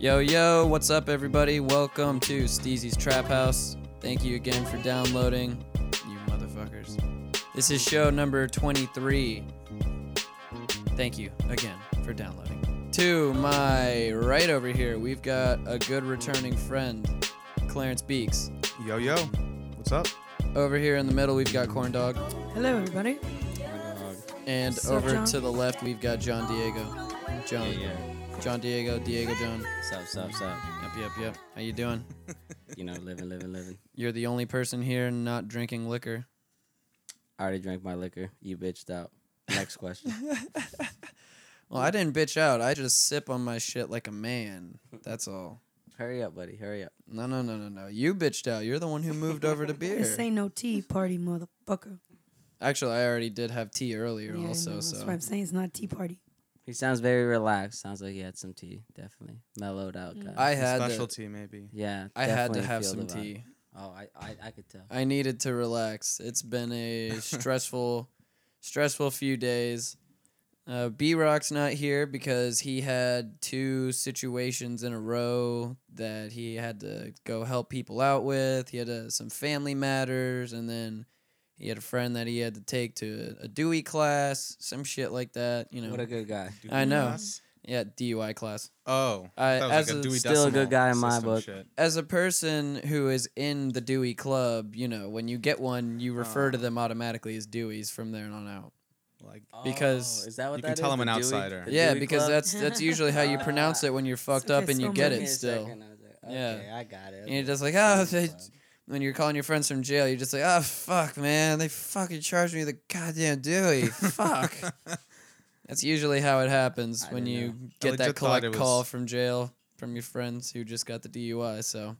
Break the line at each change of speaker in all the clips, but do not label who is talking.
Yo, yo, what's up, everybody? Welcome to Steezy's Trap House. Thank you again for downloading, you motherfuckers. This is show number 23. Thank you again for downloading. To my right over here, we've got a good returning friend, Clarence Beeks.
Yo yo, what's up?
Over here in the middle, we've got Corn Dog.
Hello, everybody.
And
Sup,
over
John?
to the left, we've got John Diego. John.
Oh, Yeah,
John Diego, Diego John.
yeah. Sup, sup, sup.
Yep, yep, yep. How you doing?
You know, living, living, living.
You're the only person here not drinking liquor.
I already drank my liquor. You bitched out. Next question.
Well,
Mm.
I didn't bitch out. I just sip on my shit like a man. That's all.
hurry up, buddy. Hurry up.
No, no, no, no, no. You bitched out. You're the one who moved over to beer.
This ain't no tea party, motherfucker.
Actually, I already did have tea earlier,
I know,
also.
that's
So
why I'm saying it's not a tea party.
He sounds very relaxed. Sounds like he had some tea. Definitely mellowed out, guy.
I had to,
Specialty maybe.
yeah.
I had to
definitely
have
feel
some
the vibe.
tea.
Oh, I, I, I could tell.
I needed to relax. It's been a stressful, stressful few days. Uh, B Rock's not here because he had two situations in a row that he had to go help people out with. He had uh, some family matters, and then he had a friend that he had to take to a, a Dewey class, some shit like that. You know,
What a good guy.
I know.
Yes.
yeah, DUI class.
Oh,
I-
that was
as
like a
a-
Dewey
still a good
Decimal
guy in my
System
book.
shit.
as a person who is in the Dewey Club, you know, when you get one, you refer
Uh-huh.
to them automatically as Deweys from there on out.
Like
Because
Oh, is that what
you
that
can tell
is?
I'm an
The Dewey-
outsider.
the
yeah,
Dewey
because
Club?
that's that's usually how you pronounce it when you're fucked
okay,
up and you
so
get
many
it
Give me a
still.
second, I was like,
Yeah.
okay, I got it.
And you're
Okay.
just like, oh,
Dewey
they-
Club.
when you're calling your friends from jail, you're just like, oh fuck, man, they fucking charged me the goddamn Dewey. fuck. That's usually how it happens
I
when
didn't
you
know.
get that
legit thought
collect
it
call
was-
from jail from your friends who just got the DUI. So,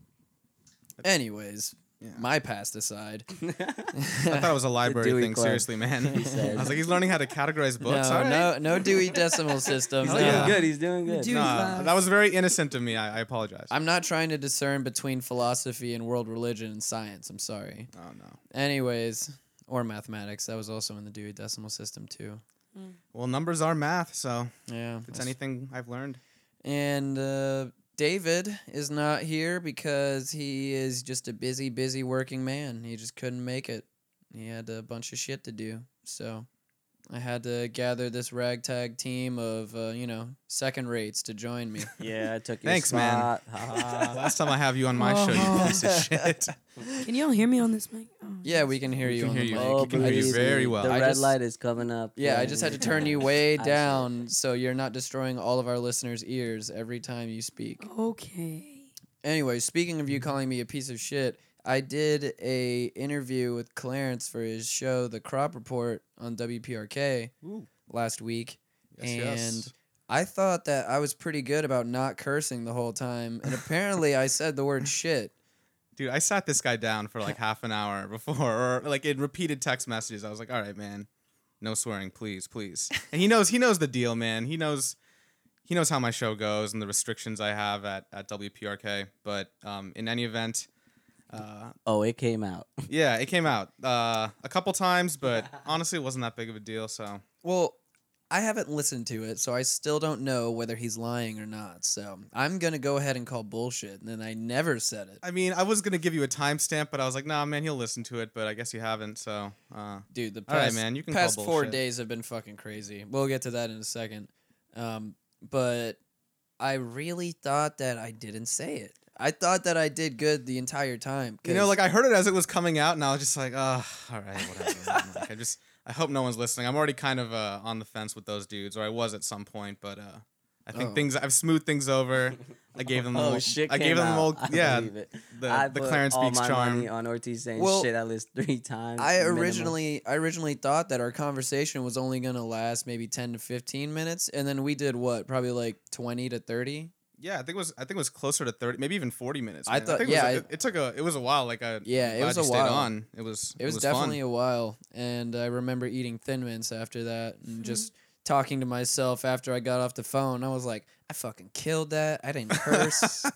anyways,
Yeah.
my past aside.
I thought it was a library
Dewey
thing.
Club.
Seriously, man.
He said.
I was like, he's learning how to categorize books.
no,
All right.
no, no Dewey Decimal System.
He's
Oh,
no.
doing
yeah.
good. He's doing good.
Dewey-
Nah, that was very innocent of me. I, I apologize.
I'm not trying to discern between philosophy and world religion and science. I'm sorry.
oh no.
Anyways, or mathematics. That was also in the Dewey Decimal System too.
Well, numbers are math, so
Yeah.
if it's
that's-
anything I've learned.
And uh, David is not here because he is just a busy, busy working man. He just couldn't make it. He had a bunch of shit to do. So I had to gather this ragtag team of, uh, you know, second rates to join me.
Yeah, I took your
Thanks, man.
slot. Ha, ha.
Last time I have you on my show, you
Uh-huh.
piece of shit.
Can y'all hear me on this mic? Oh,
yeah, we can hear
We
you
can
on
hear
the
you.
mic.
Oh, can hear you
believe
very
me,
well.
The
I
red
just-
light is coming up.
Yeah, I just had to turn you way
I see.
down so you're not destroying all of our listeners' ears every time you speak.
Okay.
Anyway, speaking of you
Mm-hmm.
calling me a piece of shit, I did a interview with Clarence for his show The Crop Report on WPRK
Ooh.
last week.
Yes,
and
yes.
I thought that I was pretty good about not cursing the whole time, and apparently I said the word shit.
Dude, I sat this guy down for like half an hour before, or like in repeated text messages. I was like, "All right, man, no swearing, please, please." And he knows, he knows the deal, man. He knows, he knows how my show goes and the restrictions I have at at WPRK. But um, in any event, uh,
Oh, it came out.
yeah, it came out uh, a couple times, but honestly, it wasn't that big of a deal. So
Well, I haven't listened to it, so I still don't know whether he's lying or not. So I'm gonna go ahead and call bullshit, and then I never said it,
I mean, I was gonna give you a timestamp, but I was like, "Nah, man, he'll listen to it." But I guess you haven't. So uh,
dude. The
All right,
past,
man, you can call
past four
bullshit.
days have been fucking crazy. We'll get to that in a second, um, but I really thought that I didn't say it. I thought that I did good the entire time.
You know,
'cause-
like I heard it as it was coming out, and I was just like, "Ah, all right, whatever." like, I just, I hope no one's listening. I'm already kind of uh, on the fence with those dudes, or I was at some point, but uh, I think
Oh.
things, I've smoothed things over. I gave them, the
Oh
old,
shit!
I
came
gave them the
out.
old,
I
yeah,
believe it.
the,
I
the
put
Clarence
all
Beaks
my
charm.
money on Ortiz saying
Well,
shit at least three times.
I
minimum.
originally I originally thought that our conversation was only gonna last maybe ten to fifteen minutes, and then we did what probably like twenty to thirty.
Yeah, I think it was, I think it was closer to thirty, maybe even forty minutes.
I
man.
thought-
think
yeah,
it, was,
I-
it, it took a, it was a while. Like, I,
Yeah, it
glad
was
you
a
stayed
while.
on. It was,
It was,
fun.
definitely a while, and I remember eating Thin Mints after that, and just talking to myself after I got off the phone. I was like, I fucking killed that. I didn't curse.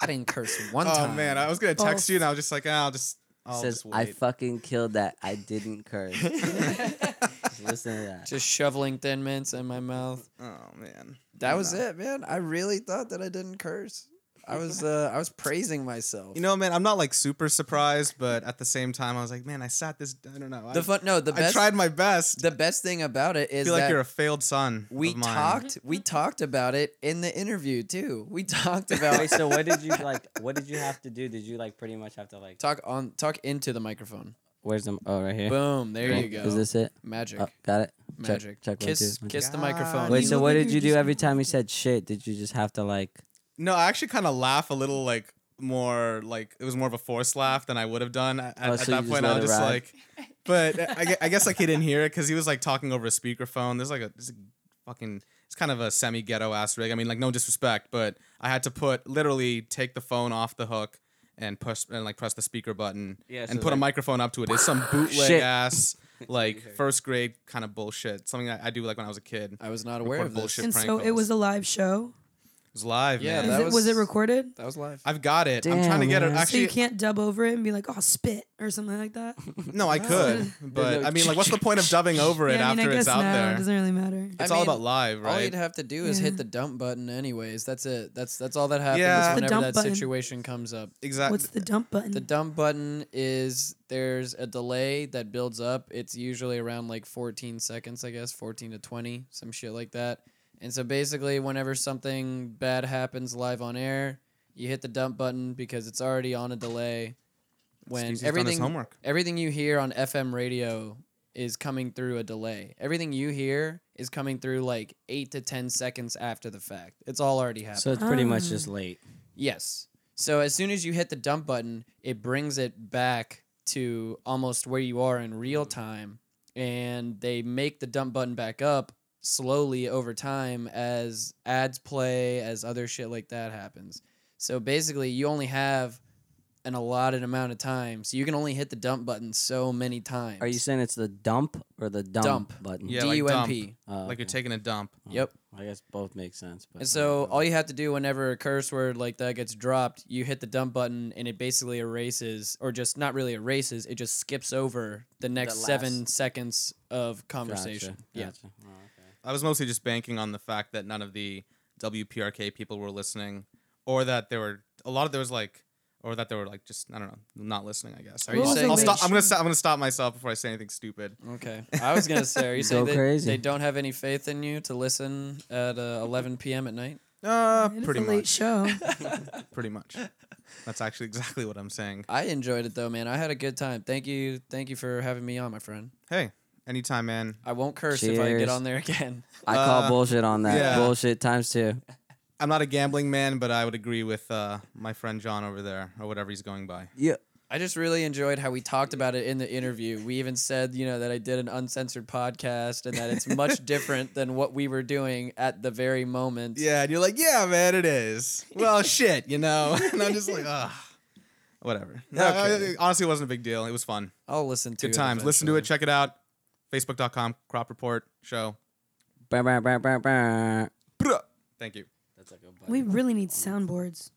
I didn't curse one
Oh
time.
man, I was gonna text
Both.
you, and I was just like, "Ah, I'll just, I'll
says
just
I
wait.
fucking killed that. I didn't curse. Listen to that.
Just shoveling thin mints in my mouth.
Oh man.
That
I'm
was
not-
it, man. I really thought that I didn't curse. I was uh, I was praising myself.
You know, man, I'm not like super surprised, but at the same time, I was like, man, I sat this. I don't know. I,
the fun no, the
I
best
tried my best.
the best thing about it
I
is
feel like
that
you're a failed son.
we
of mine.
talked we talked about it in the interview too. We talked about
Wait, so what did you like? What did you have to do? Did you like pretty much have to like?
talk on talk into the microphone.
Where's the? Oh, right here.
Boom, there
Cool.
you go.
Is this it?
magic?
Oh, got it. Check-
magic.
Check, one,
kiss
two, one, two.
kiss the
God.
microphone.
Wait,
You
so
look
what
like
did
you're
you do
just
every time he said shit? Did you just have to like?
No, I actually kind of laugh a little, like more, like it was more of a forced laugh than I would have done at,
Oh,
at
so you
that
just
point.
let
I
it
was just
ride.
like, but I, gue- I guess like he didn't hear it because he was like talking over a speakerphone. There's like a, there's a fucking, it's kind of a semi ghetto ass rig. I mean, like no disrespect, but I had to put literally take the phone off the hook and push and like press the speaker button
Yeah,
and
so
put a
like-
microphone up to it. It's some bootleg
Shit.
ass like first grade kind of bullshit. Something I, I do like when I was a kid. It
I was not aware
Record
of this.
bullshit.
And
prank
so it
calls.
was a live show.
was live,
Yeah,
man.
Is
that
it, was it
was-
recorded?
That was live.
I've got it. I'm trying to
Damn,
get it.
man. So
Actually,
so you can't dub over it and be like, "Oh, spit" or something like that.
No, I could, but
no
I mean, like, what's the point of dubbing over it
yeah, I mean,
after
I guess
it's out
now it
there?
doesn't really matter.
It's
I
all
mean,
about live,
All you'd
right?
have to do is
Yeah.
hit the dump button, anyways. That's it. That's that's all that happens
Yeah. The
whenever
dump
that
button.
situation comes up.
Exactly.
What's the dump button?
Mm.
The dump button is there's a delay that builds up. It's usually around like 14 seconds, I guess, 14 to 20, some shit like that. And so basically, whenever something bad happens live on air, you hit the dump button because it's already on a delay. When
Steve's done his
everything
homework.
everything you hear on FM radio is coming through a delay. Everything you hear is coming through like eight to ten seconds after the fact. It's all already happened.
So it's pretty much just late.
Yes. So as soon as you hit the dump button, it brings it back to almost where you are in real time. And they make the dump button back up slowly over time as ads play, as other shit like that happens. So basically, you only have an allotted amount of time. So you can only hit the dump button so many times.
Are you saying it's the dump or the dump,
Dump.
button?
Yeah. like
D U M P?
Oh,
Like you're
okay.
taking a dump.
Yep.
I guess both make sense. But
And so all you have to do whenever a curse word like that gets dropped, you hit the dump button and it basically erases or just not really erases, it just skips over the next
last-
7 seconds of
Gotcha,
conversation. Yeah.
gotcha. Oh, okay.
I was mostly just banking on the fact that none of the WPRK people were listening, or that there were a lot of there was like, or that they were like just I don't know, not listening. I guess.
Are you
I'll,
saying
I'll
they
stop.
should-
I'm gonna stop. I'm gonna stop myself before I say anything stupid.
Okay. I was going to say are you saying
Go
they,
crazy.
they don't have any faith in you to listen at uh, 11 p.m. at night?
Uh,
It is
pretty
a late
much.
show.
Pretty much. That's actually exactly what I'm saying.
I enjoyed it though, man. I had a good time. Thank you. Thank you for having me on, my friend.
Hey, anytime, man.
I won't curse if I get
Cheers.
on there again.
I call
Uh,
bullshit on that.
yeah.
Bullshit times two.
I'm not a gambling man, but I would agree with uh, my friend John over there, or whatever he's going by.
Yeah.
I just really enjoyed how we talked about it in the interview. We even said, you know, that I did an uncensored podcast and that it's much different than what we were doing at the very moment.
Yeah, and you're like, yeah, man, it is. Well, shit, you know. And I'm just like, ugh. Whatever. No,
Okay.
I- I- honestly, it wasn't a big deal. It was fun.
I'll listen to
Good
it.
times. Listen to it.
eventually.
Check it out. Facebook.com, Crop Report Show.
Brr, brr, brr, brr, brr.
Bruh. Thank you.
That's like a
we really need soundboards.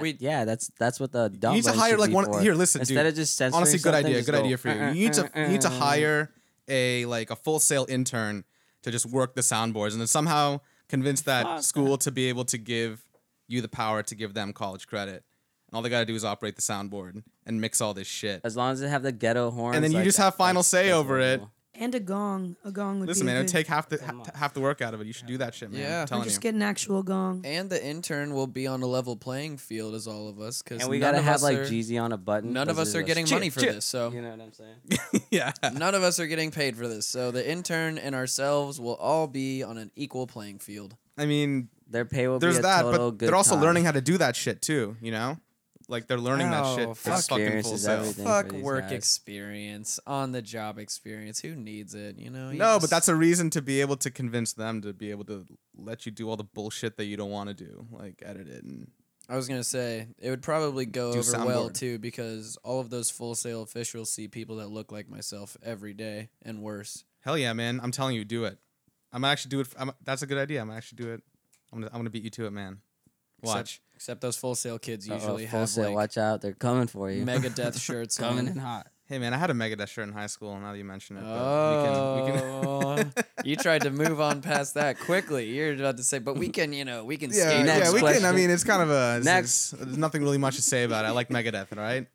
We-
yeah, that's that's what the dump.
you need to
button
hire
should
like
be
one.
for.
Here, listen,
Instead
dude.
of just censoring
honestly, good
something,
idea.
just
Good
go,
idea for you.
"Uh, uh,
You need to
uh,
you need to
uh."
hire a like a full sale intern to just work the soundboards and then somehow convince that school to be able to give you the power to give them college credit. And all they gotta do is operate the soundboard and mix all this shit.
As long as they have the ghetto horn.
then you just have final say over it.
And a gong. A gong would
Listen,
be a
man, it'll
good-
take half the
Come
ha-
on.
half the work out of it. You should do that shit, man.
Yeah.
I'm
Or
telling
Just
you.
get an actual gong.
And the intern will be on a level playing field as all of us because
And we
none
gotta
of
have
us
like
are,
Jeezy on a button.
none of
'cause
us
it
are
was-
getting
Shit,
money for
shit.
this. So
You know what I'm saying?
yeah.
none of us are getting paid for this. So the intern and ourselves will all be on an equal playing field.
I mean,
Their pay will
there's
be a
that,
total
but
good
they're also
time.
learning how to do that shit too. You know, like they're learning
Oh,
that
fuck.
shit. Fuck fucking
Experience
full
is
sale.
everything. for
Fuck
these
work
guys.
experience, on the job experience. Who needs it? You know? You
No, but
just-
that's a reason to be able to convince them to be able to let you do all the bullshit that you don't want to do, like edit it and
I was gonna say it would probably go
Do
over well
soundboard.
too because all of those full sale officials see people that look like myself every day and worse.
hell yeah, man. I'm telling you, do it. I'm gonna actually do it. I'm, that's a good idea. I'm gonna actually do it. I'm gonna, I'm gonna beat you to it, man. Watch.
Except, except those full sale kids
Uh-oh,
usually
full
have
sale,
like
watch out, they're coming for you.
mega death shirts
coming
on.
in hot.
Hey man, I had a Megadeth shirt in high school. Now that you mention it, but we can, we can
Oh. you tried to move on past that quickly. You're about to say, but we can, you know, we can
yeah,
skate.
yeah,
next
we can. I
question.
mean, it's kind of a it's-
Next.
it's- There's nothing really much to say about it. I like Megadeth, all right?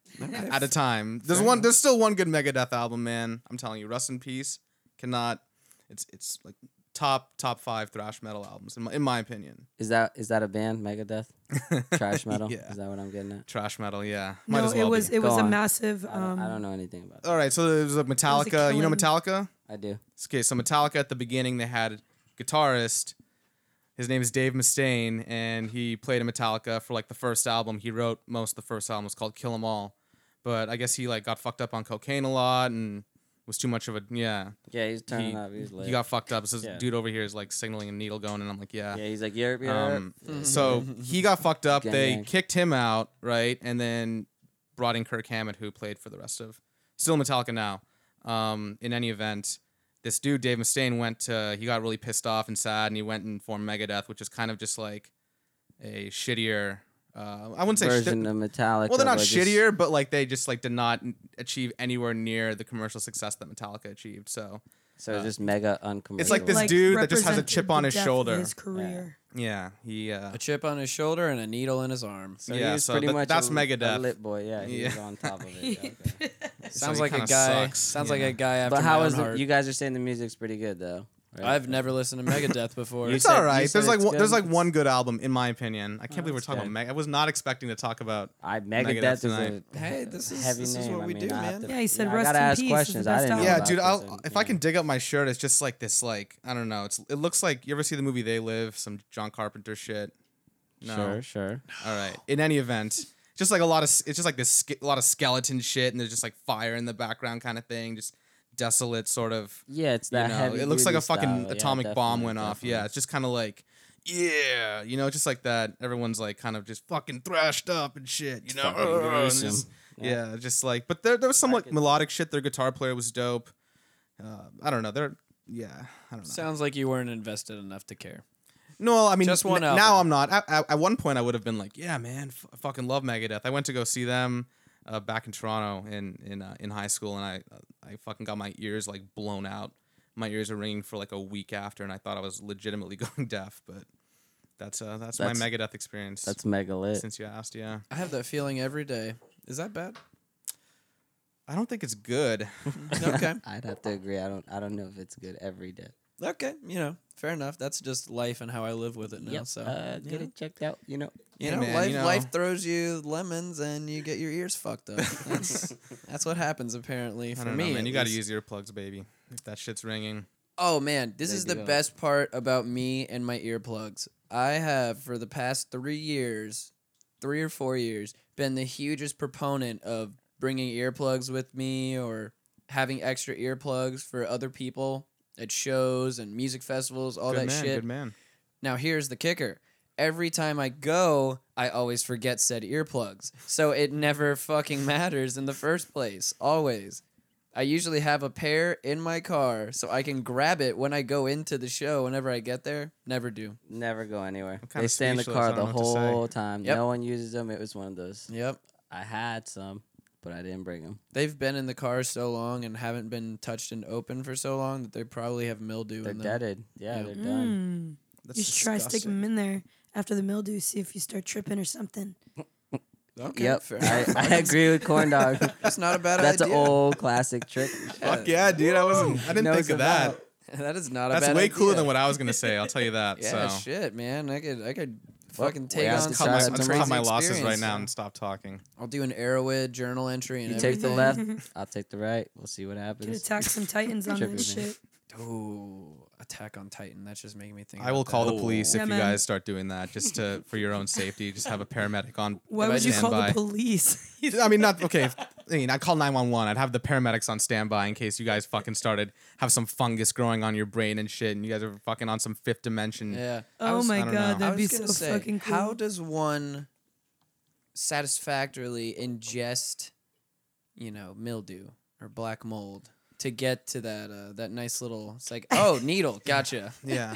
At a time, there's one. There's still one good Megadeth album, man. I'm telling you, Rust in Peace cannot. It's it's like top top five thrash metal albums in my, in my opinion.
Is that is that a band? Megadeth, trash metal.
Yeah.
Is that what I'm getting at?
Trash metal, yeah. Might
No,
as well
it was
be.
it was
Go
a
on.
massive.
I don't,
Um,
I don't know anything about it.
All right, so there's a Metallica. you know
killing-
Metallica.
I do.
Okay, so Metallica at the beginning they had guitarist. His name is Dave Mustaine, and he played in Metallica for like the first album. He wrote most of the first album. It's called Kill 'Em All, but I guess he like got fucked up on cocaine a lot and was too much of a yeah.
Yeah, he's turning
He,
up. He's lit.
he got fucked up. So this
Yeah.
dude over here is like signaling a needle going, and I'm like, yeah.
yeah, he's like Europe, Europe.
Um,
Mm-hmm.
so he got fucked up.
Gang
They
bang.
kicked him out, right? And then brought in Kirk Hammett, who played for the rest of still Metallica now. Um, in any event, this dude Dave Mustaine went to he got really pissed off and sad, and he went and formed Megadeth, which is kind of just like a shittier. Uh, I wouldn't say shit-
version of Metallica.
well, they're not
but just-
shittier, but like they just like did not achieve anywhere near the commercial success that Metallica achieved. So
So it's just mega uncommercial.
like this
like,
dude that just has a chip
represented
on
the
his
depth of
shoulder.
His career.
yeah, he uh,
A chip on his shoulder and a needle in his arm.
So
yeah,
he's
so
pretty
that-
much
that's
a,
Megadeth.
A lit boy, yeah, he was
Yeah.
on top of it. yeah, okay.
so
Sounds
he
like a
kinda
guy.
sucks,
sounds
yeah.
like a guy after
But
my
how
own
is the,
heart.
you guys are saying the music's pretty good though? right?
I've never listened to Megadeth before.
You
It's
said-
all right.
said
There's like
it's
one, there's
good?
like one good album in my opinion. I can't believe we're
Oh, that's
talking
good.
about Meg. I was not expecting to talk about.
I
Megadeth
Megadeth is
tonight.
a
Hey, this is-
heavy
this is
name.
what
I
we
mean,
do,
I have
man.
to-
Yeah, he said
you know, I
Rest
gotta
in
ask
Peace is the
questions. I
best
didn't know
album.
Yeah,
about
dude.
this
I'll,
and,
if
you
I can
know.
dig up my shirt, it's just like this. Like I don't know. It's it looks like you ever see the movie They Live? Some John Carpenter shit. No.
Sure, sure.
All right. In any event, just like a lot of s- it's just like this ske- a lot of skeleton shit, and there's just like fire in the background kind of thing. Just desolate sort of.
Yeah, it's
You
that
know,
heavy.
it looks like
duty
a fucking
style. Yeah,
atomic bomb
definitely,
went off.
definitely.
Yeah, it's just kind of like, yeah, you know, just like that. Everyone's like kind of just fucking thrashed up and shit, you know.
fucking
and
gruesome.
just-
Yeah.
yeah. just like, but there, there was some
I
like
could-
melodic shit. Their guitar player was dope. Uh, I don't know. They're yeah, I don't know.
Sounds like you weren't invested enough to care.
No, I mean,
Just one
n-
album.
now I'm not. At, at, at one point, I would have been like, "Yeah, man, f- I fucking love Megadeth." I went to go see them uh, back in Toronto in in uh, in high school, and I I fucking got my ears like blown out. My ears are ringing for like a week after, and I thought I was legitimately going deaf. But that's uh, that's,
That's-
my Megadeth experience.
That's mega lit.
since you asked, yeah.
I have that feeling every day. Is that bad?
I don't think it's good.
Okay.
I'd have to agree. I don't. I don't know if it's good every day.
okay. You know, fair enough. That's just life and how I live with it now. So
uh,
you
get
know.
it checked out. You know,
You
Hey,
know,
man,
life,
you know-
life throws you lemons and you get your ears fucked up. That's, that's what happens apparently
I
for
don't
me.
know, man.
at
You got to
least.
use earplugs, baby. If that shit's ringing,
Oh man, this
They
is
do
the
that.
best part about me and my earplugs. I have for the past 3 years, 3 or 4 years, been the hugest proponent of bringing earplugs with me or having extra earplugs for other people at shows and music festivals, all
good
that
man,
shit.
good man.
Now, here's the kicker. Every time I go, I always forget said earplugs. So it never fucking matters in the first place. Always. I usually have a pair in my car so I can grab it when I go into the show whenever I get there. Never do.
never go anywhere.
kinda
They stay in the
speechless. I
car
don't
the
know what to say.
whole time.
Yep.
No one uses them. It was one of those.
Yep.
I had some, but I didn't bring them.
They've been in the car so long and haven't been touched and open for so long that they probably have mildew
They're
in them.
deaded. Yeah,
Yeah.
they're done.
Mm.
That's
You should try sticking
disgusting.
them in there after the mildew. See if you start tripping or something.
Okay,
Yep,
fair
I,
enough.
I agree with corn dog.
That's not a bad
That's an
idea.
old classic trick.
Fuck yeah, dude! I wasn't. I didn't
Knows
think of
about-
that.
that is not a
That's
bad
way
idea.
cooler than what I was gonna say. I'll tell you that.
Yeah,
so
shit, man. I could I could fucking
we
take
have
on
cut
to
some
try
my,
of
that
I'm
that
gonna
tomorrow.
cut my
crazy
losses right
experience.
now and stop talking.
I'll do an Arrowhead journal entry and
You take
everything.
the left. I'll take the right. We'll see what
Could
happens.
attack some titans on
Tripping
that
me.
shit.
Ooh, Attack on Titan. That's just making me think.
I will
about
call
that.
the police
Yeah,
if
man.
you guys start doing that, just to for your own safety. Just have a paramedic on.
Why
on
would you call
standby.
the police?
I mean, not okay. If, I mean, I call nine one one. I'd have the paramedics on standby in case you guys fucking started have some fungus growing on your brain and shit, and you guys are fucking on some fifth dimension.
Yeah.
I
oh
was- I
my
don't
god,
know.
I
that'd
was
be so
gonna say,
fucking cool.
how does one satisfactorily ingest, you know, mildew or black mold to get to that uh, that nice little? It's like, oh, needle. Gotcha.
Yeah.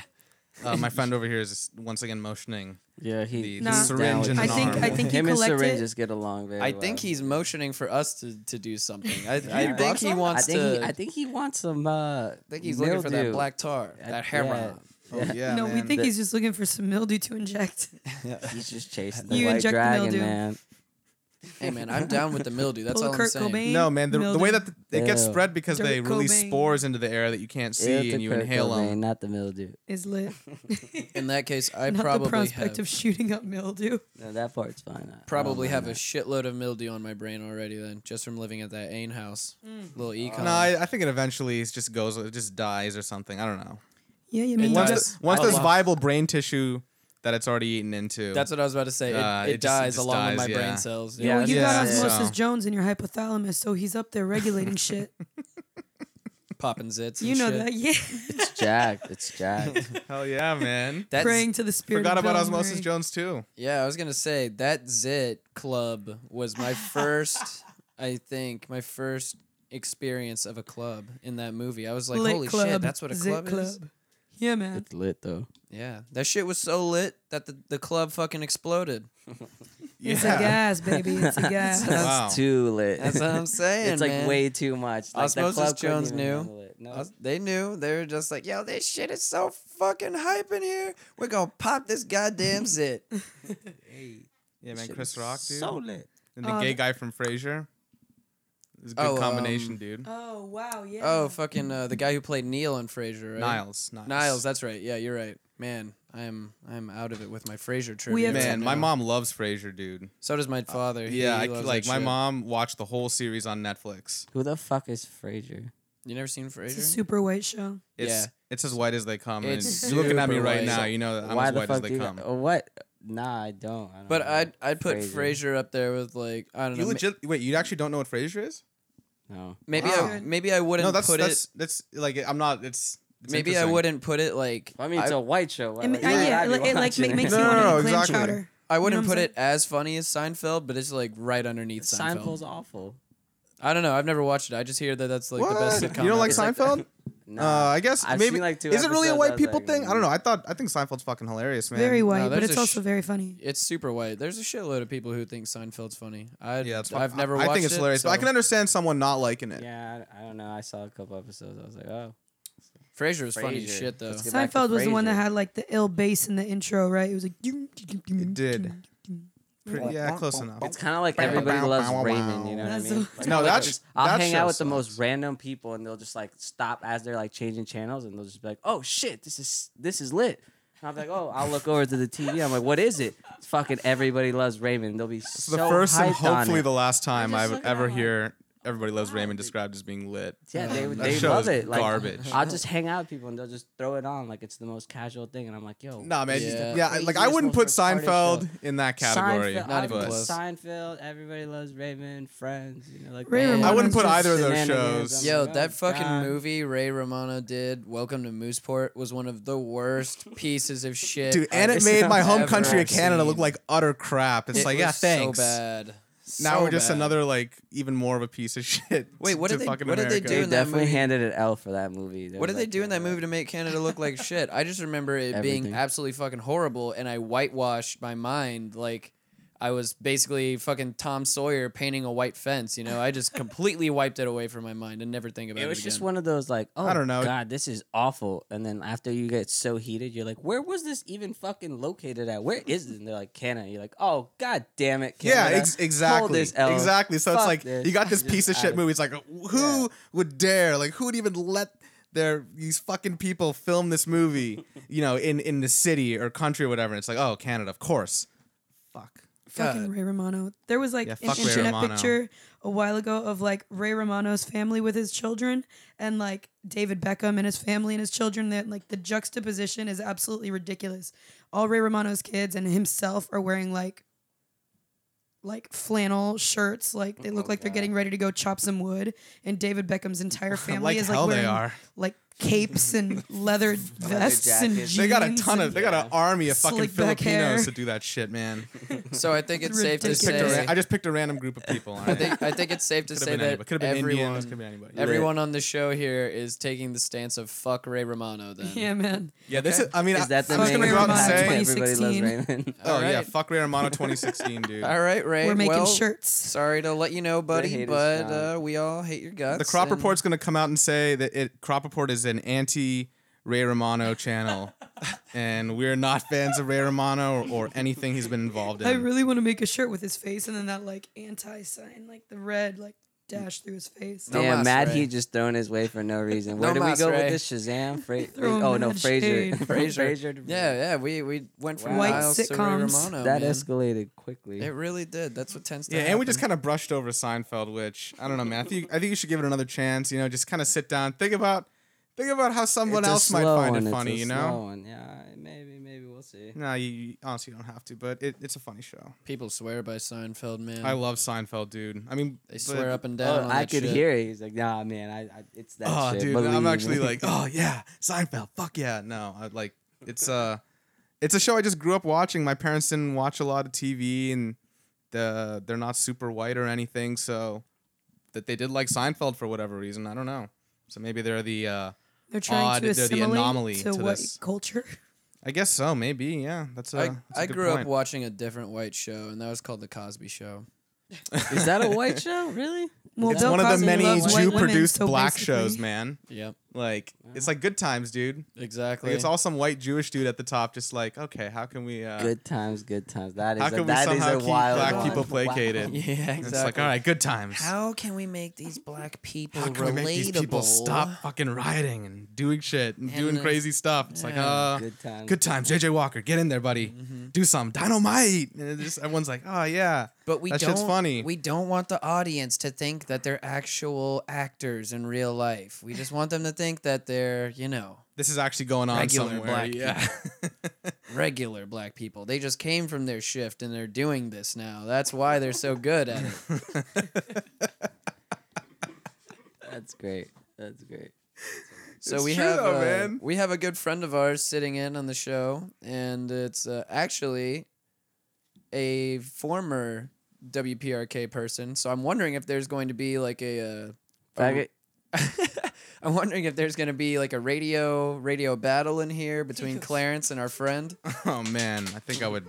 Uh, my friend over here is once again motioning
Yeah, he.
The-
the
he's down
syringe
with
and
it.
an I think- I arm.
think you
him and
collect it-
syringe just get along very
I
well.
think he's motioning for us to, to do something. I,
Yeah.
I think he wants
I think
to.
He, I
I
think he wants some. Uh,
think he's looking for that
mildew.
black tar,
I-
that hammer.
yeah.
Oh, yeah,
no, we
man.
think
That-
he's just looking for some mildew to inject.
He's just chasing the
You
white
inject the
dragon,
mildew.
man.
Hey man, I'm down with the mildew. That's
Pull a
all I'm
Kurt
saying.
Cobain.
No, man. The, the way that
Mildew.
the, it gets
Ew.
spread because they
Kurt
release
Cobain.
spores into the air that you can't see,
It's the
and you
Kurt
inhale
Cobain,
them.
not the mildew.
is lit.
In that case, I
Not the
probably
prospect
have,
of Oh, shooting up mildew.
No, that part's fine. I- I don't
probably
mind
have a
that.
shitload of mildew on my brain already. Then just from living at that Ain house,
Mm.
little econ.
No, I, I think it eventually is- just goes, it just dies or something. I don't know.
Yeah, you
It
mean
does.
Once,
just
the- once
I
there's
love-
viable brain tissue that it's already eaten into,
That's what I was about to say. It,
Uh,
it,
it just- it
dies
just
along with my
dies, yeah.
brain cells.
Yeah,
Well, you
Yeah,
got osmosis
so-
Jones in your hypothalamus, so he's up there regulating shit.
popping zits.
You
and
know
shit.
that, yeah.
It's jacked. It's jacked.
hell yeah, man.
That z-
Praying to the spirit.
Forgot
of
about
Bill
Osmosis
Murray.
Jones too.
yeah, I was gonna say that zit club was my first. I think my first experience of a club in that movie. I was like,
Lit
holy shit,
club,
that's what a
zit
club, is.
club. Yeah, man.
it's lit though.
Yeah, that shit was so lit that the, the club fucking exploded.
It's a gas, baby. It's a
That's
gas.
Wow.
too lit.
That's what I'm saying.
it's like
man.
way too much. Like, the
Osmosis
club couldn't
Jones
even
knew.
handle it. No.
I was- they knew. They were just like, yo, this shit is so fucking hype in here. We're gonna pop this goddamn zit.
Yeah, man. Chris Rock, dude.
So lit.
and the
Uh,
gay guy from Frasier. It's a good
Oh,
combination,
um,
dude.
Oh, wow, yeah.
oh, fucking uh, the guy who played Neil on Frasier, right?
Niles, Niles.
Niles, that's right. Yeah, you're right. Man, I'm I'm out of it with my Frasier trivia.
We have-
right
Man, my
now.
mom loves Frasier, dude.
So does my father. He-
Yeah,
he
I,
loves
like
that
my
shit.
mom watched the whole series on Netflix.
Who the fuck is Frasier?
You never seen
It's a
Frasier?
super white show.
It's,
Yeah.
it's as white as they come. and
It's
you're looking at me
super
right
white.
now. You know that I'm
Why
as
the
white
fuck
as
do
they
you?
come.
uh, What? Nah, I don't. I don't
But
know.
I'd I'd put
Frasier.
Frasier up there with like I don't know.
You
ma-
legit? Wait, you actually don't know what Frasier is?
No.
Maybe I
Wow.
maybe I wouldn't
no, that's
put
that's,
it.
that's like I'm not. It's, it's
Maybe I
interesting.
wouldn't put it like
I mean, it's a white show. Why
I mean,
would
uh,
you
yeah,
not
it,
be
like- it like ma-
watching
makes
No,
me
no,
want to
no,
eat clam
exactly.
chowder.
I wouldn't
what I'm
put
saying?
it as funny as Seinfeld, but it's like right underneath Seinfeld.
Seinfeld's awful.
I don't know. I've never watched it. I just hear that that's like
What?
the best sitcom.
you don't
out
like
there.
Seinfeld?
No.
Uh, I guess
I've
maybe.
seen, like, two
is it really a
episodes, I
white
was
people
like,
thing? I don't know.
mm.
I thought I think Seinfeld's fucking hilarious, man.
Very white,
No,
but
there's
it's
a
also
sh-
very funny.
It's super white. There's a shitload of people who think Seinfeld's funny. I
Yeah, that's
I've
fuck-
never
I,
watched
I think it's
it,
hilarious, but I
so-
can understand someone not liking it.
Yeah, I, I don't know. I saw a couple episodes. I was like, oh,
Frasier was funny as
Frasier.
shit though.
Let's get back to
Seinfeld was the one that
Frasier.
had like the ill bass in the intro, right? It was like
It
it
did. Pretty- yeah, close
Oh.
enough.
It's kind of like everybody
bow,
loves
bow, wow.
Raymond. You know what I
That's
mean?
a-
Like,
No,
I'll,
that
like,
sh-
I'll
that
hang
show
out with the
sucks.
most random people, and they'll just like stop as they're like changing channels, and they'll just be like, "Oh shit, this is this is lit." And I'm like, "Oh, I'll look over to the TV." I'm like, "What is it?" It's fucking everybody loves Raymond. They'll be
It's
so
the first and
hyped on
hopefully
it.
the last time
just
I've
look at
ever
that, like,
hear everybody loves
wow,
Raymond
dude.
described as being lit.
Yeah, they
That
they
show
love
is
it. Like,
garbage.
I'll just hang out with people and they'll just throw it on like it's the most casual thing, and I'm like, yo,
Nah, man.
Yeah.
Yeah,
the
I- like I
craziest
wouldn't
one
put
for a party
Seinfeld
show.
in that category.
Seinfeld,
Not
I
even
would put
close.
Seinfeld, everybody loves Raymond, Friends. You know, like the
Raymond
whole-
I wouldn't put
Seinfeld.
either of those
Shenanigans,
shows.
I'm
Yo,
like,
that
oh,
fucking
God.
movie Ray Romano did, Welcome to Mooseport, was one of the worst pieces of shit.
Dude, and it
I've
made my home
ever
country of Canada look
seen.
like utter crap. It's
It
like, yeah,
was
thanks.
So bad.
Now
So
we're just
bad.
another like even more of a piece of shit.
Wait, what
to
did they-
fucking
what did they
America.
do
They
in that
definitely
movie-
handed an L for that movie.
What did they do in that movie to make Canada look like shit? I just remember it being
Everything.
absolutely fucking horrible, and I whitewashed my mind like I was basically fucking Tom Sawyer painting a white fence. You know, I just completely wiped it away from my mind and never think about it.
It was just
again.
one of those like, oh,
I don't know.
God, this is awful. And then after you get so heated, you're like, where was this even fucking located at? Where is it? And they're like, Canada. You're like, oh, God damn it,
Yeah,
Canada.
ex- exactly.
this L.
Exactly. So it's
Fuck
like
this.
you got this
Just
piece of
out
shit
of-
movie. It's like who would dare? Like who would even let their these fucking people film this movie? you know, in in the city or country or whatever. And it's like oh, Canada, of course. Fuck.
Fucking Ray Romano. There was like
Uh, Yeah,
an
fuck Ray
internet
Romano.
picture a while ago of like Ray Romano's family with his children and like David Beckham and his family and his children. That like the juxtaposition is absolutely ridiculous. All Ray Romano's kids and himself are wearing like like flannel shirts, like they
Oh,
look like they're getting ready to go chop some wood. And David Beckham's entire family
like
is like
hell they
wearing
are.
like capes and leather vests and
jackets.
jeans.
They got a ton
and-
of, they got an army of fucking
Slick back hair.
Filipinos to do that shit, man.
So I think it's,
It's
safe to
ridiculous.
Picked a
say.
ra- I just picked a random group of people. all
I
right?
think I think it's safe to
Could've
say
been
that
anybody. Could've been
everyone,
Indians, could've been anybody.
everyone on the show here is taking the stance of fuck Ray Romano. Then,
Yeah, man.
Yeah, this is. I mean,
Is that
I,
the
I was
main
gonna go out and
reason?
say,
Twenty-
everybody loves
2016?
Raymond?
oh yeah,
Alright.
fuck Ray Romano 2016, dude.
all right, Ray.
We're making
well,
shirts.
Sorry to let you know, buddy,
haters
but
now.
uh, we all hate your guts.
The crop
and-
report's gonna come out and say that it crop report is an anti Ray Romano channel, and we're not fans of Ray Romano or, or anything he's been involved in.
I really want to make a shirt with his face and then that like anti sign, like the red like dash through his face.
No
Damn,
mas,
Mad
Ray.
Heat just throwing his way for no reason. Where
No
do we
mas,
go
Ray.
with this Shazam? Fra-
Throw
oh no,
mad
Fraser.
shade.
Fraser.
Fraser. to-
Yeah, yeah, we we went from
White
Miles to Ray
sitcoms.
Romano.
that
man.
escalated quickly.
It really did. That's what tends to.
yeah,
happen.
and we just kind of brushed over Seinfeld, which I don't know, man. I think, I think you should give it another chance. You know, just kind of sit down, think about, think about how someone
It's a
else might
slow
find
one,
it
it's
funny.
a
You
slow
know,
one. Yeah, maybe, maybe we'll see.
no, you, you honestly don't have to, but it, it's a funny show.
people swear by Seinfeld, man.
I love Seinfeld, dude. I mean,
they
but-
swear up and down.
Oh,
on
I
that
could
shit.
hear it. He's like, nah, man, I, I it's that
Oh,
shit.
dude,
Believe
I'm
me."
actually like, oh yeah, Seinfeld. Fuck yeah. No, I like it's uh it's a show I just grew up watching. My parents didn't watch a lot of TV, and the they're not super white or anything, so that they did like Seinfeld for whatever reason. I don't know. So maybe they're the uh
They're trying
Odd,
to
they're the
assimilate
anomaly
to,
to
what
this.
culture?
I guess so. Maybe yeah. That's a
I,
that's a
I
good
grew up
point.
watching a different white show, and that was called The Cosby Show.
is that a white show? Really?
Well,
It's
Bill
one of
Cosby
the many
loves white
Jew
women,
produced
so
black
basically-
shows, man.
Yep,
Like it's like good times, dude.
exactly.
Like it's all some white Jewish dude at the top, just like, okay, how can we uh
Good times, good times. That is
how
a,
can we
that is
somehow
a
keep
wild
black
one.
people
Wow.
placated?
yeah, exactly.
It's like, all right, good times.
How can we make these black people
How can we make these people stop fucking rioting and doing shit and,
And
doing
the-
crazy stuff? It's like,
Yeah. Mm-hmm.
uh,
Good times.
good times. JJ Walker, get in there, buddy. Do some dynamite. And it just everyone's like, oh yeah.
But we
That
don't.
shit's funny.
We don't want the audience to think that they're actual actors in real life. We just want them to think that they're, you know,
This is actually going on
Regular
somewhere.
black
yeah.
regular black people. They just came from their shift and they're doing this now. That's why they're so good at it.
That's great. That's great.
So
It's
we
true
have
though,
uh,
man.
we have a good friend of ours sitting in on the show, and it's uh, actually a former WPRK person. So I'm wondering if there's going to be like a. Uh,
Oh,
Faggot.
I'm wondering if there's going to be like a radio radio battle in here between Clarence and our friend.
oh man, I think I would.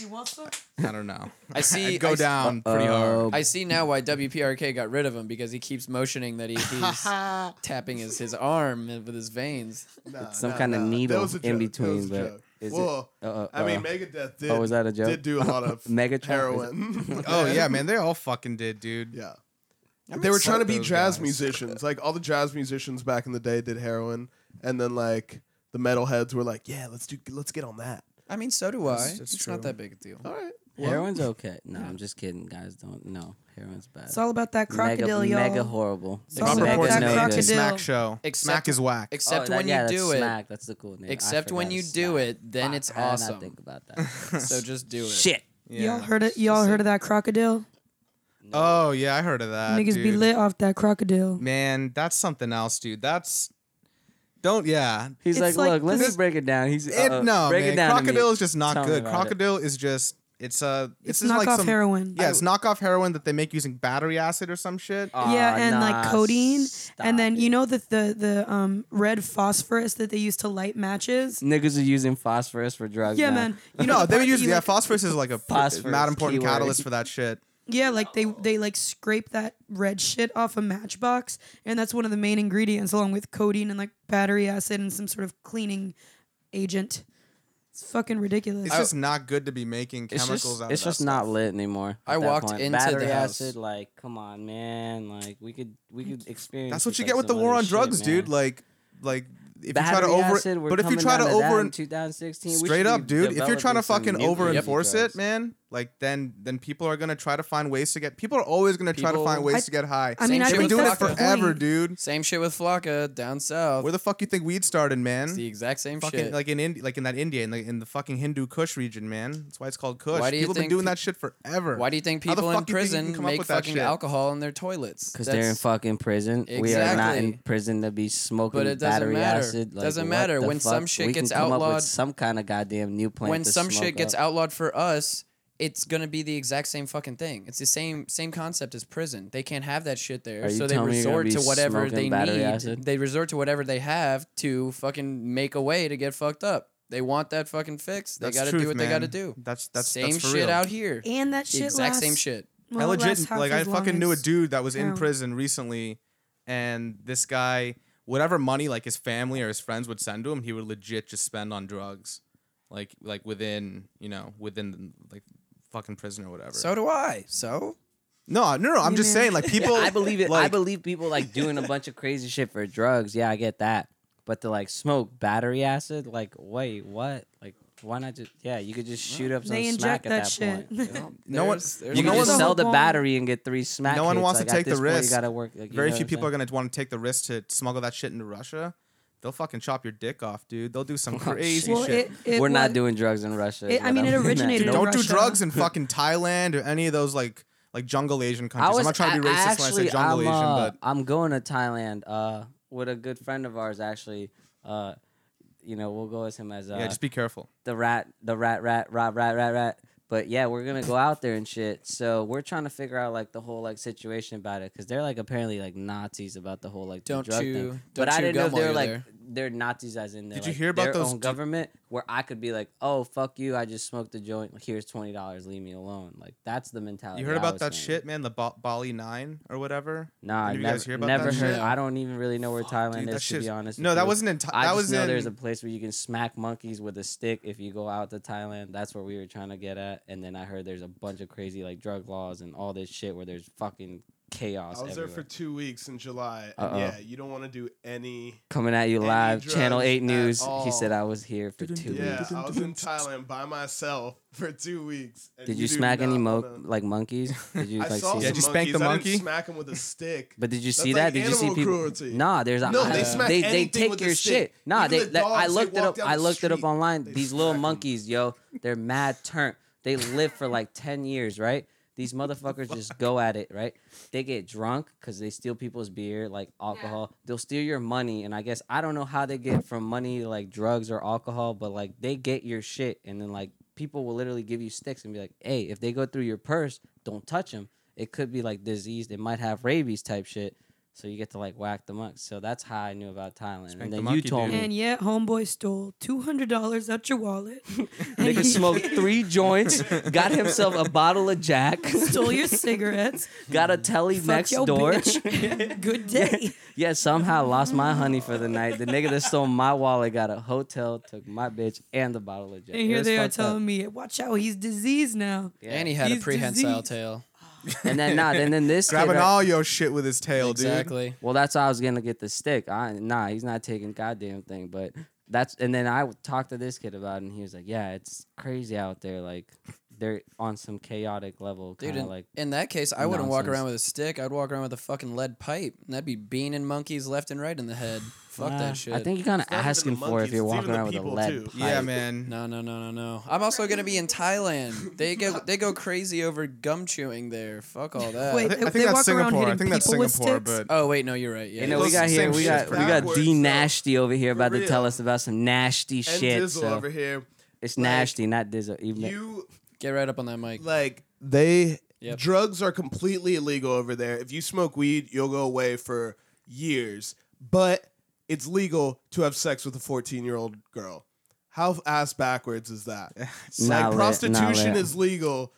You want some?
I don't know.
I see-
I'd go
I s-
down pretty
oh,
hard.
I see now why WPRK got rid of him because he keeps motioning that he, he's tapping his, his arm with his veins.
Nah,
some
nah,
kind of
nah. That
needle
was a
in
joke. That
between,
was a
but
joke.
is it-
well,
uh, uh,
I mean,
uh,
Megadeth did.
oh, was that a joke?
Did do a lot of
Megatron, is it-
heroin.
Oh yeah, man, they all fucking did, dude.
yeah. They were
fuck
trying to be
those
jazz
guys.
musicians. Like all the jazz musicians back in the day did heroin, and then like the metalheads were like, "Yeah, let's do, let's get on that."
I mean, so do I.
that's
it's
true.
not that big a deal.
All right.
uh, Heroin's okay. No, I'm just kidding, guys. Don't no. Heroin's bad.
It's all about that crocodile,
mega,
y'all.
mega horrible.
all
Crop
about
report's
that
name,
crocodile.
Smack show.
Except-
smack is whack.
Except
Oh, that-
when
yeah,
you
that's
do it.
Smack. That's the cool name. I
Except when
forgot
you
it's
do
Smack.
it, then
Fuck,
it's
how did I
awesome.
not think about that.
So just do it.
Shit.
Yeah.
Y'all heard it? Y'all heard of that crocodile?
Oh yeah, I heard of that.
Niggas be
dude.
lit off that crocodile.
Man, that's something else, dude. That's don't yeah.
He's
It's
like,
like
look, let
this-
me break it down. He's
It,
uh,
no,
break
man.
it down. to me.
crocodile is just not
Tell me
good.
about it.
Crocodile is just it's uh
It's
it's, just like
knockoff
some,
heroin.
Yeah, it's knockoff heroin that they make using battery acid or some shit.
Aw,
yeah, and like
nah,
codeine,
stop
and then
it.
you know that the the um red phosphorus that they use to light matches.
niggas are using phosphorus for drugs.
Yeah,
now.
man. You know
no,
the
they would
part that
use
you,
yeah,
like-
phosphorus is like a pr-
Phosphorus,
mad important
keyword.
catalyst for that shit.
Yeah, like they they like scrape that red shit off a matchbox, and that's one of the main ingredients, along with codeine and like battery acid and some sort of cleaning agent. It's fucking ridiculous.
It's just not good to be making
It's
chemicals
just,
out of
it's
that
just
stuff.
not lit anymore.
I
at that
walked
point.
into
Battery
the house.
acid. Like, come on, man. Like, we could, we could experience.
That's what
it
you
like
get with the
some
war
other
on
shit,
drugs,
man.
dude. Like like if you try to
Battery
over
acid, we're
but if you
coming
try to
down that
over
in 2016, we
straight
should
up,
be
dude, if you're
developing
trying to
some
fucking
nuclear
over enforce
drugs.
it, man, like then then people are gonna try to find ways to get. People are always gonna try to
People-
find ways
I-
to get high.
I
mean, I
They've been
think
doing it
that's the
forever,
point.
dude.
Same shit with Flocka down south.
Where the fuck you think weed started, man?
it's the exact same
fucking
shit.
like in Indi- like in that India in the, in the fucking Hindu Kush region, man. That's why it's called Kush.
Why do you
people have been
think
doing
pe-
that shit forever.
Why do you think
How the
people in
fuck you think you can
prison
come up
make
with that
fucking
shit?
alcohol in their toilets?
Because they're in
That's-
fucking prison. We are not in
Exactly.
prison to be smoking
But it doesn't
battery
matter.
acid. Like,
Doesn't
what
matter.
the
When some
fuck?
shit
we can
gets
come up
outlawed-
with some kind of goddamn new plan.
when
to
some
smoke
shit gets
up.
outlawed for us, it's gonna be the exact same fucking thing. It's the same same concept as prison. They can't have that shit there,
Are you
so they
telling me you're gonna
resort
be
to whatever
smoking
they
battery
need.
acid?
They resort to whatever they have to fucking make a way to get fucked up. They want that fucking fix. They
That's
gotta
truth,
do what they gotta
man.
do.
That's that's
same
that's for
shit
real.
out here.
And that
The
shit
exact
lasts,
same shit.
I
well, it lasts
legit
half
like I
as long
fucking knew a
as-
dude that was in
heroin.
prison recently, and this guy, whatever money like his family or his friends would send to him, he would legit just spend on drugs, like like within you know within like fucking prison or whatever.
So do I. So
no, no, no. I'm
You
just
mean-
saying like people.
I believe it. I
like-
believe people like doing a bunch of crazy shit for drugs. Yeah, I get that. But to like smoke battery acid, like wait, what? Like why not just? Yeah, you could just shoot up some
They
smack
inject
at
that,
that,
shit.
point.
No one-
there's-
You
there's
can
No
no
one-
just
one's-
sell the
whole
battery and get three smack.
No one
hits.
wants to
Like, at
take the
this point,
risk.
you gotta work. Like, you
Very
know
few
what I'm
people are
saying?
gonna want to take the risk to smuggle that shit into Russia. They'll fucking chop your dick off, dude. They'll do some
Oh,
crazy
Well,
shit.
it, it
We're not
was-
doing drugs in Russia. is
It- I
what
mean,
I'm
it
getting at.
originated in
Don't-
Don't do
Russia.
drugs in fucking Thailand or any of those like like jungle Asian countries. I'm not trying to be
I- I
racist when I
actually-
say jungle
I'm,
Asian,
uh,
but
I'm going to Thailand uh, with a good friend of ours. Actually, uh, you know, we'll go as him as uh,
yeah, just be careful.
the rat, the rat, rat, rat, rat, rat, rat. But yeah, we're gonna go out there and shit. So we're trying to figure out like the whole like situation about it because they're like apparently like Nazis about the whole like the
Don't
drug
chew-
thing.
don't
but I
chew
didn't know if
gum while
they're
you're
like
there.
they're Nazis as in they're,
Did you
like,
hear about
their
those
own
d-
government where I could be like, oh fuck you, I just smoked a joint. Here's twenty dollars, leave me alone. Like that's the mentality.
You heard
Uh, I
about
was
that
in.
shit, man? The Ba- Bali Nine or whatever.
No, I
Did you
never,
guys hear about
never
that
heard.
shit?
I don't even really know where Thailand
dude, that
is to
shit's-
be honest.
No,
with
that
you.
wasn't in. Tha-
I
that
just
was
know
in.
there's a place where you can smack monkeys with a stick if you go out to Thailand. That's where we were trying to get at. And then I heard there's a bunch of crazy like drug laws and all this shit where there's fucking chaos
I was there
everywhere. Uh-uh.
for two weeks in July. And
Uh-oh.
yeah, you don't want to do any.
Coming at you
Any
live, Channel
drugs
Eight
at
News. He said
all.
I was here for two
Yeah,
weeks.
I was in Thailand by myself for two weeks. and
Did you
do
smack any
not
mo-
wanna-
like monkeys? Did you
I
like
saw
see?
some
Yeah, did you spank the
monkeys. I
monkey?
didn't smack him with a stick.
But did you
That's
see
like
that? Did you see
animal
people?
cruelty.
Nah, there's a,
No, they
I-
smack
they, they
anything
take
with
your
a stick.
shit. Nah,
Even
they,
the
that- I
dogs, they
looked it
walk
up.
down
I
the
looked it up
street,
online.
they
These little
smack 'em.
monkeys, yo, they're mad turnt. They live for like ten years, right? These motherfuckers just go at it, right? They get drunk because they steal people's beer, like alcohol. They'll steal your money, and I guess I don't know how they get from money to, like drugs or alcohol, but like they get your shit, and then like people will literally give you sticks and be like, "Hey, if they go through your purse, don't touch them. It could be like diseased. It might have rabies type shit." So you get to like whack the monk. So that's how I knew about Thailand.
Spank
and
the
then you
monkey,
told
dude.
me
And yet, homeboy stole two hundred dollars out your wallet.
they
and
could
he
smoke three joints, got himself a bottle of Jack,
Stole your cigarettes.
got a telly
Fuck
next
your
door.
bitch. Good day.
Yeah, somehow lost my honey for the night. The nigga that stole my wallet got a hotel, took my bitch and the bottle of Jack.
And
It
here
was
they are
fucked up.
telling me, "Watch out, he's diseased now."
Yeah.
And he had
He's
a prehensile
diseased.
tail.
and then not, and then this kid,
Grabbing
right-
all your shit with his tail, dude.
Exactly.
Well, that's how I was gonna get the stick. I nah, he's not taking goddamn thing. But that's and then I talked to this kid about, it and he was like, "Yeah, it's crazy out there. Like they're on some chaotic level,
Dude,
kind of
in,
like."
in that case, I wouldn't walk
nonsense.
around with a stick. I'd walk around with a fucking lead pipe, and that'd be beaning monkeys left and right in the head. Fuck
nah,
that shit.
I think you're kind of
It's not even the
asking for it
monkeys,
if you're
it's
walking
even the
around with a
people,
lead
too.
pipe.
Yeah, man.
No, no, no, no, no. I'm also gonna be in Thailand. They go, they go crazy over gum chewing there. Fuck all that.
Wait,
I thi- I
They-
think
they
that's
walk around
Singapore. I
hitting
think that's
people with
Singapore, but
sticks.
Oh wait, no, you're right. Yeah,
You know,
yeah.
we
It's
got
the
here,
same
we
shit
got we got
backwards,
D
though.
Nasty over here about to
real.
tell us about some nasty
And
shit.
Dizzle
so
over here.
it's
like,
nasty, not Dizzle. Even
You
get right up on that mic.
like they
Yep.
drugs are completely illegal over there. If you smoke weed, you'll go away for years. But it's legal to have sex with a 14-year-old girl. How ass backwards is that? It's
Not
like
lit,
prostitution
not lit.
is legal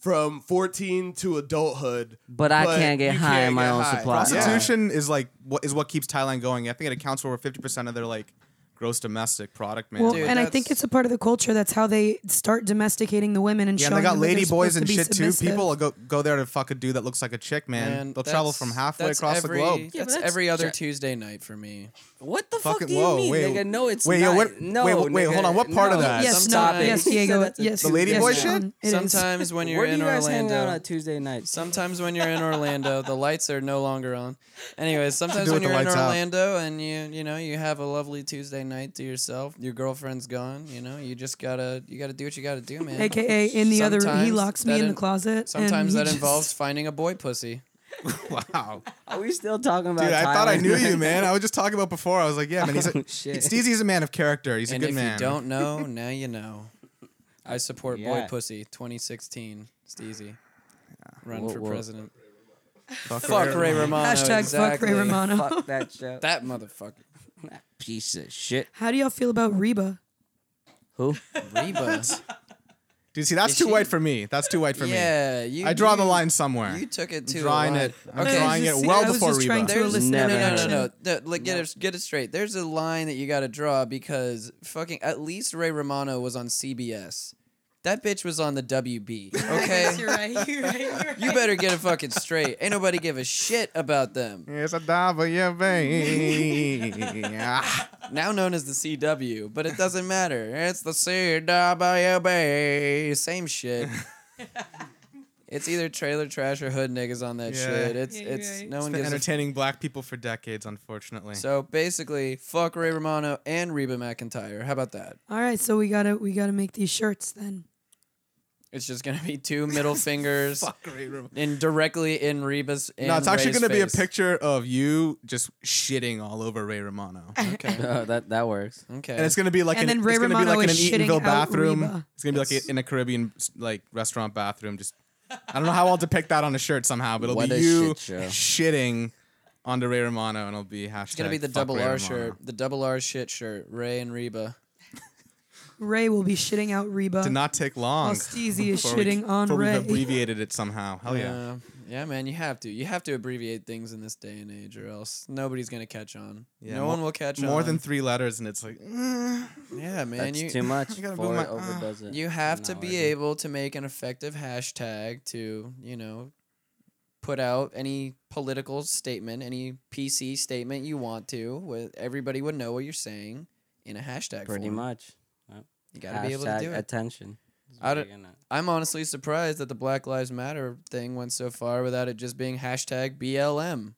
from 14 to adulthood.
But I can't get
you
high
can't
on my
get
own
high.
supply.
Yeah.
prostitution is like what is what keeps Thailand going. I think it accounts for over fifty percent of their like gross domestic product man.
Well,
Dude,
and I think
that's-
it's a part of the culture. That's how they start domesticating the women and
yeah, and
showing
they got
them that they're
lady boys
supposed
and
to be
shit too.
submissive.
People will go go there to fuck a dude that looks like a chick, man. They'll travel from halfway across the globe.
That's,
that's-
every other
Check.
Tuesday night for me.
What the
Fuck
fuck,
it,
do you
whoa,
mean,
wait,
nigga? No, it's
wait, yo,
not.
what-
no,
wait, wait,
nigga,
hold on, what part of
no.
that?
Yes, no,
Sometimes-
yes,
So
Diego.
that's a
Yes,
The lady
yes,
boy
Sean,
shit?
it is.
Sometimes when you're
Where
in
do you guys hang out
Orlando,
on Tuesday nights?
Sometimes when you're in Orlando, the lights are no longer on. Anyways, sometimes
do
when
with
you're
the
in
lights out.
Orlando and you you know you have a lovely Tuesday night to yourself, your girlfriend's gone. You know you just gotta you gotta do what you gotta do, man.
AKA in the other room, he
Sometimes
locks me
that
in the
in-
closet. and
Sometimes
he
that
just-
involves finding a boy pussy.
Wow,
Are we still talking about?
dude, I thought I
Thailand?
knew you, man. I was just talking about before. I was like, yeah, man. He's a,
Oh, shit.
Steezy is a man of character. He's
and
a good
if
man.
you don't know, now you know. I support boy
Yeah.
pussy 2016. Steezy. Run
Whoa,
for
whoa.
president.
fuck,
Fuck Ray Romano.
Hashtag
exactly.
fuck Ray Romano.
Fuck that show.
That motherfucker.
that piece of shit.
How do y'all feel about Reba?
Who?
Reba.
dude. See, that's
Is
too
she-
white for me. That's too white for me.
yeah, you.
I draw the
you-
line somewhere.
You took it
I'm
too.
drawing
wide.
it. I'm
Okay.
drawing
Just
it
see,
well
I was
before
just trying
Reba.
to-
There's
listener
no, no, no, no,
reaction.
no, no. Like, get it, get it straight. There's a line that you got to draw because fucking at least Ray Romano was on CBS. That bitch was on the WB. Okay,
right. You're right. You're right.
you better get it fucking straight. Ain't nobody give a shit about them.
It's a W.
Now known as the CW, but it doesn't matter. It's the CWB. Same shit. It's either trailer trash or hood niggas on that
Yeah.
shit. It's
Yeah, you're
it's
right.
no one
It's been
gives a
entertaining black people for decades, unfortunately.
So basically, fuck Ray Romano and Reba McIntyre. How about that?
All right, so we gotta we gotta make these shirts then.
It's just gonna be two middle fingers
Ray Romano.
and directly in Reba's. And
No, it's actually
Ray's
going to be a
face.
picture of you just shitting all over Ray Romano. And
Okay.
Oh, that that works.
Okay.
it's going to be like
And
an,
then Ray
it's gonna
Romano
be like in an
is shitting
Eatonville
out
bathroom.
Reba.
It's going to be like in a Caribbean like restaurant bathroom just I don't know how I'll depict that on a shirt somehow, but it'll
What
be
a
you
shit show.
shitting onto Ray Romano and it'll be hashtag
It's gonna be the
fuck
double
Ray
R
Romano.
shirt, the double R shit shirt. Ray and Reba.
Ray will be shitting out Reba.
Did not take long.
Steezy is
before we-
shitting on
before
Ray.
We've abbreviated it somehow. Hell Oh, yeah.
Uh, yeah, man, you have to. You have to abbreviate things in this day and age, or else nobody's gonna catch on.
Yeah,
no
mo-
one will catch on.
More than three letters, and it's like, eh.
Yeah, man.
That's
you
too much.
I gotta move
Four
my-
overdoes it.
You have to
No,
be
I didn't.
able to make an effective hashtag to, you know, put out any political statement, any PC statement you want to. With everybody would know what you're saying in a hashtag.
pretty
form.
much.
You gotta be able to
Hashtag
do it.
Attention. is
I
what
don't-
you're gonna-
I'm honestly surprised that the Black Lives Matter thing went so far without it just being hashtag BLM.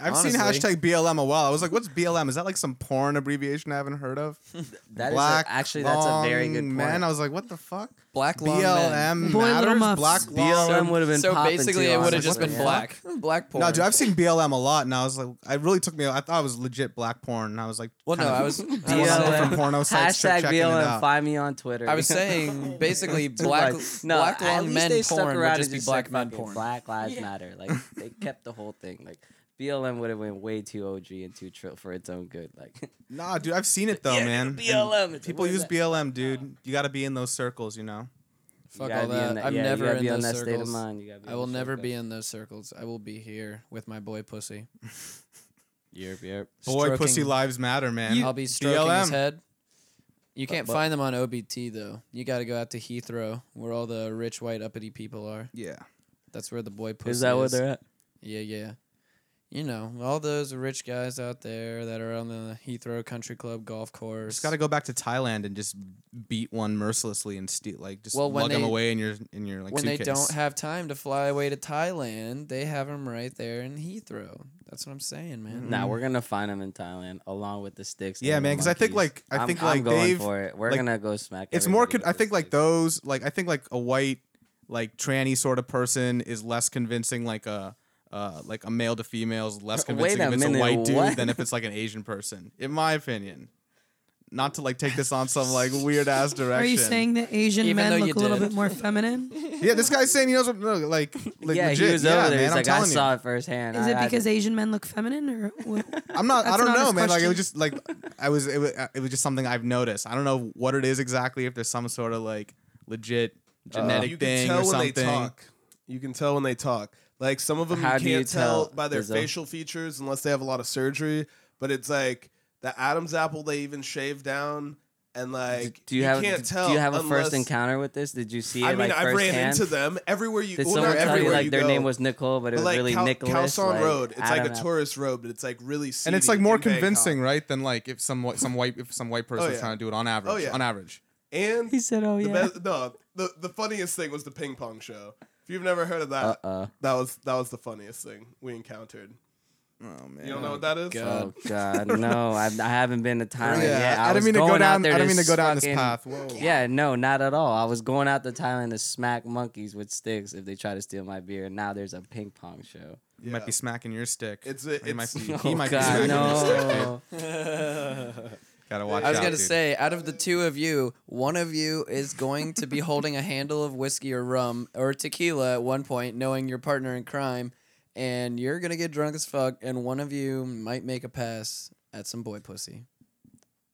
I've seen
Honestly.
hashtag BLM a while. I was like, what's BLM? Is that like some porn abbreviation I haven't heard of?
That is a- actually that's a very good
long
point.
man. I was like, what the fuck?
Black long men.
BLM
Boy, Little
matters.
Muffs.
Black long.
BLM would have been
So
popping
basically,
too,
it would have
honestly,
just been
yeah.
black, black porn.
No, dude, I've seen BLM a lot, and I was like, I really took me. I thought it was legit black porn, and I was like,
well, no,
kinda
I was. I
going on
was-
BLM.
different porno sites, check-
Hashtag
checking it
BLM.
out.
Find me on Twitter.
I was saying basically black
Like, no,
black
at
long
least
men
they stuck
porn would
around
just
and
be black
said
men
fucking
porn.
Black lives matter. Like they kept the whole thing. Like BLM would have went way too OG and too trill for its own good. Like
Nah, dude, I've seen it though,
Yeah,
man.
BLM,
And
it's-
People
what is
use
that?
BLM, dude. You got to be in those circles, you know.
Fuck
gotta
all
be in
that.
that-
I'm
yeah, you
never
gotta
in
be on
those
that
circles.
state of mind. You gotta be
I
on
will
that
never
circle.
be in those circles. I will be here with my boy pussy.
Yep, yep.
Boy, pussy
Stroking-
lives matter, man.
I'll be stroking his
BLM.
head. You can't
but-
find them on OBT though. You got to go out to Heathrow, where all the rich white uppity people are.
Yeah.
That's where the boy pussy
Is that where
what
they're at?
Yeah, yeah. You know, all those rich guys out there that are on the Heathrow Country Club golf course.
Just got to go back to Thailand and just beat one mercilessly and steal, like, just
Well, when
lug them
they-
away in your in your like
when they
suitcase.
don't have time to fly away to Thailand, they have them right there in Heathrow. That's what I'm saying, man.
Nah, we're gonna find them in Thailand along with the sticks.
Mm. Yeah,
and the
man, 'cause I think,
monkeys.
like- I
I'm-
think,
I'm
like,
going
they've-
for it. We're
like,
gonna go smack.
it's more. Con-
everybody
I
with the
think like
sticks.
those. Like I think like a white like tranny sort of person is less convincing. Like a. Uh, like a male to female is less
Wait
convincing
a
if it's a
minute,
white dude
what?
than if it's like an Asian person, in my opinion. Not to like take this on some like weird ass direction.
Are you saying that Asian
Even though
men
you
look a little
did.
bit more feminine?
Yeah, this guy's saying he knows what. No, like, like
yeah,
legit.
he was
yeah,
over there.
man,
He's
I'm
like, I
telling you.
saw it firsthand.
Is
I-
it
I-
because Asian men look feminine or what?
I'm not. I
That's an
don't know,
honest
man. Like it
question.
was just like I was. It was, it was just something I've noticed. I don't know what it is exactly. If there's some sort of like legit
Uh,
genetic
Uh, you
thing
can tell
or
when
something.
they talk. You can tell when they talk. Like some of them
How
you
do you
can't tell,
tell,
by their
Izzo?
facial features unless they have a lot of surgery. But it's like The Adam's apple they even shaved down, and like
do you, have
can't
do,
tell.
you have a
unless-
first encounter with this? Did you see it
I mean,
like
I ran
firsthand?
into them everywhere you.
Did
well,
someone
not
tell you
everywhere
like their
go.
name was Nicole, but it
But
was
like
really
Cal-
Nicholas?
Calzone
like,
Road, it's like
Adam
a
Apple.
tourist road, but it's like really.
and it's
seedy
like more
in Bangkok.
convincing, right? Than like if some white some white if some white person's
yeah.
trying to do it on average.
Oh, yeah.
On average.
And
He said, "Oh
the
yeah."
best, no, the the funniest thing was the ping pong show. If you've never heard of that,
Uh uh
that was that was the funniest thing we encountered.
Oh man.
You don't know what that is?
God.
Oh god, no! I, I haven't been to Thailand
Yeah,
yet.
I, didn't
was
mean to go
going out
down.
there
I didn't mean to go down
fucking-
this path. Whoa.
Yeah, no, not at all. I was going out to Thailand to smack monkeys with sticks if they try to steal my beer. And now there's a ping pong show.
You
Yeah.
might be smacking your stick.
It's a-
Or you
it's-
might be, he
Oh
might be
god,
smacking your stick, dude.
no!
Gotta watch
I was
out,
gonna
dude.
say, out of the two of you, one of you is going to be holding a handle of whiskey or rum or tequila at one point, knowing your partner in crime, and you're gonna get drunk as fuck, and one of you might make a pass at some boy pussy.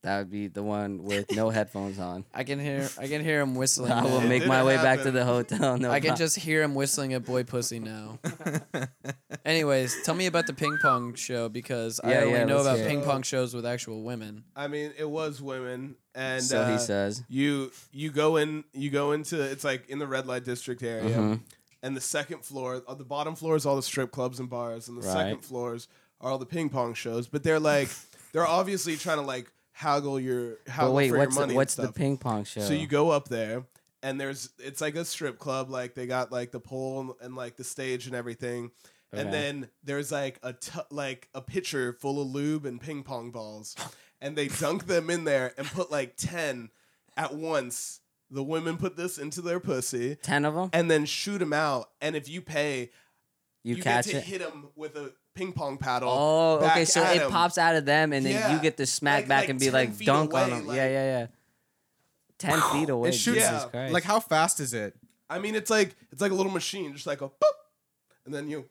That would be the one with no headphones on.
I can hear, I can hear him whistling.
I will
now.
make
did
my way back to
happen.
the hotel. No,
I can
problem.
just hear him whistling at boy pussy now. Anyways, tell me about the ping pong show because I
Yeah,
only
yeah,
know
let's
about
hear
it.
ping pong shows with actual women.
I mean, it was women, and
so
uh,
he says.
you you go in you go into it's like in the red light district area,
Mhm.
and the second floor, uh, the bottom floor is all the strip clubs and bars, and the
Right.
second floors are all the ping pong shows. But they're like they're obviously trying to like haggle your
But
haggle
wait,
for
what's
your
the,
money. and
what's the
stuff.
ping pong show?
So you go up there, and there's it's like a strip club. Like they got like the pole and, and like the stage and everything.
Okay.
And then there's like a t- like a pitcher full of lube and ping pong balls, and they dunk them in there and put like ten at once. The women put this into their pussy
ten of them.
and then shoot them out. And if you pay,
You,
you,
catch
get to
it.
hit them with a ping pong paddle.
Oh,
back
okay. So
at
it
'em.
pops out of them, and then you
Yeah.
get to smack
Like-
back
like
and be
10
like
feet
dunk on
away,
them.
like-
yeah, yeah, yeah. Ten feet away.
shoots-
Jesus
Yeah,
Christ.
Like how fast is it?
I mean, it's like it's like a little machine, just like a boop, and then you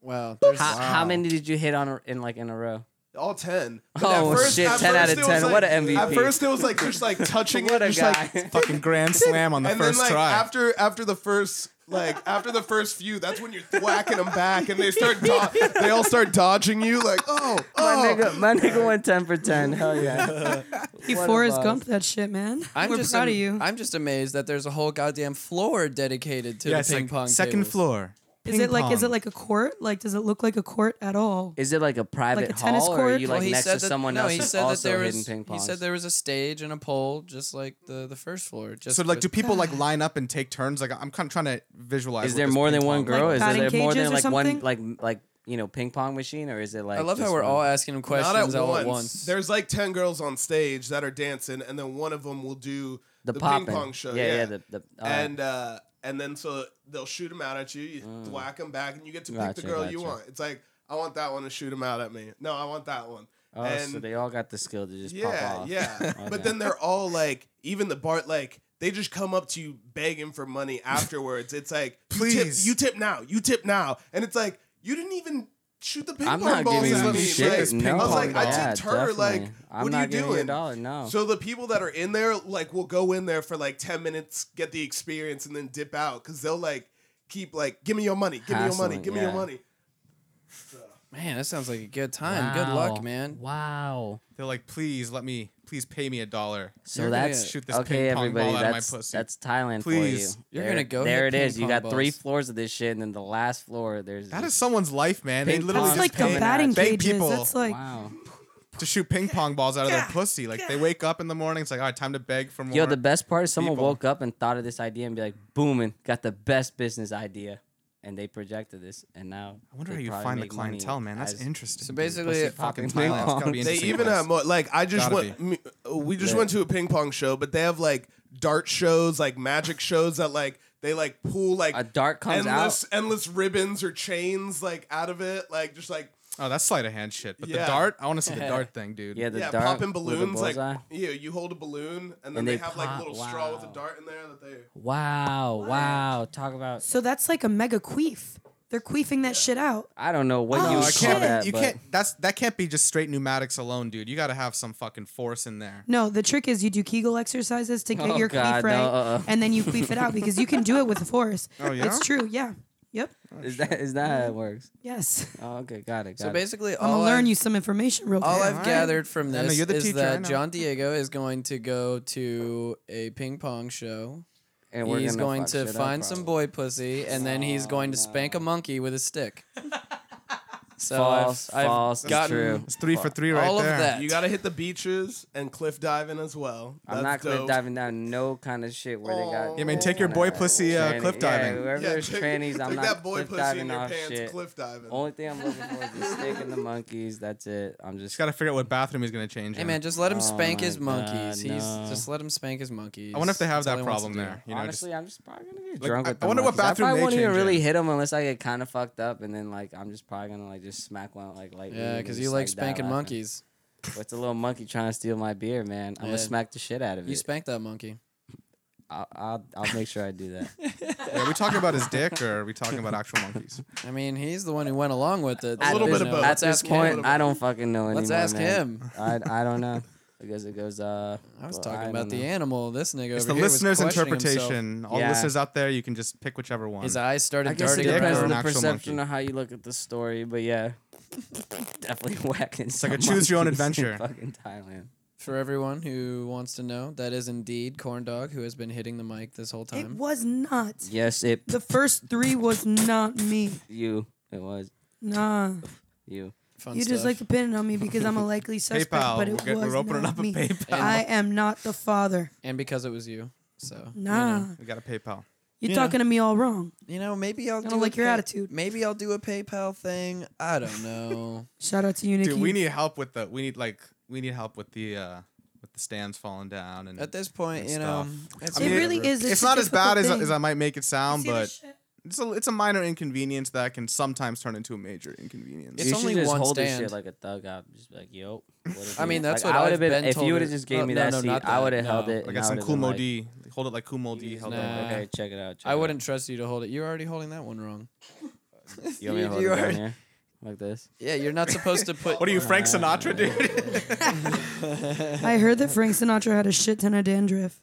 Wow, there's
How, how
Wow.
many did you hit on a- in like in a row?
all ten.
Oh, shit, 10 out of
it was
10. What
like-
an
At
MVP.
first it was like just like touching
What
it,
a
just
guy.
like
Fucking grand slam on the
and
first
then like
try.
after after the first like after the first few, that's when you're whacking them back, and they start do- they all start dodging you like oh oh.
My nigga, my nigga went ten for ten. Hell yeah.
He
What a
Forrest
vibe.
Gump that shit, man.
I'm
We're
just
proud
am-
of you.
I'm just amazed that there's a whole goddamn floor dedicated to
yeah,
the ping pong.
second
tables.
floor.
is it like is it like a court? Like does it look like a court at all?
Is it like a private
tennis
hall, or are
court?
you
Well,
like
he
next
said
to
that-
someone
no,
else
he
who's
said that
also
there
hitting
was
ping pong?
he said there was a stage and a pole just like the the first floor. Just
So like,
with-
do people like line up and take turns? Like, I'm kind of trying to visualize.
Is
what
there
this
more
ping
than one
pong-
girl? is
batting
there more than like
cages or
one
something?
like like you know ping pong machine, or is it like?
I love how
just
we're
one?
all asking him questions all at once.
There's like ten girls on stage that are dancing, and then one of them will do
the,
the, ping
popping.
pong show.
Yeah, yeah. the, the, all right.
and uh, and then so they'll shoot them out at you. You whack them back, and you get to pick
Mm. Gotcha,
the girl you
gotcha.
want. It's like I want that one to shoot them out at me. No, I want that one.
Oh,
and
so they all got the skill to just pop
yeah,
off.
yeah.
Okay.
But then they're all like, even the Bart, like they just come up to you begging for money afterwards. It's like,
Please.
you tip, you tip now, you tip now, and it's like you didn't even. Shoot the ping
I'm
pong
not
balls
giving
at
you
me.
shit.
Like,
no,
I was like, I
yeah,
tipped her. Like,
definitely. I'm
what
not
are you
giving
doing?
A dollar, no.
So the people that are in there, like, will go in there for like ten minutes, get the experience, and then dip out because they'll like keep like, give me your money, give me your money,
Hassling,
give me your
yeah.
money.
man, that sounds like a good time. Good luck, man.
Wow.
They're like, please let me, please pay me a dollar.
So
You're gonna
that's
get-
Shoot this
okay,
ping pong
everybody.
ball out of my
that's
pussy.
that's Thailand
Please.
for you.
You're
There-
gonna go
There
hit
it is.
ping
You
pong
got three
balls.
floors of this shit, and then the last floor there's.
That is
just-
someone's life, man. They
Ping
literally
pong.
That's
just
like
is
the
pay,
coming at
batting
you.
beg
cages.
people
That's like
wow.
to shoot ping pong balls out of their pussy. Like they wake up in the morning, it's like, all right, time to beg for more.
Yo, the best part is someone
people.
woke up and thought of this idea and be like, booming, got the best business idea. And they projected this, and now.
I wonder
they
how you
probably
find the
make money
clientele, man. That's
as-
interesting.
So
dude.
basically,
Pussy fucking
fucking ping
Thailand. It's gotta
pong.
be
They
interesting
even
place.
have more. Like I just
Gotta
went. Me, we just went to a ping pong show, but they have like dart shows, like magic shows that like they like pull like
A dart comes
endless
out.
endless ribbons or chains like out of it, like just like
Oh, that's sleight of hand shit. But the
Yeah.
dart, I want to see the dart thing, dude.
Yeah, the
yeah,
dart
popping
with the
balloons. Like
bullseye.
yeah, you hold a balloon and then
And
they,
they
have like
pop.
a little straw with
Wow.
a dart in there that they.
Wow, wow. Talk about.
so that's like a mega queef. They're queefing that shit out.
I don't know what
Oh,
you
No,
would
I
shit.
can't.
call that.
you
but
can't. That's that can't be just straight pneumatics alone, dude. You got to have some fucking force in there.
No, the trick is you do Kegel exercises to get
Oh,
your
God,
queef right,
no, uh-uh.
and then you queef it out because you can do it with force.
Oh, yeah?
it's true. Yeah, Yep.
Is that is that how it works?
Yes.
Oh, okay, got it. Got
So
it.
basically,
I'm
all
gonna learn
I've-
you some information real quick.
All I've
right.
gathered from
Emma,
this
you're the
is
teacher, I
that
know.
John Diego is going to go to a ping pong show.
and we're
he's
gonna
going
fuck
to
shit up,
find some
probably.
boy pussy, and then he's going to spank a monkey with a stick. So I've-
False,
I've,
false, it's
gotten
true.
It's three for three right
all
there.
of that.
You gotta hit the beaches and cliff diving as well.
I'm not
That's
cliff
dope.
diving down no kind of shit where they got.
Yeah,
man, Oh, take your
kinda
boy pussy, uh,
tranny-
cliff
Yeah,
diving.
wherever
Yeah,
there's
take-
trannies, I'm
take
not
that boy
cliff
pussy in
diving
your
off
pants,
shit.
cliff diving.
Only thing I'm looking for is the stick and the monkeys. That's it. I'm just.
Just gotta figure out what bathroom he's gonna change.
Hey
in.
man, just let him
Oh
spank his
my God,
monkeys. He's
no.
just let him spank his monkeys.
I wonder if they have
That's all
that
he wants
problem
to do.
there. You know, just-
honestly, I'm just probably gonna get
Like,
drunk
I-
with
I
the
wonder what
monkeys.
bathroom
I probably
they
won't even
change
really
in.
hit them unless I get kind of fucked up, and then like I'm just probably gonna like just smack one like lightly.
Yeah,
and
because
just,
you like,
die
spanking
laughing.
monkeys.
What's a little monkey trying to steal my beer, man? I'm
Yeah.
gonna smack the shit out of
You
it.
spanked that monkey.
I'll, I'll I'll make sure I do that.
Yeah, are we talking about his dick or are we talking about actual monkeys?
I mean, he's the one who went along with it.
A
so,
little bit
you
of
know,
both.
At
Let's
this
ask
point,
him.
I don't fucking know anymore.
Let's ask
man.
him.
I I don't know because it goes. Uh,
I was
well,
talking
don't
about the
know.
animal. This nigga
It's
over
the
here was
listener's
questioning himself.
interpretation. All
Yeah.
the listeners out there, you can just pick whichever one.
His eyes started
I guess it
darting
dick
depends
or
around.
an
on the
actual
perception
monkey?
of how you look at the story, but yeah, definitely whacking. It's
like a choose your own adventure.
Fucking Thailand.
For everyone who wants to know, that is indeed Corn Dog who has been hitting the mic this whole
it
time.
was not.
Yes, it
The first three was not me.
you. It was
Nah.
you.
Fun
You
stuff.
just like to pin it on me because I'm a likely suspect,
PayPal.
but it
we're, get-
was
we're opening
not
up a
me.
PayPal.
I am not the father.
and because it was you. So you
Nah.
know.
we got a PayPal.
You're
You know.
talking to me all wrong.
you know, maybe I'll
Kinda
do a
like your
pay-
attitude.
Maybe I'll do a PayPal thing. I don't know.
Shout out to you, Nikki.
Dude, we need help with the. We need like we need help with the uh with the stands falling down and.
At this point,
Good
you know,
stuff.
it's
it
I mean,
really
whatever.
is.
it's
a
not as bad as,
difficult
as
thing.
I might make it sound,
See this
but
shit?
it's a it's a minor inconvenience that can sometimes turn into a major inconvenience.
It's
you should
only
just
one
hold this
stand.
shit like a thug. I'd just be like, yo. what it
I
do?
mean, that's
like,
what
I would
I've
have been.
been
if
told
you would
it-
have just gave
Oh,
me
no,
that
no,
seat,
not
I
that.
would have held
No.
it.
like
and I
got some
would've
cool
been like,
modi. Hold it like cool modi. Held it
Nah.
like,
Okay, check it out. check it
I
out.
wouldn't trust you to hold it. You're already holding that one wrong.
You want me to
You-
hold
you
it down
are-
here? Like this?
Yeah, you're not supposed to put.
What are you, Frank Sinatra, dude?
I heard that Frank Sinatra had a shit ton of dandruff,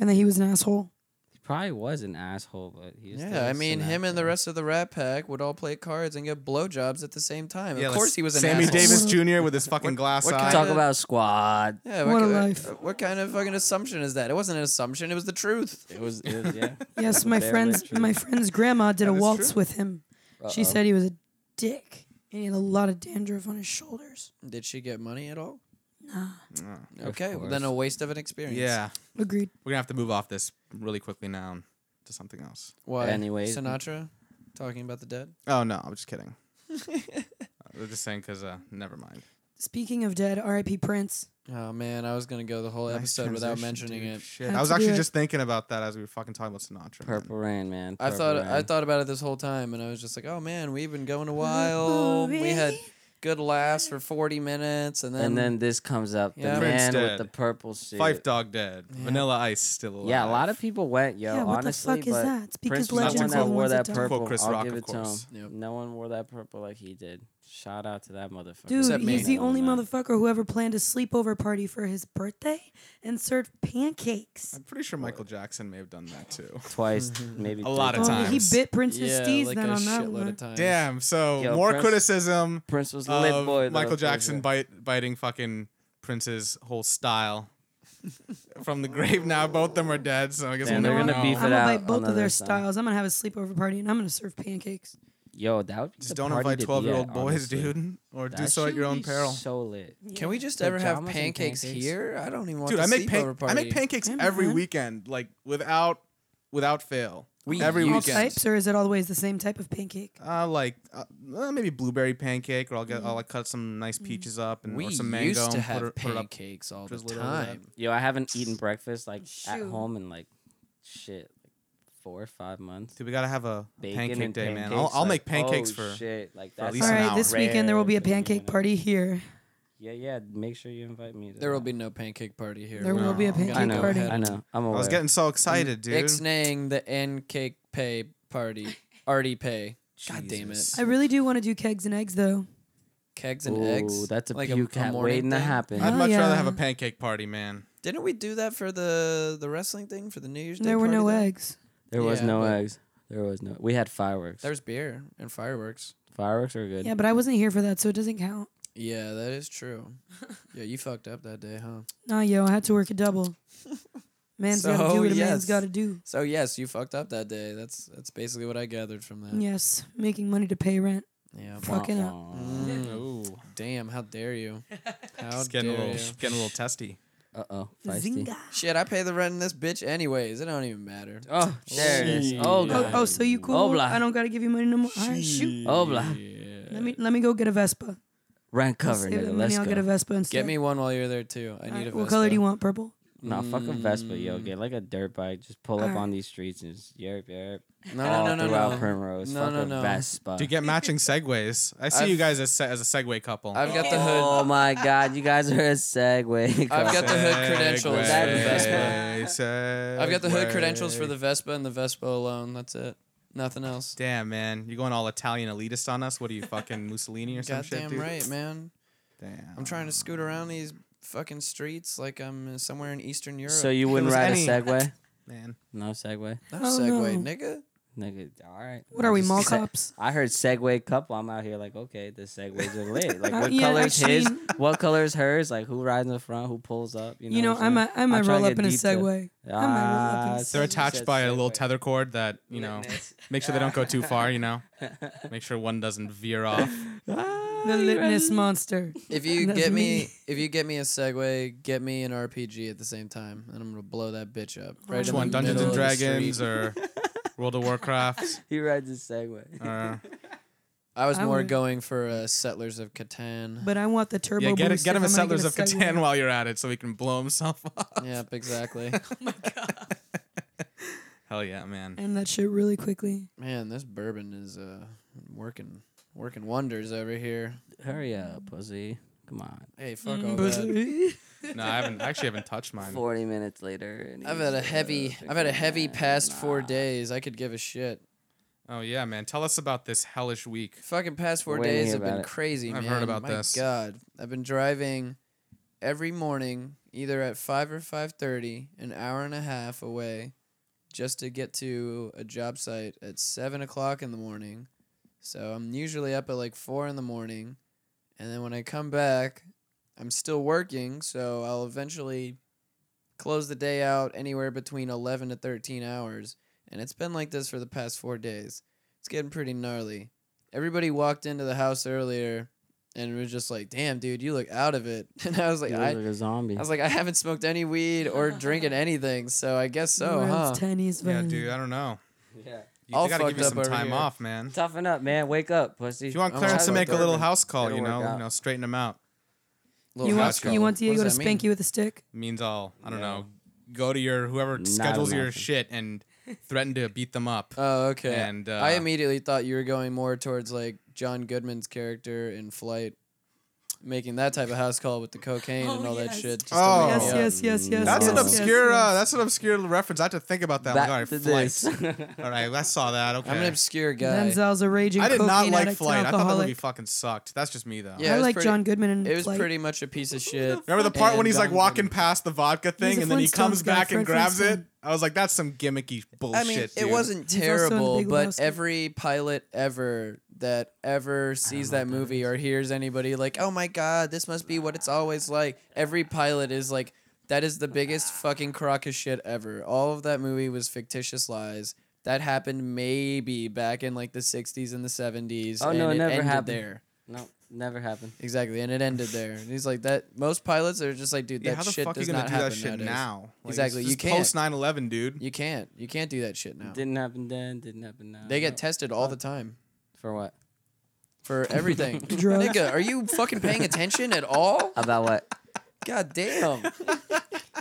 and that he was an asshole.
He probably was an asshole, but he's
Yeah, I mean, him and the rest of the Rat Pack would all play cards and get blowjobs at the same time.
Yeah,
of
like
course, he was an
Sammy
asshole.
Davis Jr. with his fucking glass
what
eye.
kind
Talk about squad.
Yeah,
What a
ki- uh,
life.
What kind of fucking assumption is that? It wasn't an assumption. It was the truth.
It was, it was yeah.
Yes, my
Barely
friend's
true.
my friend's grandma did a
That is
waltz
true.
with him. She
Uh-oh.
said he was a dick, and he had a lot of dandruff on his shoulders.
Did she get money at all?
Nah,
Okay, well, then
course.
a waste of an experience.
Yeah,
agreed.
we're gonna have to move off this really quickly now to something else.
Why?
Anyways.
Sinatra talking about the dead.
Oh no, I'm just kidding. I'm just saying because uh, never mind.
Speaking of dead, R.I.P. Prince.
Oh man, I was gonna go the whole
Nice
episode without
transition,
mentioning
dude.
it.
Shit.
Had
I was
to do
actually
it.
just thinking about that as we were fucking talking about Sinatra. man.
Purple Rain, man.
I
Purple
thought
Rain.
I thought about it this whole time, and I was just like, "Oh man, we've been going a while. We had good laughs for forty minutes, and then,
and then this comes up.
Yeah.
The
Prince
man
dead.
with the purple suit.
Fife Dog dead. Vanilla Ice still alive.
Yeah, a lot of people went, yo.
yeah, what
honestly,
the fuck is
but
that? It's because
Prince was the one
legends
Quote
are
that
the
wore
ones
that
die.
purple.
Chris
I'll
Rock,
give
of
it to him.
course.
Yep.
No one wore that purple like he did. Shout out to that motherfucker.
Dude,
Except me.
he's the only
Man.
motherfucker who ever planned a sleepover party for his birthday and served pancakes.
I'm pretty sure Michael Jackson may have done that too.
Twice, maybe
A lot
three
of
times.
Only Oh, he
times.
bit Prince
yeah,
Steez
like
then
a
on that
shitload
one.
of times.
Damn. So
Yo,
more
Prince-
criticism
Prince was lit
of
boy. though,
Michael
for
Jackson
sure.
bite, biting fucking Prince's whole style from the grave. Now both of them are dead, so I guess we'll
Damn, they're
never
gonna
know.
beef
I'm
it
gonna
out
bite both of
another
their
time.
styles. I'm gonna have a sleepover party and I'm gonna serve pancakes.
Yo, that would be
Just
the
don't
party
invite
to be
12 year old
at,
boys,
honestly.
dude, or do
That
so at
shit
your
would
own
be
peril.
So lit.
Can we just ever have
Pajamas and
pancakes,
pancakes.
here? I don't even want.
Dude,
the
I make
sleepover
panc- I
party.
make pancakes
Yeah,
every
man.
weekend, like without without fail.
We
every
You
All
used-
weekend.
types, or is it always the same type of pancake?
Uh, like uh, uh, maybe blueberry pancake, or I'll get I'll like, cut some
Mm.
nice peaches up and or
We
some mango
used to
and
have
put, it, put it up.
pancakes all the
drizzle it over that.
time.
Yo, I haven't eaten breakfast like at
Shoot.
home in like shit, like four or five months.
Dude, we gotta have a
Bacon
pancake
and
day, man.
pancakes,
I'll, I'll
like,
make pancakes
oh,
for.
shit. Like
at
that's Mm-hmm.
least
All
an
right,
hour.
this weekend there will be a pancake party here.
Yeah, yeah. Make sure you invite me. To
There will
that.
be no pancake party here.
There will be a
I'm gonna
I
pancake
go
know.
party.
ahead
I know. I'm
I
aware.
was getting so excited, dude.
Ixnaying the N cake pay party. Arty pay. God damn it.
Jesus.
I really do want to do kegs and eggs though.
Kegs and
Ooh,
eggs.
that's a
like
puke hat
morning
waiting to
thing.
happen.
I'd
Oh,
much rather
yeah.
have a pancake party, man.
Didn't we do that for the the wrestling thing for the New Year's Day?
There were
party
no
though?
eggs.
there was
yeah,
no
but-
eggs. There was no. We had fireworks.
There's beer and fireworks.
fireworks are good.
Yeah, but I wasn't here for that, so it doesn't count.
Yeah, that is true. yeah, you fucked up that day, huh?
Nah, yo, I had to work a double. Man's gotta
So,
do what a man's
yes.
gotta do.
So yes, you fucked up that day. That's that's basically what I gathered from
Uh,
that.
Yes, making money to pay rent.
Yeah.
Wah,
Fucking uh, up.
wah.
Mm,
Ooh,
damn, how dare you?
Oh,
How
it's getting a
dare
little,
you?
getting a little testy.
Uh oh.
Zinga.
Shit, I pay the rent in this bitch anyways. It don't even matter.
Oh, there it is.
Shit.
Oh,
Oh,
God.
oh, so you cool?
Obla.
I don't gotta give you money no more. All right, shoot.
Oh, blah.
Yeah.
Let me let me go get a Vespa.
Rent
I'll save
cover,
the
nigga.
money,
Let's
I'll get a
go.
Vespa instead.
Get me one while you're there too. I
All
need
right,
a
What color do you
Vespa.
want? Purple.
No, fuck a Vespa, yo.
Mm.
Get like a dirt bike. Just pull up
Alright.
on these streets and just yerp, yerp.
No,
all
no, no, no,
throughout
no.
Primrose.
No,
fuck
no,
a
no.
Vespa.
Do you get matching segues? I see
I've-
you guys as, se- as a segue couple.
I've got the hood.
Oh my god, you guys are a segue.
I've got the hood
Segue,
credentials for the
Vespa.
segue.
I've got the hood credentials for
Segue.
the Vespa and the Vespa alone. That's it. Nothing else.
Damn, man. You're going all Italian elitist on us? What are you, fucking Mussolini or some shit,
Goddamn
dude?
right, man.
Damn.
I'm trying to scoot around these fucking streets like I'm somewhere in Eastern Europe.
So you wouldn't
was
ride
any-
a segue?
Man.
No segue.
no
Oh,
segue,
no.
nigga.
Nigga, all right.
What are we,
Just
mall
se-
cops?
I heard Segway couple. I'm out here like, okay, the Segways are lit. Like,
Uh,
what
yeah,
color is
I've
his?
seen-
What color is hers? Like, who rides in the front? Who pulls up? You know,
You know,
what
I
I'm
might I might
trying
roll
to
up
get
in a
detailed.
Segway.
saying?
I might roll up in a
Ah,
Segway.
They're
you
attached
said
by a little
Segway.
tether cord that, you know,
Litness.
make sure they don't go too far, you know? Make sure one doesn't veer off.
Ah,
The
you ready?
litness monster.
If you
That's
get me,
me.
if you get me a segue, get me an RPG at the same time, and I'm gonna blow that bitch
Oh,
up. Right
Which
in
one?
the
Dungeons
middle
and
of the street.
Dragons or World of Warcraft? uh,
He rides a Segway.
Or,
I was
I
more
would.
going for uh, Settlers of Catan.
But I want the turbo.
yeah, get,
boost
get him a
if I'm gonna
Settlers
get
of
Segway.
Catan while you're at it so he can blow himself up.
yep, exactly.
Hell yeah, man.
And that shit really quickly.
Man, this bourbon is uh, working, working wonders over here.
Hurry up, pussy. Come on.
Hey, fuck all that.
Mm,
No, I haven't. I actually haven't touched mine.
Forty minutes later. and
I've
he's
had a
up
heavy, I've had a heavy
again.
past four
Nah.
days. I could give a shit.
Oh yeah, man. Tell us about this hellish week.
Fucking past four
We're waiting to
days
hear
have been
about it.
crazy,
I've
man.
heard about
My
this.
God, I've been driving every morning, either at five or five thirty, an hour and a half away, just to get to a job site at seven o'clock in the morning. So I'm usually up at like four in the morning, and then when I come back, I'm still working. So I'll eventually close the day out anywhere between eleven to thirteen hours, and it's been like this for the past four days. It's getting pretty gnarly everybody walked into the house earlier and was just like, "Damn, dude, you look out of it." And I was like,
He
I,
looks like a zombie.
I was like, I haven't smoked any weed or drinking anything, so I guess so, huh?
world's tiniest
Yeah,
violin.
dude. I don't know.
yeah.
You
All
gotta
fucked
give me
up
some
over
time
here.
off, man.
Toughen up, man. Wake up, pussy.
If you want
I'm
Clarence to
also
make a little
urban.
house call, you
It'll
know,
work
you
out.
know, straighten him out.
Little
You
house
want,
Gotcha.
girl.
you want Diego
What
to
does that
spank you with a stick?
Means all. I don't
Yeah.
know. Go to your whoever
Not
schedules your
nothing.
shit and threaten to beat them up.
Oh, okay.
And,
I
uh,
immediately thought you were going more towards like John Goodman's character in Flight, making that type of house call with the cocaine and
Oh,
all that
yes.
shit. Just to
Oh.
wake
Yes,
me up.
yes, yes, yes.
That's
yes,
an
yes,
obscure.
yes.
Uh, that's an obscure reference. I had to think about that. I'm
Back
like, all right,
to
flight.
this.
All right, I saw that. Oh, Okay.
I'm an obscure guy.
Denzel's a raging.
I did not
cocaine
like
addict
flight. I thought that
alcoholic.
movie fucking sucked. That's just me though.
Yeah, it
I
was
like
pretty-
John Goodman and
It was
Flight.
pretty much a piece of shit.
Remember the part
And
when he's like
John
walking
Goodman.
past the vodka thing
a
and then he
Flintstones
comes
guy,
back and
Fred
grabs it?
Flintstone.
I was like, that's some gimmicky bullshit.
I mean, it
dude.
wasn't
He's also in
terrible,
Big
but
Lebowski.
every pilot ever that ever sees that movie or hears anybody like, "Oh my god, this must be what it's always like." Every pilot is like, "That is the biggest fucking crock of shit ever." All of that movie was fictitious lies. That happened maybe back in like the '60s and the '70s.
Oh, no,
and
it never
ended
happened.
there.
no, never happened.
Exactly, and it ended there. And he's like, "That most pilots are just like, dude,
Yeah,
that
how the
shit
fuck are you
does
gonna
not
do
happen
that shit
nowadays.
now? Like, it's
Exactly, you
just
can't.
Post 9/11, dude.
You can't, you can't do that shit now.
Didn't happen then. Didn't happen now.
They
No.
get tested all the time."
for what?
for everything.
Drugs.
Nigga, are you fucking paying attention at all?
About what?
God damn.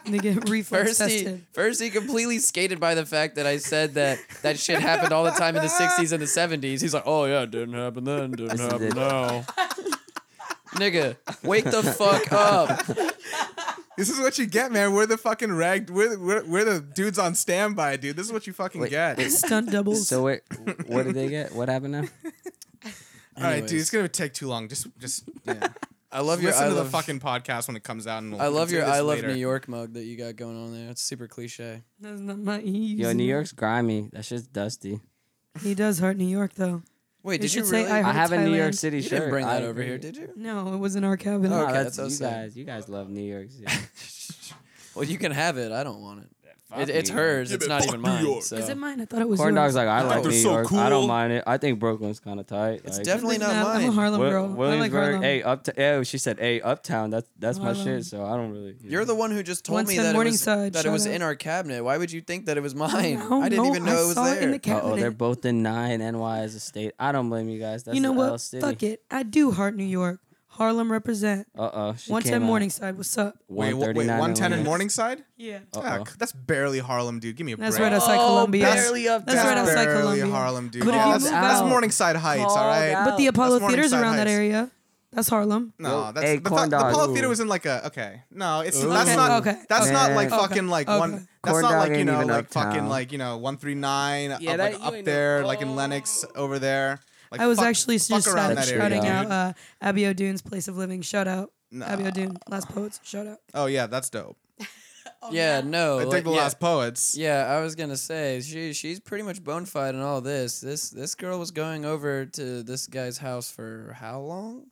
They get reflex
First he,
tested.
first he completely skated by the fact that I said that that shit happened all the time in the 60s and the 70s. He's like, oh yeah, it didn't happen then, didn't
Yes, it
happen
did.
now. Nigga, wake the fuck up.
This is what you get, man. We're the fucking rag. We're the, we're, we're the dudes on standby, dude. This is what you fucking
Wait,
get.
Stunt doubles.
So wait, what did they get? What happened now?
All right, dude.
Anyways.
It's gonna take too long. Just just yeah.
I love your
listen
I
to
love,
the fucking podcast when it comes out. And we'll
I love
do
your
this
I love
later.
New York mug that you got going on there. It's super cliche.
That's not my
Yo, New York's grimy. That shit's dusty.
He does heart New York though.
Wait,
It
did you
should say,
really?
I
I
heard
have a New York
Thailand.
City
you
shirt.
didn't bring that
I
over here,
agree.
did you?
No, it was in our cabin.
No,
Okay, that's
that's,
what I
you
was saying.
guys. You guys love New York City.
Well, you can have it. I don't want it.
Fuck
it it's
New
hers.
Yeah,
It's
but
not
fuck
even
New
mine.
York.
So.
Is it mine? I thought it was.
Corn
yours.
dog's like I
Oh,
like
they're
New
so
York. I don't
cool.
mind it. I think Brooklyn's kind of tight.
It's
like-
definitely
It's
not
I'm a
mine.
Harlem
Wi-
girl. I like
Williamsburg.
Harlem.
hey, uptown. Oh, she said, "Hey, uptown." That's that's my
Harlem.
shit. So I don't really.
You're the one who just told
Once
me
said
that it was,
Morningside,
that it
shout
was
out.
in our cabinet. Why would you think that it was mine?
don't
I didn't
know.
even know
I
it was
saw it in
there.
the ca-
Oh, they're
cabinet.
both in nine. NY is a state. I don't blame you guys. That's
you know
the
what?
L city.
Fuck it. I do heart New York. Harlem represent.
Uh oh.
One ten Morningside. What's up?
Wait, wha- wait, 110 in Morningside?
Yeah.
Ah,
Uh-oh.
c- that's barely Harlem, dude. Give me a
That's
break.
right outside Columbia.
Oh, barely up
That's right
down.
outside
barely
Columbia.
Harlem, dude.
But if
Yeah,
you
that's,
move
that's
out-
Morningside Heights, all
Called
right?
out.
But the Apollo
Morningside
Theater's around that
Heights.
area. That's Harlem.
No, that's
Hey,
the,
corn
the Apollo
dog.
Theater was in like a okay. No, it's
Ooh.
that's
Okay,
not
okay,
that's not
okay.
like
Okay,
fucking like
okay.
one. That's
Corn
not
dog
like you
ain't
know
even
like fucking
uptown.
like you know one three nine
Yeah,
up,
that-
like,
you
up
ain't
there
know-
like in Lennox over there. Like,
I was
fuck-
actually
fuck
just
around
shout-
that area,
shouting
dude.
out uh, Abby O'Doon's place of living. Shout out. Abby
Nah.
O'Doon, Last Poets. Shout out.
Oh yeah, that's dope.
Oh,
yeah, no.
I
like,
think the
yeah,
last poets.
yeah, I was gonna say she she's pretty much bonafide in all this. This this girl was going over to this guy's house for how long?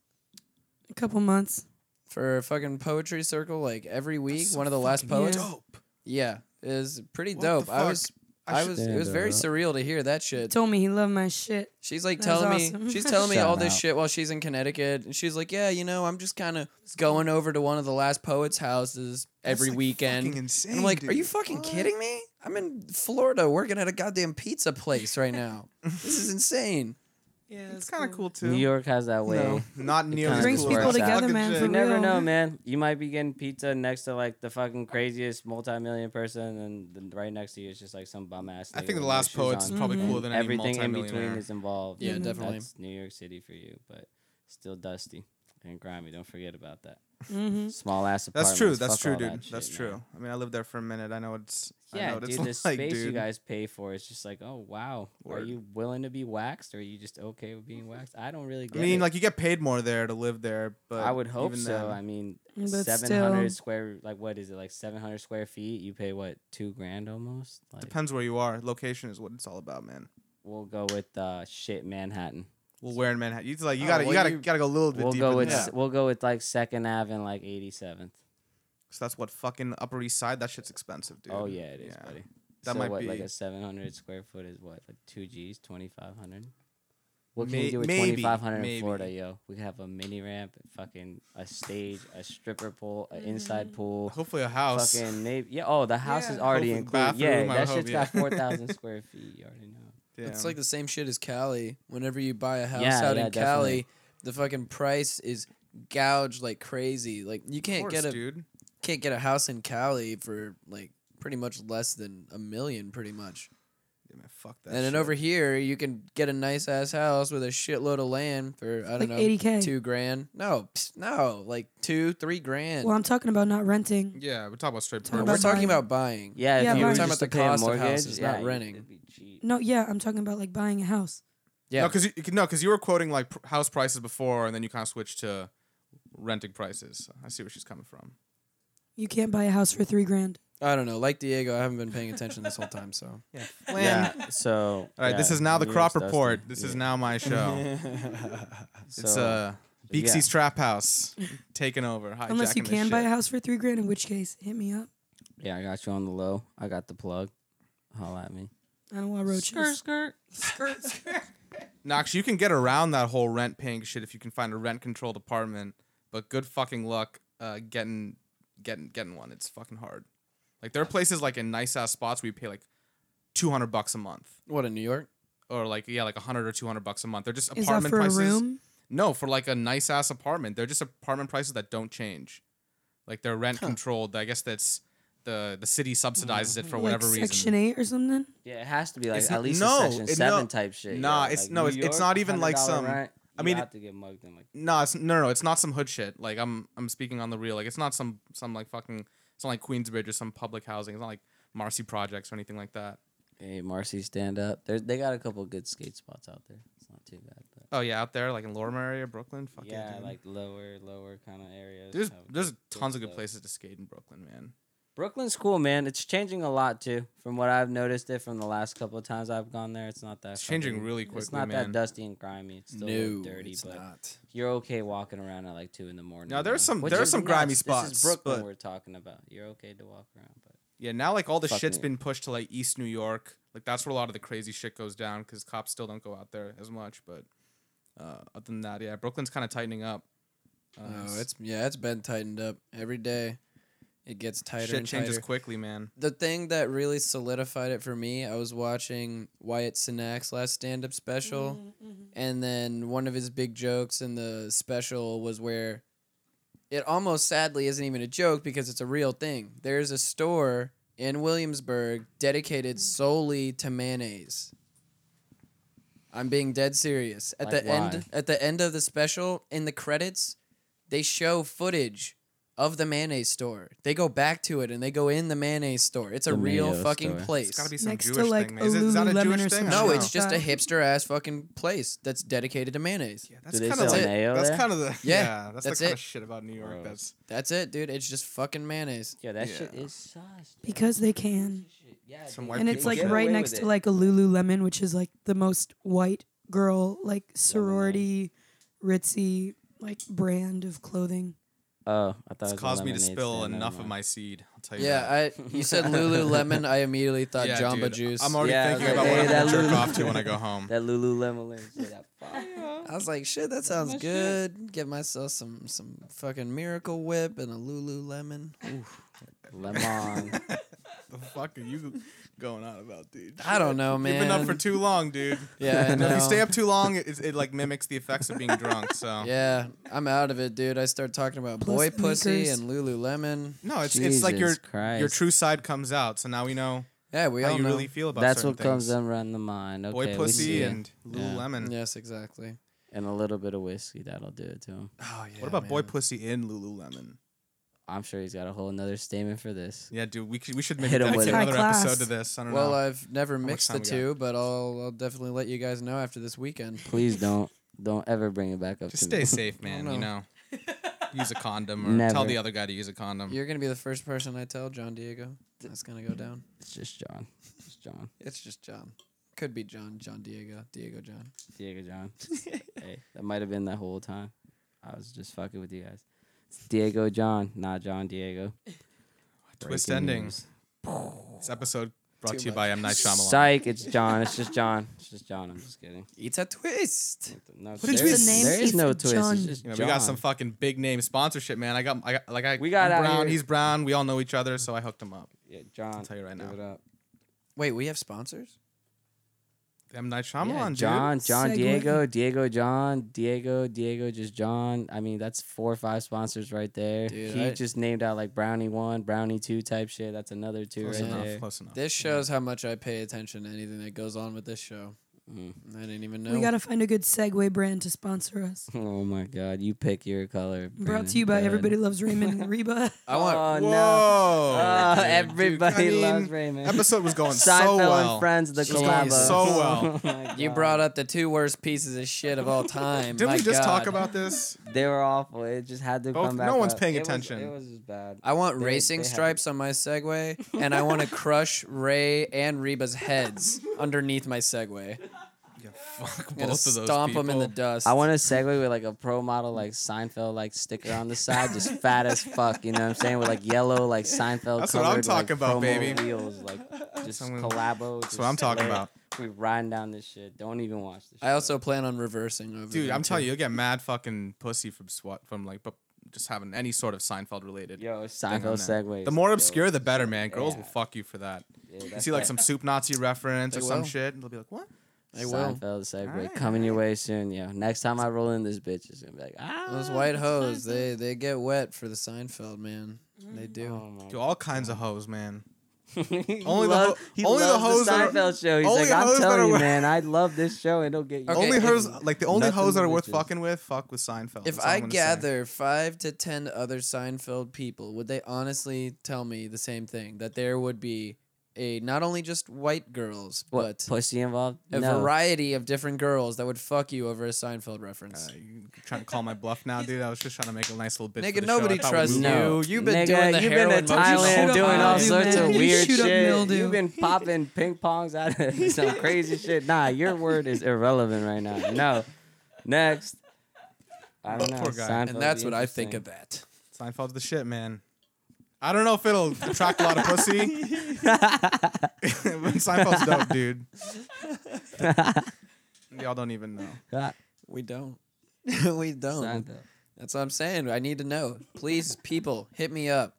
A couple months.
For a fucking poetry circle, like every week.
so
One of the last
fucking
poets.
Yeah.
Dope.
Yeah, is pretty
What the
dope. I
fuck?
was
I
I,
should-
was it was
Stand
very
up.
surreal to hear that shit.
Told me he loved my shit.
She's like
That was
telling
awesome.
me she's telling me
Shout
all this
out.
shit while she's in Connecticut, and she's like, "Yeah, you know, I'm just kind of going over to one of the last poets' houses every
like,
weekend."
fucking
And
insane,
I'm like, "Are you
dude.
fucking
What?"
kidding me? I'm in Florida working at a goddamn pizza place right now. this is insane."
Yeah,
It's kind of cool too.
New York has that way.
No, not New York.
kinda
is
brings
cool.
people
That's
together,
fucking
man,
shit.
for
You never
real.
know, man. You might be getting pizza next to like the fucking craziest multi-million person, and then right next to you is just like some bum ass.
I think the last poets is probably
Mhm.
cooler than any
everything in between
multimillionaire.
is involved.
Yeah,
and
definitely.
That's New York City for you, but still dusty and grimy. Don't forget about that.
Mm-hmm.
Small ass apartments.
That's true. That's
fuck
true,
all
dude.
that shit,
that's
man.
true. I mean, I lived there for a minute. I know it's. I know
Yeah,
what
dude,
it's
the
like,
space you
dude.
guys pay for is just like, oh wow, are
Word.
you willing to be waxed, or are you just okay with being waxed? I don't really
I
get.
mean,
it.
like you get paid more there to live there, but
I would hope
even
so.
then-
I mean,
But
seven
still.
hundred square, like what is it, like seven hundred square feet? You pay what, two grand almost? Like,
Depends where you are. Location is what it's all about, man.
We'll go with uh, shit Manhattan.
Well, where in Manhattan? You like you
Oh,
gotta you
well,
gotta
you-
gotta go a little bit
We'll
deeper.
go
than
with
that.
s- we'll go with like Second Ave and like eighty seventh.
So that's what fucking Upper East Side. That shit's expensive, dude.
Oh yeah, it is, buddy.
That
so
might
what,
be
like a seven hundred square foot is what, like two G's, twenty five hundred. What can
May-
you do with
maybe,
twenty five hundred in
maybe.
Florida, yo? We have a mini ramp, fucking a stage, a stripper pole, an inside pool.
Hopefully a house.
Fucking maybe, yeah. Oh, the house is
Mm. Yeah.
already
Hopefully
included. Yeah,
bathroom, I
that
hope,
shit's
yeah.
got four thousand square feet. You already know.
It's
Damn.
like the same shit as Cali. Whenever you buy a house
Yeah,
out
yeah,
in Cali,
definitely.
the fucking price is gouged like crazy. Like you
Of
can't
course,
get a
dude.
can't get a house in Cali for like pretty much less than a million, pretty much.
Yeah, man, fuck that.
and then
shit.
over here, you can get a nice ass house with a shitload of land for I don't
Like
know,
80K.
two grand. No, psst, no, like two, three grand.
Well, I'm talking about not renting.
Yeah, we're talking about straight.
No,
Talking
purple.
we're
about
talking
buying.
about buying.
Yeah,
Yeah, if
but-
you were
We're talking
just
about
to
the
pay a
cost of
mortgage,
houses,
yeah,
not
you-
renting.
it'd be cheap.
No, yeah, I'm talking about like buying a house.
yeah.
No, because you, you- no, because you were quoting like pr- house prices before, and then you kind of switched to renting prices. I see where she's coming from.
You can't buy a house for three grand.
I don't know. Like Diego, I haven't been paying attention this whole time. So
Yeah.
Yeah. So. All
All right, this is now the crop report. This is now my show. it's uh, Beaksy's
yeah.
Trap House taking over. hijacking
Unless you
this
can buy
shit.
a house for three grand, in which case, hit me up.
Yeah, I got you on the low. I got the plug. Holla at me.
I don't want roaches.
skirt.
Nox, you can get around that whole rent paying shit if you can find a rent controlled apartment, but good fucking luck uh, getting getting getting one. It's fucking hard. Like there are places like in nice ass spots where you pay like two hundred bucks a month.
what in New York?
Or like yeah, like hundred or two hundred bucks a month. They're just
Is
apartment
that for
prices.
a room?
No, for like a nice ass apartment. They're just apartment prices that don't change. Like they're rent controlled. I guess that's the the city subsidizes it for whatever
like
reason.
Section eight or something.
Yeah, it has to be like
It's
at
not-
least
no,
a section
it- no.
seven type shit.
Nah,
yeah.
it's-
Like,
no,
New
it's- it's
York,
not even like
$100
some-
rent,
I
you
mean,
have to get mugged in like
No, it's no, no, it's not some hood shit. Like I'm, I'm speaking on the real. Like it's not some, some like fucking, it's not like Queensbridge or some public housing. It's not like Marcy projects or anything like that.
Hey, Marcy, stand up. There, they got a couple good skate spots out there. It's not too bad. But
Oh yeah, out there, like in Lorimer area, Brooklyn. Fuck
yeah,
dude.
like lower, lower kind of areas.
there's,
have
there's
good-
tons of good
stuff.
places to skate in Brooklyn, man.
Brooklyn's cool, man. It's changing a lot too, from what I've noticed. It from the last couple of times I've gone there, it's not that.
It's changing
fucking-
really
It's
quickly,
not
man.
that dusty and grimy. It's still a little
No,
dirty,
it's
but
not.
you're okay walking around at like two in the morning.
Now, there's
you know?
some-
Which
there are
is
some grimy
nuts. This
spots,
is Brooklyn
but-
we're talking about. You're okay to walk around, but
Yeah, now like all the
Fuck
shit's
me.
been pushed to like East New York. Like that's where a lot of the crazy shit goes down because cops still don't go out there as much. But uh, other than that, yeah, Brooklyn's kind of tightening up. Uh,
Oh, it's yeah, it's been tightened up every day. It gets tighter
shit
and
changes
tighter.
quickly, man.
the thing that really solidified it for me, I was watching Wyatt Sinak's last stand up special, and then one of his big jokes in the special was where it almost sadly isn't even a joke because it's a real thing. There's a store in Williamsburg dedicated solely to mayonnaise. I'm being dead serious. At
Like
the
why?
end at the end of the special in the credits, they show footage of the mayonnaise store. They go back to it and they go in the mayonnaise store. It's a
The
real
mayonnaise
fucking
store.
place.
It's gotta be some
Next to,
Jewish
like,
thing. man. Is, it, is that a
Lululemon
Jewish thing?
or some
I don't
no,
know.
it's just a
That-
hipster ass fucking place that's dedicated to mayonnaise.
Yeah, that's
Do they
kind of
sell
like,
mayo
that's
there? Oh,
kind of the
Yeah,
yeah, that's,
that's
the kind
it.
of shit about New York.
Gross.
That's
That's it, dude. It's just fucking mayonnaise.
yeah, that shit
Yeah.
is sus. dude.
Because they can.
Shit, Yeah,
Some
they-
white
And
they
it's
people
like
get
shit.
right
away
next
with
to
it.
like a Lululemon, which is like the most white girl, like sorority, ritzy, like brand of clothing.
Oh, I thought
it's
it was a
caused me to
lemonade
spill
stand, never
enough of
mind.
my seed. I'll tell you.
Yeah,
that.
I you said Lululemon. I immediately thought
Yeah,
Jamba
dude,
Juice.
I'm already
Yeah, I was
thinking
like,
about what I'm
hey,
gonna
that
jerk
Lulu-
off to when I go home.
That Lululemon is yeah, that fire.
I was like, shit, that sounds good. Get myself some some fucking Miracle Whip and a Lululemon.
Lemon.
the fuck are you going on about, dude?
I don't know, man.
You've been up for too long, dude.
Yeah, I
And if
know.
you stay up too long, it, it like mimics the effects of being drunk. So
Yeah, I'm out of it, dude. I start talking about
Plus
boy
the
pussy
Lakers.
and Lululemon.
no, it's it's like your
Jesus Christ.
your true side comes out. So now we know
Yeah, we
how
all
you
know.
really feel about
That's
certain
what comes
things.
up around the mind. Okay,
Boy
we see
pussy
it.
and Lululemon. lemon.
Yes, exactly.
and a little bit of whiskey that'll do it to him.
Oh yeah.
What about boy
man.
pussy in Lululemon?
I'm sure he's got a whole another statement for this.
Yeah, dude, we, could, we should make
Hit 'em with
dedicate
it.
another
High class.
episode to this. I don't
Well, uh,
know.
I've never
much
mixed the
time we got?
two, but I'll I'll definitely let you guys know after this weekend.
Please don't don't ever bring it back up
Just
to
stay
me.
safe, man. You know, use a condom or tell
Never.
the other guy to use a condom.
You're gonna be the first person I tell, John Diego. That's gonna go down.
It's just John. It's John.
It's just John. Could be John, John Diego, Diego John.
Diego John. hey, that might have been that whole time. I was just fucking with you guys. It's Diego John, not John Diego.
Twist
Breaking
ending.
news.
This episode brought
Too
to you
much.
by M Night Shyamalan.
Psych, it's John. It's just John. It's just John. I'm just kidding.
It's a twist.
No,
a
there
twist.
is-
The name
there is
is
no twist.
John.
It's just
You know,
John.
we got some fucking big name sponsorship, man. I got, I got, like, I
We got
I'm
out
Brown.
here-
He's Brown. We all know each other, so I hooked him up.
Yeah, John.
tell you right
give
now.
it up.
Wait, we have sponsors?
M Night
Yeah,
Shyamalan, dude.
John, John,
Segue.
Diego, Diego, John, Diego, Diego, just John. I mean, that's four or five sponsors right there.
Dude,
he
I-
just named out like Brownie one, Brownie two type shit. That's another two
Close
right
enough.
there.
Close enough.
This shows how much I pay attention to anything that goes on with this show.
Mm.
I didn't even know.
We gotta find a good Segway brand to sponsor us.
Oh my God, you pick your color.
Brought to you by Everybody Loves Raymond and Reba.
I want.
Whoa!
Oh, no. Oh,
dude, dude.
everybody
I mean,
loves Raymond.
Episode was going
Seinfeld
so well.
and Friends, the
She's going
collabo.
so well.
Oh my
You
God.
brought up the two worst pieces of shit of all time.
Didn't
My
we just talk
God.
about this?
They were awful. It just had to
Both-
come
no
back.
one's
up.
paying
It was-
attention.
it was just bad.
I want
They-
racing
they had-
stripes on my Segway, and I want to crush Ray and Reba's heads underneath my Segway.
Fuck
I'm gonna
both of those
stomp them in the
people.
dust.
I want to segue with like a pro model like Seinfeld like sticker on the side, just fat as fuck. You know what I'm saying? With like yellow like Seinfeld.
That's what I'm
colored,
talking
like,
about,
promo
baby.
Wheels like just
Someone-
collabo.
That's what I'm talking about.
We riding down this shit. Don't even watch this.
I
shit.
also plan on reversing over.
Dude,
them,
I'm
too.
telling you, you'll get mad fucking pussy from SWAT from like, but just having any sort of Seinfeld related.
yo
thing on
Seinfeld
that.
segue.
The more obscure, the better, man. Girls will
Yeah.
fuck you for that.
Yeah,
You
that's
see like
that
some soup Nazi reference
They
or some
will.
shit, and they'll be like, "What?"
I will.
Seinfeld segue
Alright.
coming your way soon. Yo, next time I roll in this bitch is gonna be like ah.
Those white hoes, they they get wet for the Seinfeld man. They do.
Oh my
Do all kinds of hoes, man.
He
Only the
loves-
ho-
he
only the
loves
hoes that are-
Seinfeld show. He's
only
like,
the
I'm
hoes that
telling
are
you,
wor-
man, I love this show, and don't get you.
Okay,
only
if-
hoes, like the only
nothing
hoes that
but
are worth
bitches.
fucking with, fuck with Seinfeld.
If
That's all I'm
I
gonna say.
gather five to ten other Seinfeld people, would they honestly tell me the same thing that there would be a not only just white girls,
What
but
pussy involved?
a
no.
variety of different girls that would fuck you over a Seinfeld reference.
Uh, you trying to call my bluff now, dude? I was just trying to make a nice little bit. for
Nigga,
the show.
nobody
I thought we
trusts
moved
you.
on.
No.
You've been
Nigga,
doing the
you've
heroin
been to
motion the
Thailand
whole
doing all
time.
mildew,
sorts
man.
of
You
weird
shoot up
shit.
mildew.
You've been popping ping pongs out of some crazy shit. Nah, your word is irrelevant right now. No, next. I don't know.
Poor guy.
Seinfeld
And that's
would
what
be
I think
interesting.
of that.
Seinfeld's the shit, man. I don't know if it'll attract a lot of pussy. but Seinfeld's dope, dude. Y'all don't even know.
Ah,
We don't. we don't.
Seinfeld.
That's what I'm saying. I need to know. Please, people, hit me up.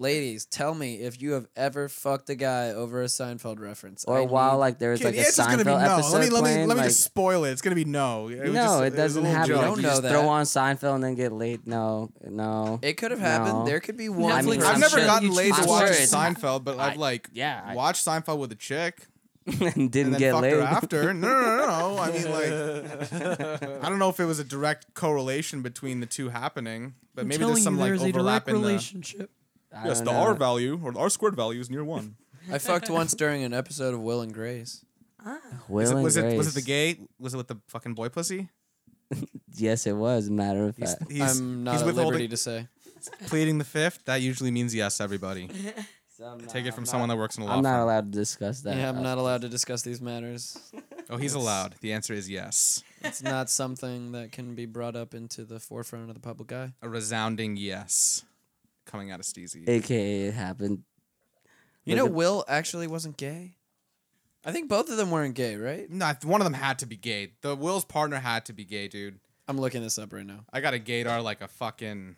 Ladies, tell me if you have ever fucked a guy over a Seinfeld reference.
Or
I
while
need-
like there was
Kid,
like a
it's just gonna
Seinfeld
be no.
episode
Let me let me let
playing,
me
like,
just spoil it. It's gonna be no. It was just-
no, it
was a
doesn't
little
happen.
joke.
don't
Like, you
know
just
that.
throw on Seinfeld and then get laid. No, no.
it could have happened.
No.
There could be one.
I mean,
person-
I've
I'm
never
sure
gotten
you
laid to
I'm
watch
sure it's-
Seinfeld, but I've like
yeah, I-
watched Seinfeld with a chick
and
and
didn't
then
get
fucked
laid.
her after. No, no, no, no. I mean, like, I don't know if it was a direct correlation between the two happening, but
I'm
maybe
telling
there's some
you,
like
there's a
overlap
direct
in the.
relationship.
I
Yes,
don't
the
know.
R value or the R squared value is near one.
I fucked once during an episode of Will and Grace.
Will
Was it,
and
was it was it the
Grace.
gay? Was it with the fucking boy pussy?
Yes, it was. Matter of fact.
He's,
I'm not
he's
at liberty
withholding,
to say.
pleading the fifth. That usually means yes. Everybody, take it from someone that works in a law
I'm not
firm.
allowed to discuss that.
Yeah, I'm
Uh,
not allowed to discuss these matters.
Oh, he's allowed. The answer is yes.
It's not something that can be brought up into the forefront of the public eye.
A resounding yes, coming out of Steezy.
AKA, it happened.
You
Like
know,
a-
Will actually wasn't gay. I think both of them weren't gay, right?
No, one of them had to be gay. The Will's partner had to be gay, dude.
I'm looking this up right now.
I got a gaydar like a fucking,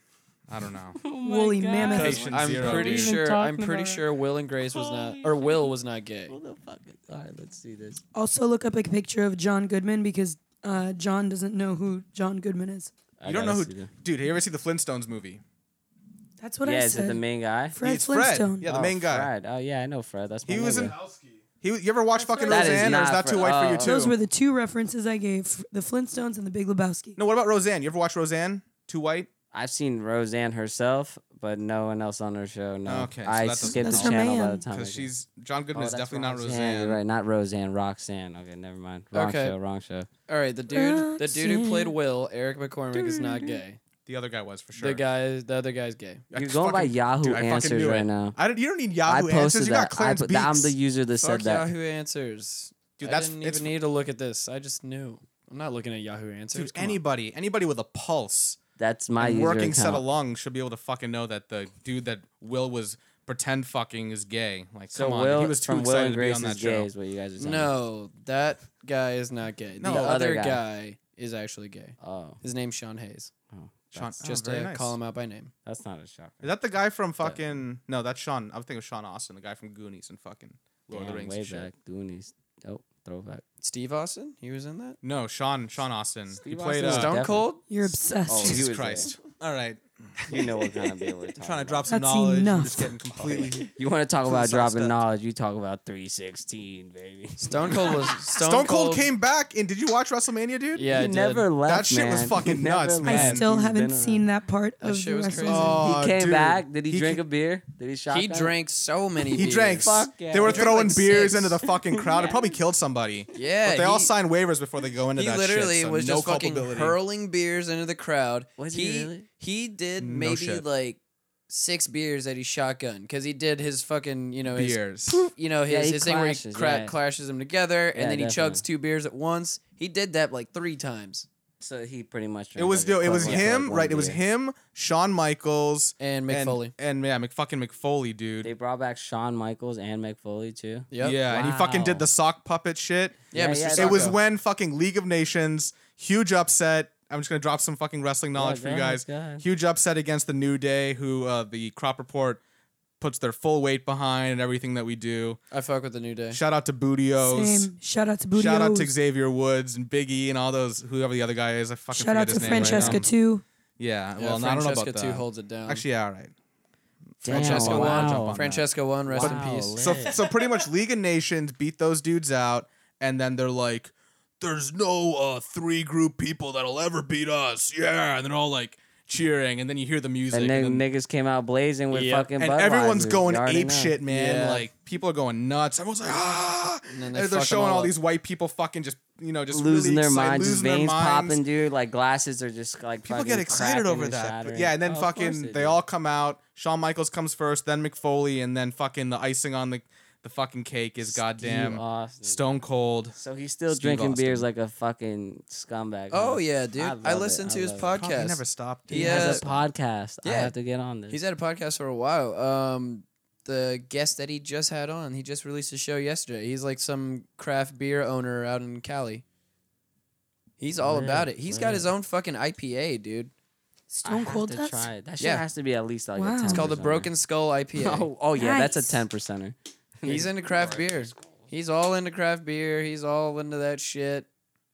I don't know.
Woolly mammoth.
Because
Patient
I'm
zero,
pretty
dude.
sure. I'm
Talking
pretty
about it.
sure Will and Grace was not,
Holy
or Will was not gay.
Who the fuck? is- All right, let's see this.
Also, look up a picture of John Goodman because uh, John doesn't know who John Goodman is.
you don't know who, dude. Have you ever seen the Flintstones movie?
That's what
yeah,
I
is it
said.
the main guy?
Fred
He's
Flintstone.
Fred. Yeah, the
Oh,
main guy.
Fred. Oh yeah, I know Fred. That's my
He was
nigga.
in. He, you ever watch fucking
That is
Roseanne, or is
not
that too
Fred.
white for
Oh,
you
oh.
too?
Those were the two references I gave: the Flintstones and the Big Lebowski.
no, what about Roseanne? You ever watch Roseanne? Too white?
I've seen Roseanne herself, but no one else on her show. No.
Okay, so
I
that doesn't
count.
skipped the
That's her
channel by
man.
the time. I
Because
got-
she's John
Oh,
Goodman is
that's
definitely not
Roxanne.
Roseanne.
You're right, not Roseanne. Roxanne. Okay, never mind. Wrong
Okay.
show. Wrong show.
All right, the dude, the dude who played
Roxanne.
Will, Eric McCormick, is not gay.
The other guy was for sure.
The guy, the other guy's gay.
I
You're going by
fucking-
Yahoo
dude, I fucking
Answers
knew
right
it.
now.
I don't, you don't need
I
Yahoo
posted
Answers. You got
that.
Clarence
I put, that- I'm the
Beats.
user that
Fuck
said that.
Yahoo Answers.
Dude,
I
that's-
didn't
it's-
even need to look at this. I just knew. I'm not looking at Yahoo Answers.
Dude,
come on.
anybody, anybody with a pulse,
That's my
and
user
working set of
account.
lungs should be able to fucking know that the dude that Will was pretend fucking is gay. Like,
So
come on,
Will
he was too
from Will
excited
and
to be
Grace
on
is
that
gay
show.
is what you guys are saying.
No, that guy is not gay.
No,
the
the
other
other
guy.
guy.
is actually gay.
Oh,
His name's Sean Hayes.
oh
Sean,
that's,
oh,
Just
very
to
nice.
call him out by name.
that's not a shocker.
Is that the guy from fucking? No, that's Sean. I'm thinking of Sean Austin, the guy from Goonies and fucking Lord of
Damn,
the Rings.
way
and shit.
back. Goonies. Oh, throwback.
Steve Austin, he was in that.
No, Sean. Sean Austin. he
Steve
played.
Austin was
uh,
Stone
definitely-
Cold.
You're obsessed.
Oh, he
Jesus
was
Christ. All right,
You know what kind of beer we're talking
I'm trying to
about.
drop some
That's
knowledge. I'm
enough.
just getting completely.
You want to talk about
Soft
dropping
stuff.
knowledge? You talk about 316, baby.
Stone Cold was Stone,
Stone Cold came back, and did you watch WrestleMania, dude?
Yeah, I
he
did.
never left.
That shit was
man.
fucking
He never
nuts,
left.
man.
I still
He's
haven't
been
seen
around.
that part
That
of
shit
the
was
rest of
crazy.
the-
Oh,
He came
dude.
back. Did he, drink
ca-
a beer? Did he shot?
He drank so many.
He
beers.
drank.
Fuck yeah.
They were
He
drank
throwing
like
beers
six.
into the fucking crowd. It probably killed somebody.
Yeah,
but they all
he-
sign waivers before they go into
He
that
literally
shit. so
was
no
just fucking
culpability.
hurling beers into the crowd.
Was he really?
He did
No
maybe
shit.
like six beers at his shotgun because he did his fucking you know his
beers.
you know his,
Yeah, he
his thing where he
clashes,
cra-
yeah.
clashes them together and
Yeah,
then he chugs
definitely.
two beers at once. He did that like three times.
So he pretty much.
It was no, it was him, right? It was him, Shawn Michaels,
And McFoley.
and, and yeah, McFucking McFoley, dude.
They brought back Shawn Michaels and McFoley too.
Yep.
Yeah, and he fucking did
Wow.
the sock puppet shit.
Yeah,
Yeah,
Mr.
yeah,
Sacco.
It was when fucking League of Nations, huge upset. I'm just gonna drop some fucking wrestling knowledge
Yeah,
for
go
you
ahead,
guys.
go ahead.
Huge upset against the New Day, who uh, the Crop Report puts their full weight behind and everything that we do.
I fuck with the new day.
Shout out to Bootios.
Same. Shout out to Booty.
Shout out to Xavier Woods and Biggie and all those whoever the other guy is. I fucking
Shout
forget
out to
his name right
Francesca
now.
too.
Yeah,
Yeah,
well, no, I don't know
Francesca
about
too
that.
holds it down.
Actually, yeah, all right.
Damn,
Francesca
wow.
jump
won.
on
Francesca won. Rest
Wow,
in peace.
lit.
So so pretty much League of Nations beat those dudes out, and then they're like, "There's no uh, three group people that'll ever beat us." Yeah, and they're all like cheering, and then you hear the music,
And then
and, then-
niggas came out blazing with
Yep.
fucking.
and everyone's
Budweisers.
going
You already
ape
know.
shit, man.
Yeah.
Like people are going nuts. Everyone's like, ah, and,
And then they
they are
fuck 'em
showing
all
all
up.
these white people fucking just you know just
losing
really
their
excited,
minds, just
losing their
veins
minds.
popping, dude. Like glasses are just like
People
fucking
get excited
cracking
over
and
that. But
shattering.
yeah, and then
Oh, of course
fucking they,
do.
all come out. Shawn Michaels comes first, then McFoley, and then fucking the icing on the the fucking cake is goddamn
Steve Austin.
Mm. Stone Cold.
So he's still
Steve
drinking beers
Austin.
like a fucking scumbag.
Oh
huh?
yeah, dude.
I
I,
love it.
listened to
I
his
love
Probably
podcast.
never stopped. dude.
He
Yeah.
has a podcast. I
Yeah.
have to get on this.
He's had a podcast for a while. Um, the guest that he just had on, he just released a show yesterday. He's like some craft beer owner out in Cali. He's all
Lit,
about it. He's got his
lit.
own fucking IPA, dude.
I
Stone
have
Cold
to
Death?
try it. That shit
Yeah.
has to be at least like
Wow.
a
It's
ten.
It's called the Broken Skull IPA.
Oh, oh yeah, that's
Nice.
a ten percenter.
He's into craft beer. He's all into craft beer. He's all into that shit.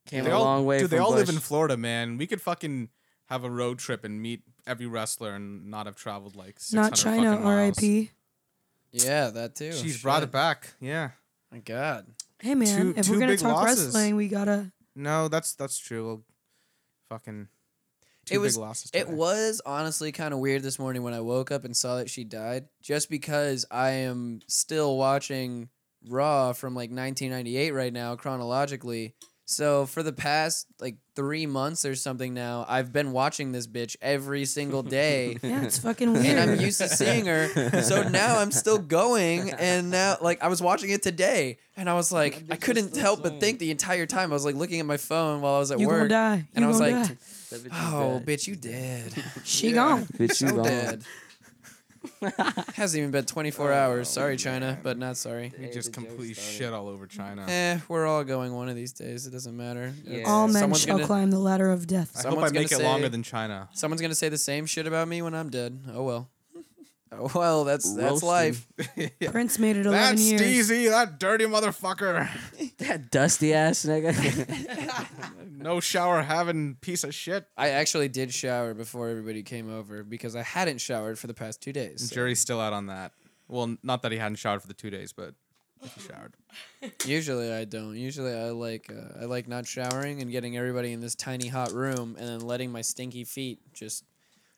Came
They
a
all-
long way.
Dude, they
from
all live
Bush.
in Florida, man. We could fucking have a road trip and meet every wrestler and not have traveled like 600
Not China,
fucking miles.
R.I.P.
Yeah, that too.
She's
Shit.
brought it back. Yeah.
My God.
Hey man,
Two-
if
two
we're gonna
big
talk
losses.
wrestling, we gotta.
No, that's that's true. We'll fucking two
It was-
big losses.
It
today.
was honestly kind of weird this morning when I woke up and saw that she died, just because I am still watching Raw from like 1998 right now chronologically. So for the past like three months or something now, I've been watching this bitch every single day.
Yeah, it's fucking
And I'm
weird.
used to seeing her, so now I'm still going. And now, like, I was watching it today, and I was like, I couldn't help but think the entire time. I was like looking at my phone while I was at
You gonna
work,
die? You
and I was
gonna
like,
die.
That bitch is
"Oh,
dead.
bitch, you dead."
she
Yeah.
gone.
bitch, you
so
gone.
dead. Hasn't even been
Oh,
24 hours. Sorry, China, but not sorry.
We just completely shit all over China.
Eh, we're all going one of these days. It doesn't matter. It's-
All men
someone's
shall
gonna,
climb the ladder of
I
death.
hope I
Someone's
make it
gonna
longer
say-
than China.
Someone's gonna say the same shit about me when I'm dead. Oh well. Oh well, that's that's
Roasted.
life.
Prince made it 11
That's
years.
Steezy, that dirty motherfucker.
That dusty ass nigga.
No shower having piece of shit.
I actually did shower before everybody came over because I hadn't showered for the past two days. so-
Jerry's still out on that. Well, n- not that he hadn't showered for the two days, but he showered.
Usually I don't. Usually I like uh, I like not showering and getting everybody in this tiny hot room and then letting my stinky feet just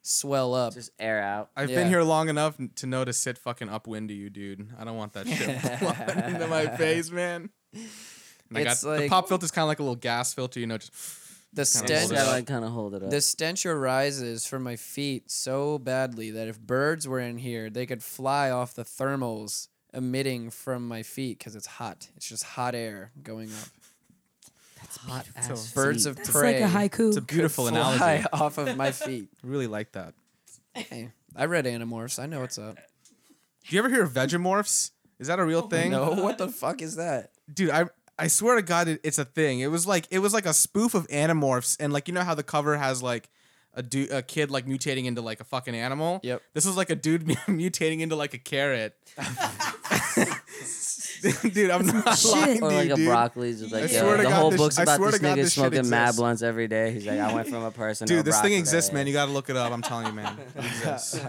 swell up.
just air out.
I've
Yeah.
been here long enough n- to know to sit fucking upwind to you, dude. I don't want that shit blowing into my face, man. And I got,
It's like-
the pop filter's kind of like a little gas filter, you know. Just
the
kinda hold
stench
Just
it
gotta
up.
like kind of hold it up.
The stench arises from my feet so badly that if birds were in here, they could fly off the thermals emitting from my feet because it's hot. It's just hot air going up.
hot ass
Birds
feet.
of
That's
prey
like a haiku.
it's a beautiful
fly
analogy.
off of my feet.
Really like that.
Hey, I read Animorphs. I know what's up.
Do you ever hear of Vegemorphs? Is that a real thing?
Oh, No, what the fuck is that?
dude i i swear to god it, it's a thing it was like it was like a spoof of animorphs and like you know how the cover has like a dude a kid like mutating into like a fucking animal
Yep.
this was like a dude mutating into like a carrot dude i'm not
Shit.
lying to
Or like
you,
a
dude.
broccoli, just like
I
yo,
swear to
the
God,
whole
this-
book's
I
about
swear
this
to God,
nigga
this shit
smoking mad
exists.
blunts every day. He's like, I went from a person. to a
dude this thing
broccoli.
exists man you gotta look it up i'm telling you man it exists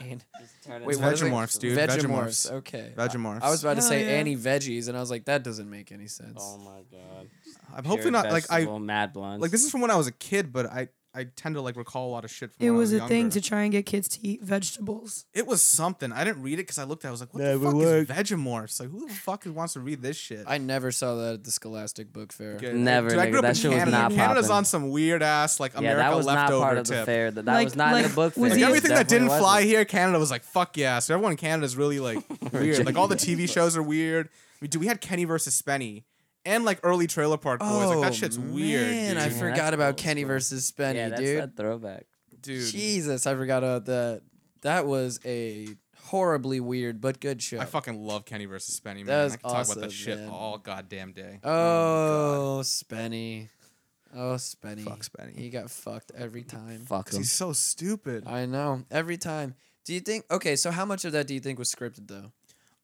And-
Turn it
Wait,
up.
what is it?
Vegemorphs, dude.
Vegemorphs.
Vegemorphs.
Okay.
Vegemorphs.
I was about to
Oh,
say
yeah.
any veggies, and I was like, that doesn't make any sense.
Oh my god.
i'm hopefully not like i
mad blunts.
like this is from when i was a kid but i i tend to like recall a lot of shit from
It
when I
was a thing
younger.
to try and get kids to eat vegetables.
it was something i didn't read it because i looked at it i was like what
Never
the fuck
worked.
is vegemorphs like who the fuck wants to read this shit
I never saw that at the Scholastic Book Fair.
Good.
Never,
Dude, I
nigga.
grew up
That
in
shit was
Canada.
not
Canada's
poppin'.
on some weird ass like
yeah,
America
that was not
leftover
part of the
tip.
fair. That, that
Like-
was not in
like,
the book fair.
was
Like
it- Yeah,
everything that didn't
Definitely
fly
wasn't.
here, Canada was like, "Fuck yeah!" So everyone in Canada is really like weird. Like all the TV shows are weird. I mean, dude, we had Kenny versus Spenny, and like early Trailer Park Boys. like
Oh,
that shit's weird,
Oh, Man,
dude.
I
that's
forgot about
old
Kenny
school.
versus Spenny,
Yeah, that's
dude.
that throwback.
dude.
Jesus, I forgot about that. That was a horribly weird but good show.
I fucking love Kenny versus Spenny, man.
That was
I could talk about
awesome,
that shit
man.
all goddamn day.
oh, Spenny. Oh, Spenny.
Fuck Spenny.
He got fucked every time.
Fuck
'Cause
him.
he's so stupid.
I know. Every time. Do you think okay, so how much of that do you think was scripted though?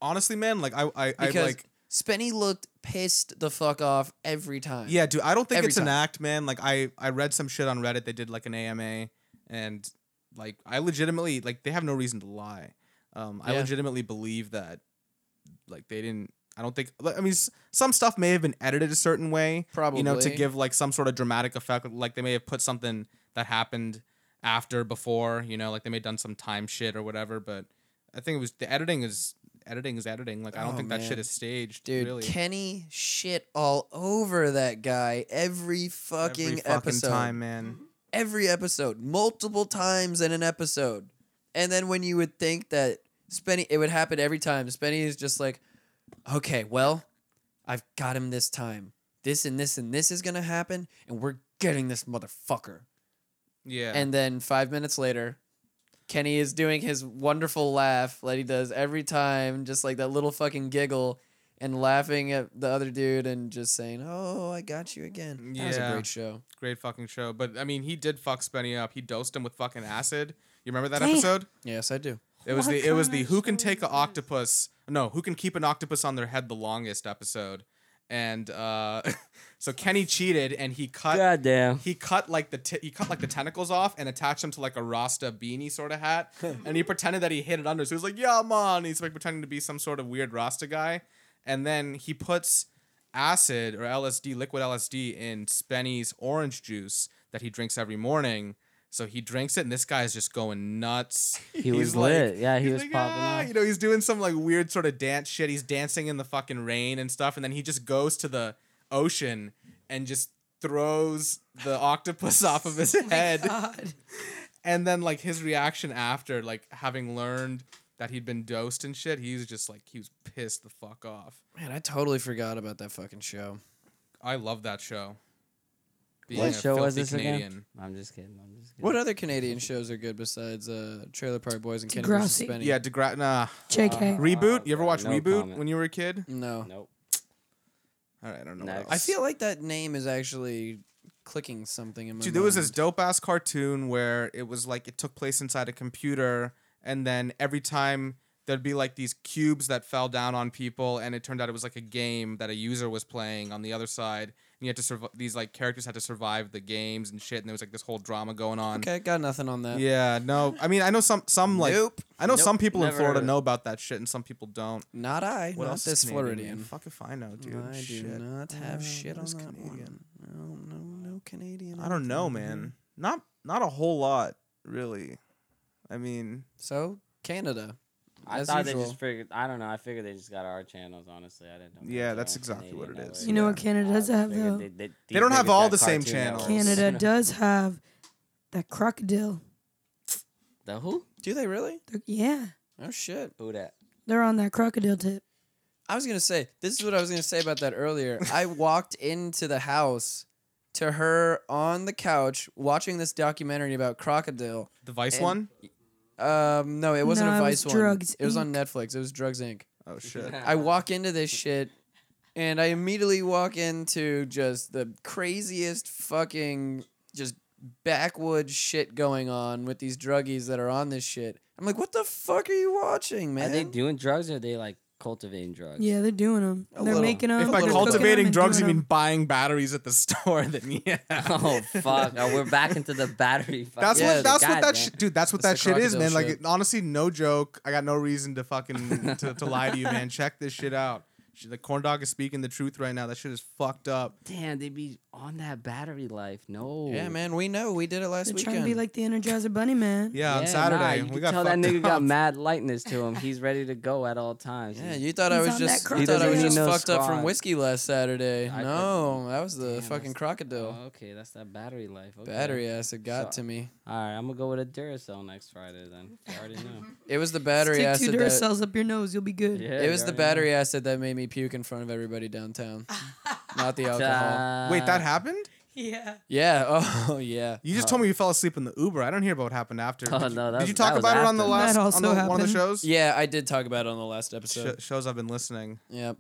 Honestly, man, like I, I, I
Because
like
Spenny looked pissed the fuck off every time.
Yeah, dude, I don't think
Every
it's
time.
an act, man. Like I I read some shit on Reddit. They did like an AMA, and like I legitimately like they have no reason to lie. Um, I
Yeah.
legitimately believe that like they didn't. I don't think. like, I mean, s- some stuff may have been edited a certain way, you know, to
Probably.
give like some sort of dramatic effect. Like they may have put something that happened after, before, you know, like they may have done some time shit or whatever, but I think it was the editing is editing is editing. Like I don't
Oh,
think that shit
man.
is staged.
Dude,
really.
Kenny shit all over that guy every fucking,
Every fucking
episode.
time, man.
Every episode, multiple times in an episode. And then when you would think that Spenny, it would happen every time. Spenny is just like, okay, well, I've got him this time. This and this and this is going to happen, and we're getting this motherfucker.
Yeah.
And then five minutes later, Kenny is doing his wonderful laugh that he does every time, just like that little fucking giggle and laughing at the other dude and just saying, Oh, I got you again. That was a
Yeah.
great show.
great fucking show. But I mean, he did fuck Spenny up. He dosed him with fucking acid. You remember that
Damn.
episode?
Yes, I do.
It was
What
the it was the
kind of
who can
show
take
is
an octopus no who can keep an octopus on their head the longest episode, and uh, so Kenny cheated and he cut
Goddamn.
he cut like the t- he cut like the tentacles off and attached them to like a Rasta beanie sort of hat, and he pretended that he hid it under. So he was like, "Yeah, man," he's like pretending to be some sort of weird Rasta guy, and then he puts acid or LSD, liquid LSD, in Spenny's orange juice that he drinks every morning. So he drinks it, and this guy is just going nuts.
He was
He's like-
lit. yeah, he
he's
was
like,
popping
"Ah,"
off.
You know, he's doing some like weird sort of dance shit. He's dancing in the fucking rain and stuff, and then he just goes to the ocean and just throws the octopus off of
Oh
his head.
God.
and then like his reaction after, like having learned that he'd been dosed and shit, he's just like he was pissed the fuck off.
Man, I totally forgot about that fucking show.
I love that show. Being
What
a
show was
filthy
this again?
Canadian.
I'm just kidding. I'm just kidding.
What other Canadian shows are good besides uh, Trailer Park Boys and Kenny
Degrassi.
versus Spenny?
Yeah, DeGra- nah.
JK.
Reboot? You ever
Oh, God,
watch
no
Reboot
comment.
when you were a kid?
No.
Nope.
All right, I don't know. what else.
Next.
I feel like that name is actually clicking something in my
Dude, there was
mind.
this dope ass cartoon where it was like it took place inside a computer, and then every time there'd be like these cubes that fell down on people, and it turned out it was like a game that a user was playing on the other side, and you had to survive. These like characters had to survive the games and shit, and there was like this whole drama going on.
Okay, got nothing on that.
Yeah, no, I mean I know some some like
Nope.
I know
Nope.
some people in
Never heard
Florida
of it.
know about that shit, and some people don't.
Not I.
What
not
else
this
is Canadian?
Florida.
Man? Fuck if I know, dude.
I do
Shit.
not have
Uh,
shit
what
on
is
that
Canadian?
one. I don't know no Canadian.
I don't know,
anything.
man. Not not a whole lot, really. I mean,
So Canada,
I
As
thought they
usual.
just figured. I don't know. I figured they just got our channels. Honestly, I didn't know.
Yeah,
much
that's
about
exactly what
Canadian
it is.
networks.
You know what Canada
I
does have,
figured
though?
They, they,
don't
these
have
niggas
all
got
the same
Cartoon
channels.
Networks.
Canada does have that crocodile.
The who?
do they really?
They're- yeah,
Oh shit!
Who that?
they're on that crocodile tip.
I was gonna say this is what I was gonna say about that earlier. I walked into the house to her on the couch watching this documentary about crocodile.
the Vice
And-
one.
Um, no, it wasn't
No,
a
it
Vice
was Drugs,
one. It was on Netflix. It was Drugs Inc.
Oh shit.
I walk into this shit and I immediately walk into just the craziest fucking just backwoods shit going on with these druggies that are on this shit. I'm like, what the fuck are you watching,
Are
man?
they doing drugs or are they like cultivating drugs?
Yeah, they're doing them.
A
they're
little.
making them.
if by
little
cultivating drugs you mean buying batteries at the store, then yeah.
Oh fuck! Oh, we're back into the battery.
That's
Yeah,
what. That's what that. Sh-
shit.
dude, that's what
That's
that
the
shit is, man.
crocodile
Like,
shit.
it- honestly, no joke. I got no reason to fucking to, to lie to you, man. Check this shit out. Shit, The corn dog is speaking the truth right now. That shit is fucked up.
Damn, they be on that battery life. No.
yeah, man, we know. We did it last
They're
weekend.
trying to be like the Energizer Bunny Man.
Yeah, on
nah,
Saturday
you
we
can
got
tell that
fucked
nigga
up.
got mad lightness to him. He's ready to go at all times.
yeah,
He's-
you thought I
He's
was
on that
just you thought I
crocodile.
was
He
just
knows
fucked up from
squad.
whiskey last Saturday.
I
no, that was the
Damn,
fucking
that's-
crocodile.
Oh, okay, that's that battery life. Okay.
Battery acid got
So-
to me.
All right, I'm gonna go with a Duracell next Friday then. I already know.
It was the battery
Stick two
acid that,
Duracells up your nose, you'll be good.
Yeah,
it was the
you already know.
battery acid that made me puke in front of everybody downtown. Not the alcohol.
Wait, that happened?
Yeah.
Yeah. Oh, yeah.
You just told me you fell asleep in the Uber. I don't hear about what happened after.
Oh,
did you,
no, that
did
was-
you talk
that was
about it on
after.
the last
That
on
also
the, one of the
happened.
shows?
Yeah, I did talk about it on the last
Sh-
episode.
shows I've been listening.
Yep.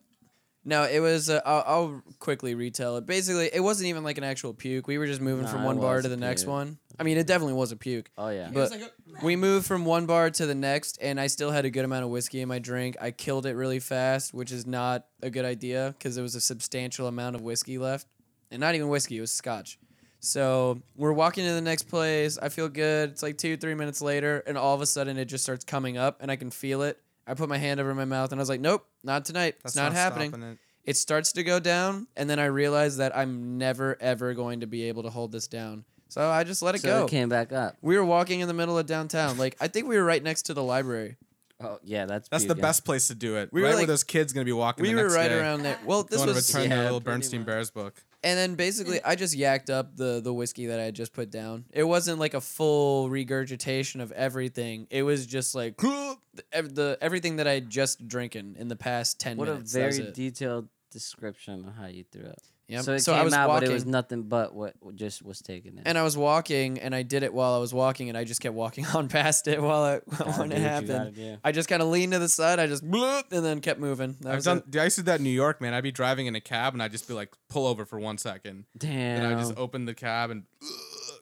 No, it was. Uh, I'll, I'll quickly retell it. Basically, it wasn't even like an actual puke. We were just moving
Nah,
from
it
one bar
was
to
a
the next
puke.
one. I mean, it definitely was a puke.
Oh yeah.
But we moved from one bar to the next, and I still had a good amount of whiskey in my drink. I killed it really fast, which is not a good idea because there was a substantial amount of whiskey left. And not even whiskey, it was scotch. So we're walking to the next place. I feel good. It's like two, three minutes later, and all of a sudden it just starts coming up, and I can feel it. I put my hand over my mouth, and I was like, nope, not tonight.
That's
it's not, happening
stopping it.
it starts to go down and then i realize that i'm never ever going to be able to hold this down So I just let it
so
go.
it came back up.
we were walking in the middle of downtown. Like I think we were right next to the library.
Oh yeah, that's
That's the
puke, yeah.
best place to do it.
We were,
right where
like-
those kids gonna be walking.
we
the
were
next
right
day,
around there. Well, this
going
was
to return
yeah,
their little
pretty
Bernstein
much.
Bears book.
And then basically, I just yacked up the the whiskey that I had just put down. It wasn't like a full regurgitation of everything. It was just like the, ev- the everything that I had just drinking in the past ten
What a
minutes. That was
very
it.
detailed description of how you threw up.
Yep.
So it
So I
came
was
out, but
walking-
it was nothing but what what just was taken in.
And I was walking, and I did it while I was walking, and I just kept walking on past it while it
Gotta
when
do
it
what you gotta
happened.
do.
I just kind of leaned to the side. I just bloop, and then kept moving. That
I've
was
done.
it.
dude, I used to do that in New York, man. I'd be driving in a cab and I'd just be like, pull over for one second,
Damn.
and I
oh,
just open the cab and, uh,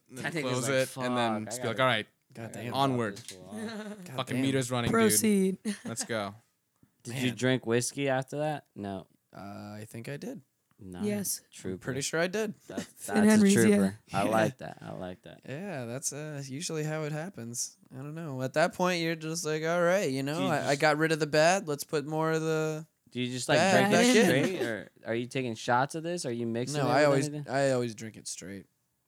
and
That
then
nigga's
close
like,
it, and then
"Fuck,
just
I
be like,
gotta-
all right,
God
I
damn.
gotta
Onward.
drop this wall.
God
fucking
damn.
meters running, dude.
Proceed.
Let's go.
Did you
Man.
drink whiskey after that? No.
Uh, I think I did.
No.
Yes.
Trooper.
Pretty sure I did.
That's,
Finn
that's
Henry's,
a
yeah.
trooper. I
Yeah.
like that. I like that.
Yeah, that's uh, usually how it happens. I don't know. At that point, you're just like, all right, you know, I, I
Jesus.
got rid of the bad. Let's put more of the.
Do you just like
Back
drink it
in.
straight, or are you taking shots of this? Are you mixing?
No,
it
I
with
always, uh,
anything?
I always drink it straight.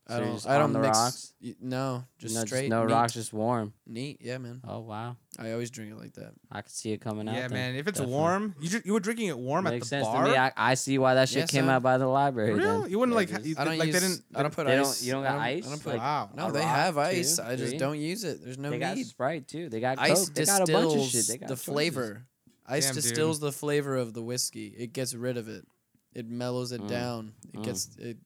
So
I
you're
don't,
just
I
on
don't
the
mix.
rocks?
y- No, just
no,
straight.
Just no
neat,
rocks, just warm.
Neat, yeah, man.
Oh wow,
I always drink it like that.
I could see it coming out.
Yeah,
then.
man. If it's
Definitely.
warm, you ju- you were drinking it warm
Makes
at the
sense
bar.
to me. I, I see why that shit
Yeah,
came
son.
out by the library.
For real?
Then.
You wouldn't
Yeah,
like.
dude.
you-
I don't
like
use.
they didn't.
I don't put
they don't-
ice.
you don't got
I
ice?
I don't put.
Like,
Wow.
no,
a
they
rock,
have ice.
two,
I just
three?
don't use it. There's no
they got
need.
Sprite too. They got
Ice
Coke. They got
distills
a bunch of shit. They got
the
choices.
flavor. Ice
Damn, dude.
distills the flavor of the whiskey. It gets rid of it. It mellows it
Mm.
down. It
Mm.
gets it.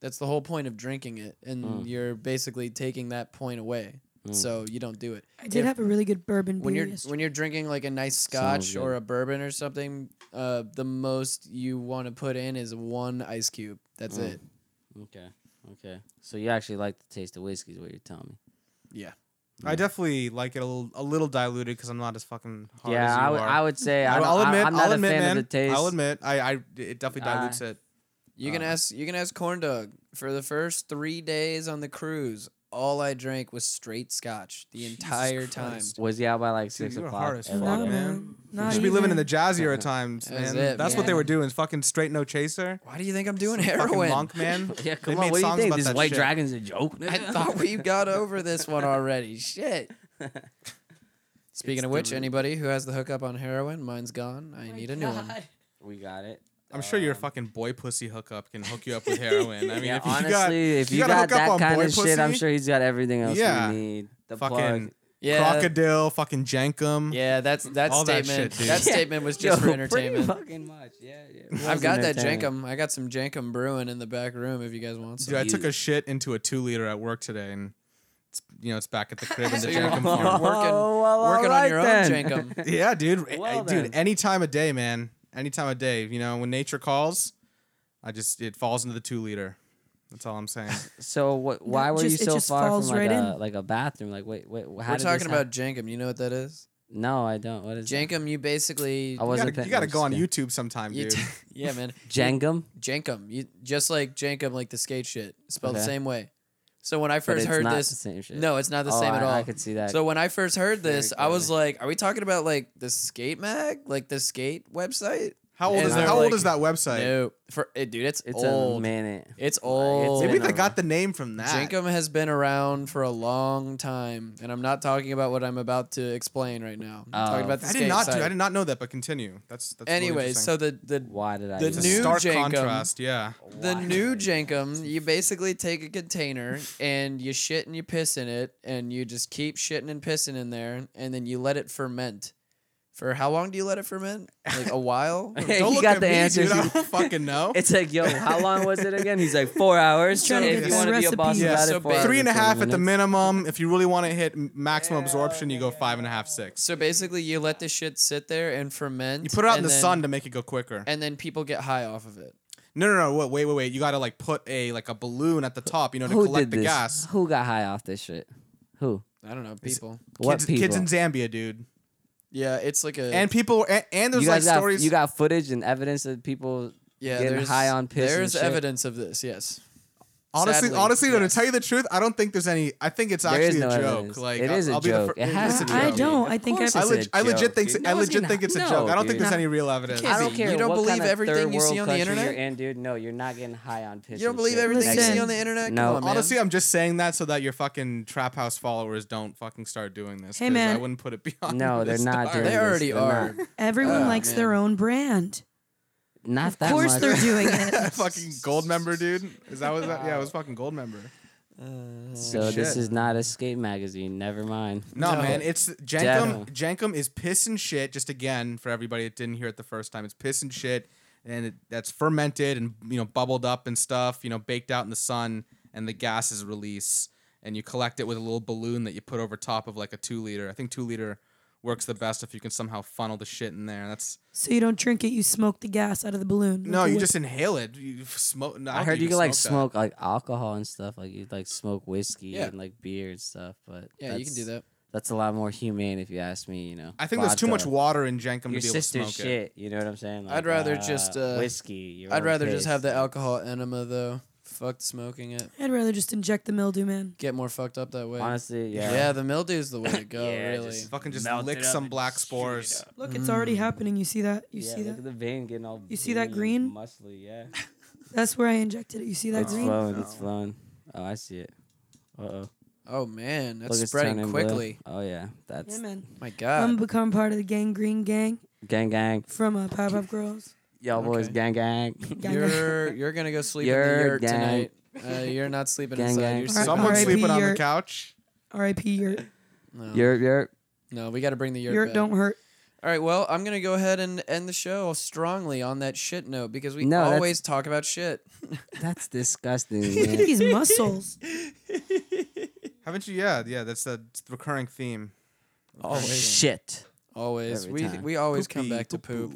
That's the whole point of drinking it, and
Mm.
you're basically taking that point away.
Mm.
So you don't do it
I did have a really good bourbon
when
beer
you're
yesterday.
when you're drinking like a nice
Sounds
Scotch
good.
or a bourbon or something. Uh, the most you want to put in is one ice cube. That's
Mm.
it.
Okay. Okay. So you actually like the taste of whiskey is what you're telling me.
Yeah.
I definitely like it a little, a little diluted because I'm not as fucking hard as
yeah,
you
I would.
are.
I would say. I
I'll,
don't,
I'll admit.
I, am not
will
a
admit,
fan
man.
of the taste.
I'll admit. I, I it definitely
I-
dilutes it.
You can
Uh.
ask you can ask corn dog for the first three days on the cruise. All I drank was straight Scotch the entire time.
Christ.
Was he out by like
Dude,
six
you were
o'clock?
hard as
every
fuck,
Nah,
day?
man.
Nah,
You should
you
be living in the
didn't.
jazz era times,
That's
man.
it,
That's
man.
what they were doing. Fucking straight no chaser.
Why do you think I'm doing
Fucking
heroin?
monk man.
Yeah, come
they
on.
Made
What do you
songs
think?
about
This
that
white
shit.
dragon's a joke.
I
nigga?
thought we got over this one already. Shit. Speaking
It's
of
the
which,
root.
anybody who has the hookup on heroin, mine's gone. I need a new one.
we got it.
I'm sure your
Um,
fucking boy pussy hookup can hook you up with heroin. I mean,
yeah,
if you
honestly,
got
if
you
you,
gotta
got
hook up
that
on
kind
boy
of shit, I'm
pussy,
sure he's got everything else
yeah,
we need. The plug.
fucking
Yeah.
crocodile, fucking jankum.
Yeah, that's that
All that
statement. That,
shit, dude. Yeah.
statement was just
Yo,
for
pretty
entertainment.
Fucking much. Yeah, yeah. it was
I've got that
entertainment.
Jankum. I got some Jankum brewing in the back room if you guys want some.
Dude, I took
you-
a shit into a two liter at work today, and it's, you know it's back at the crib in
So
the
you're- you're
jankum farm.
working,
Oh, well, all
working on
right
your
then.
own Jankum.
Yeah, dude. I-
Well
I- dude,
then.
any time of day, man. Any time of day. You know, when nature calls, I just it falls into the two liter. That's all I'm saying.
So what? Why
That
were you
just- it
so
just
far from
falls
like
right
a
in.
like a bathroom? Like wait, wait. How
We're
did this
talking
happen?
about Jankum. You know what that is?
No, I don't. What is it?
Jankum, you basically.
I
You
wasn't.
gotta, you gotta go on YouTube sometime,
you
dude.
t- yeah, man.
Jangum.
Jankum. You just like Jankum, like the skate shit, spelled the
Okay.
same way. So when I
But
first
it's
heard
not
this,
the same shit.
no, it's not the
Oh,
same at
I-
all.
I could see that.
So when I first heard this, I
Very
was like, "Are we talking about like the skate mag, like the skate website?"
How old
And
is
they're
that? How old
like,
is that website?
No, for eh, dude, it's,
it's a
old.
minute.
It's old.
Maybe
been
they
a-
got the name from that.
Jankum has been around for a long time, and I'm not talking about what I'm about to explain right now. I'm talking
Oh.
about the
I
skate
did not.
site.
Dude, I did not know that. but continue. That's that's really
anyway,
interesting.
so the the
Why did I?
The
It's
do that?
a
new
stark
Jankum-
contrast. Yeah.
The
Why
new
did I do
jankum, you basically take a container and you shit and you piss in it, and you just keep shitting and pissing in there, and then you let it ferment. For how long do you let it ferment? Like a while?
that?
Don't
He
look
got
at
the
me,
answers.
Dude, I don't fucking know.
It's like, yo, how long was it again? He's like, four hours.
trying to
if
get
you
the
want to be a boss
recipe.
about
Yeah,
it, four
so
Three
hours
and a
20
half at the
minutes.
minimum. If you really want to hit m- maximum absorption, you go five and a half, six.
so basically, you let the shit sit there and ferment.
You put it out in
and
the
then-
sun to make it go quicker.
and then people get high off of it.
No, no, no. Wait, wait, wait, wait. You gotta like put a like a balloon at the top, you know, to
Who
collect
did
the
this?
gas.
Who got high off this shit? Who?
I don't know, people.
What
kids,
people?
kids in Zambia, dude.
Yeah, it's like a
And people, and, and there's
you
like
guys got
stories.
you got footage and evidence of people
yeah,
getting
there's,
high on piss and
There's
shit.
evidence of this, yes.
Honestly,
Sadly,
honestly, though, to
yes.
tell you the truth, I don't think there's any. I think it's
There
actually
is no
a joke.
evidence.
Like
It
I'll-
is a
I'll be the
joke.
fir-
It has
it's a
to be.
I
joke.
don't.
Of
I think
course
I-
I,
it's
leg-
a
I legit
joke,
think
dude.
I
No, it's
legit
not.
think it's a
No,
joke. I don't
dude.
think there's
No.
any real evidence.
I don't
Izzy,
care.
you don't
what
believe
kind of
everything
third
you see on
world
the
country
internet?
You're in, dude. No, you're not getting high on piss.
You don't
and
believe
shit.
everything you
Listen.
see on the internet?
No.
Come on, man.
Honestly, I'm just saying that so that your fucking trap house followers don't fucking start doing this.
Hey,
'cause
man.
I wouldn't put it beyond.
No,
them to
they're not
start.
doing
They
this.
already
They're
are.
not.
Everyone
Oh,
likes
man.
their own brand.
Ah, Not
Of
that
course
much.
they're doing it.
fucking gold member, dude. Is that was that? Yeah, it was fucking gold member.
So
Good
this
shit.
is not Escape Magazine. Never mind.
No,
No.
man, it's
Denim.
Jankum. Jankum is piss and shit. Just again for everybody that didn't hear it the first time, it's piss and shit, and it, that's fermented and you know bubbled up and stuff. You know, baked out in the sun, and the gases release, and you collect it with a little balloon that you put over top of like a two liter. I think two liter works the best if you can somehow funnel the shit in there. That's
So you don't drink it, you smoke the gas out of the balloon.
no,
Like a
you
wick.
just inhale it. You smoke. No,
I, heard you
can
could like smoke like alcohol and stuff. Like you like smoke whiskey
Yeah.
and like beer and stuff. But
Yeah, you can do
that's-
that.
That's a lot more humane, if you ask me. You know.
I think there's too much
Vodka.
water in Jankum to be able
Your
to
sister's
smoke it.
shit. You know what I'm saying? Like,
rather just, uh,
whiskey. your
I'd
own
rather just
piss.
have the alcohol enema though. Fuck smoking it.
I'd rather just inject the mildew, man.
Get more fucked up that way.
Honestly, yeah.
yeah. the mildews the way to go.
Yeah,
really.
just
Fucking just
Melt it
lick
up
some
and
black
shoot it
spores.
up.
Look, it's already happening. You see that? You
Mm. yeah,
see
look
that?
at the vein getting all.
You see that green?
Muscly, yeah.
That's where I injected it. You see that
It's
green?
flowing. It's flowing. Oh, I see it. Uh oh.
oh man, that's
Look, it's
spreading
turning blue.
quickly.
Oh yeah, that's
Yeah, man.
My God.
I'm become part of the gang green gang
gang gang.
from uh, Pop Up Girls.
Y'all boys,
Okay.
gang gang.
Gang
you're you're gonna go sleep in
You're
the yurt
gang.
tonight. Uh, you're not sleeping
Gang,
inside.
gang.
You're
Alright,
sleeping.
Someone
alright.
sleeping on the
you're-
couch.
R.I.P. Yurt.
No.
Yerp yerp.
no, we got to bring the yurt.
Yurt
back.
don't hurt.
All right. Well, I'm gonna go ahead and end the show strongly on that shit note because we
No, that's-
always talk about shit.
That's disgusting.
Look at
man.
these muscles.
Haven't you? Yeah, yeah. That's the it's the recurring theme. Oh,
Always.
Oh, Shit.
Always.
Every
We
time.
we always come
Poopy,
back to poop.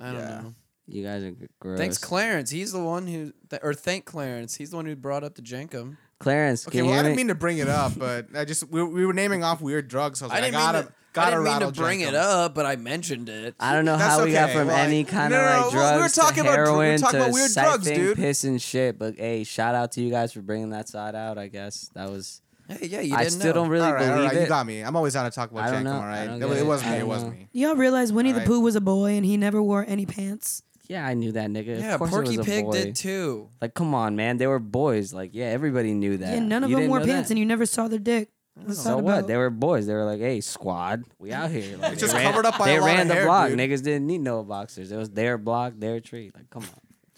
I don't
Yeah.
know.
You guys are g- gross.
Thanks, Clarence. He's the one who, th- or thank Clarence. He's the one who brought up the Jenkum.
Clarence.
Okay,
can
well,
you
I
hear
didn't
me?
mean to bring it up, but I just we, we were naming off weird drugs. So I was like, I, gotta
I
gotta
didn't mean
rattle
to bring
Jenkum.
it up, but I mentioned it.
I don't know
That's
how we got
okay,
from
well,
any
I-
kind of
no, no, no,
like
we- we were
drugs
talking
to
about dr- we were
heroin
talking
to
about weird drugs,
siphoning
dude.
piss and shit. But hey, shout out to you guys for bringing that side out. I guess that was.
Hey, yeah, you
I
didn't
still
know.
don't really
all right, all
believe
right,
it.
you got me. I'm always out to talk about
I don't
Jankum.
know,
All
I
right,
don't
it,
get
it
it,
wasn't
I
me. It
don't
wasn't
know.
me.
Y'all realize Winnie the
Alright.
Pooh was a boy and he never wore any pants.
Yeah, I knew that nigga.
Yeah,
of course
Porky
it was a
Pig
boy.
did too.
Like, come on, man. They were boys. Like, yeah, everybody knew that.
Yeah, none of
You
them
didn't
wore
know
pants
that. Oh,
and you never saw their dick. What's
so
that
what?
about?
They were boys. They were like, "Hey, squad, we out here." Like,
It's
they
just
ran-
covered up by
They
a lot
ran
of
the
hair,
block.
dude.
Niggas didn't need no boxers. It was their block, their tree. Like, come on.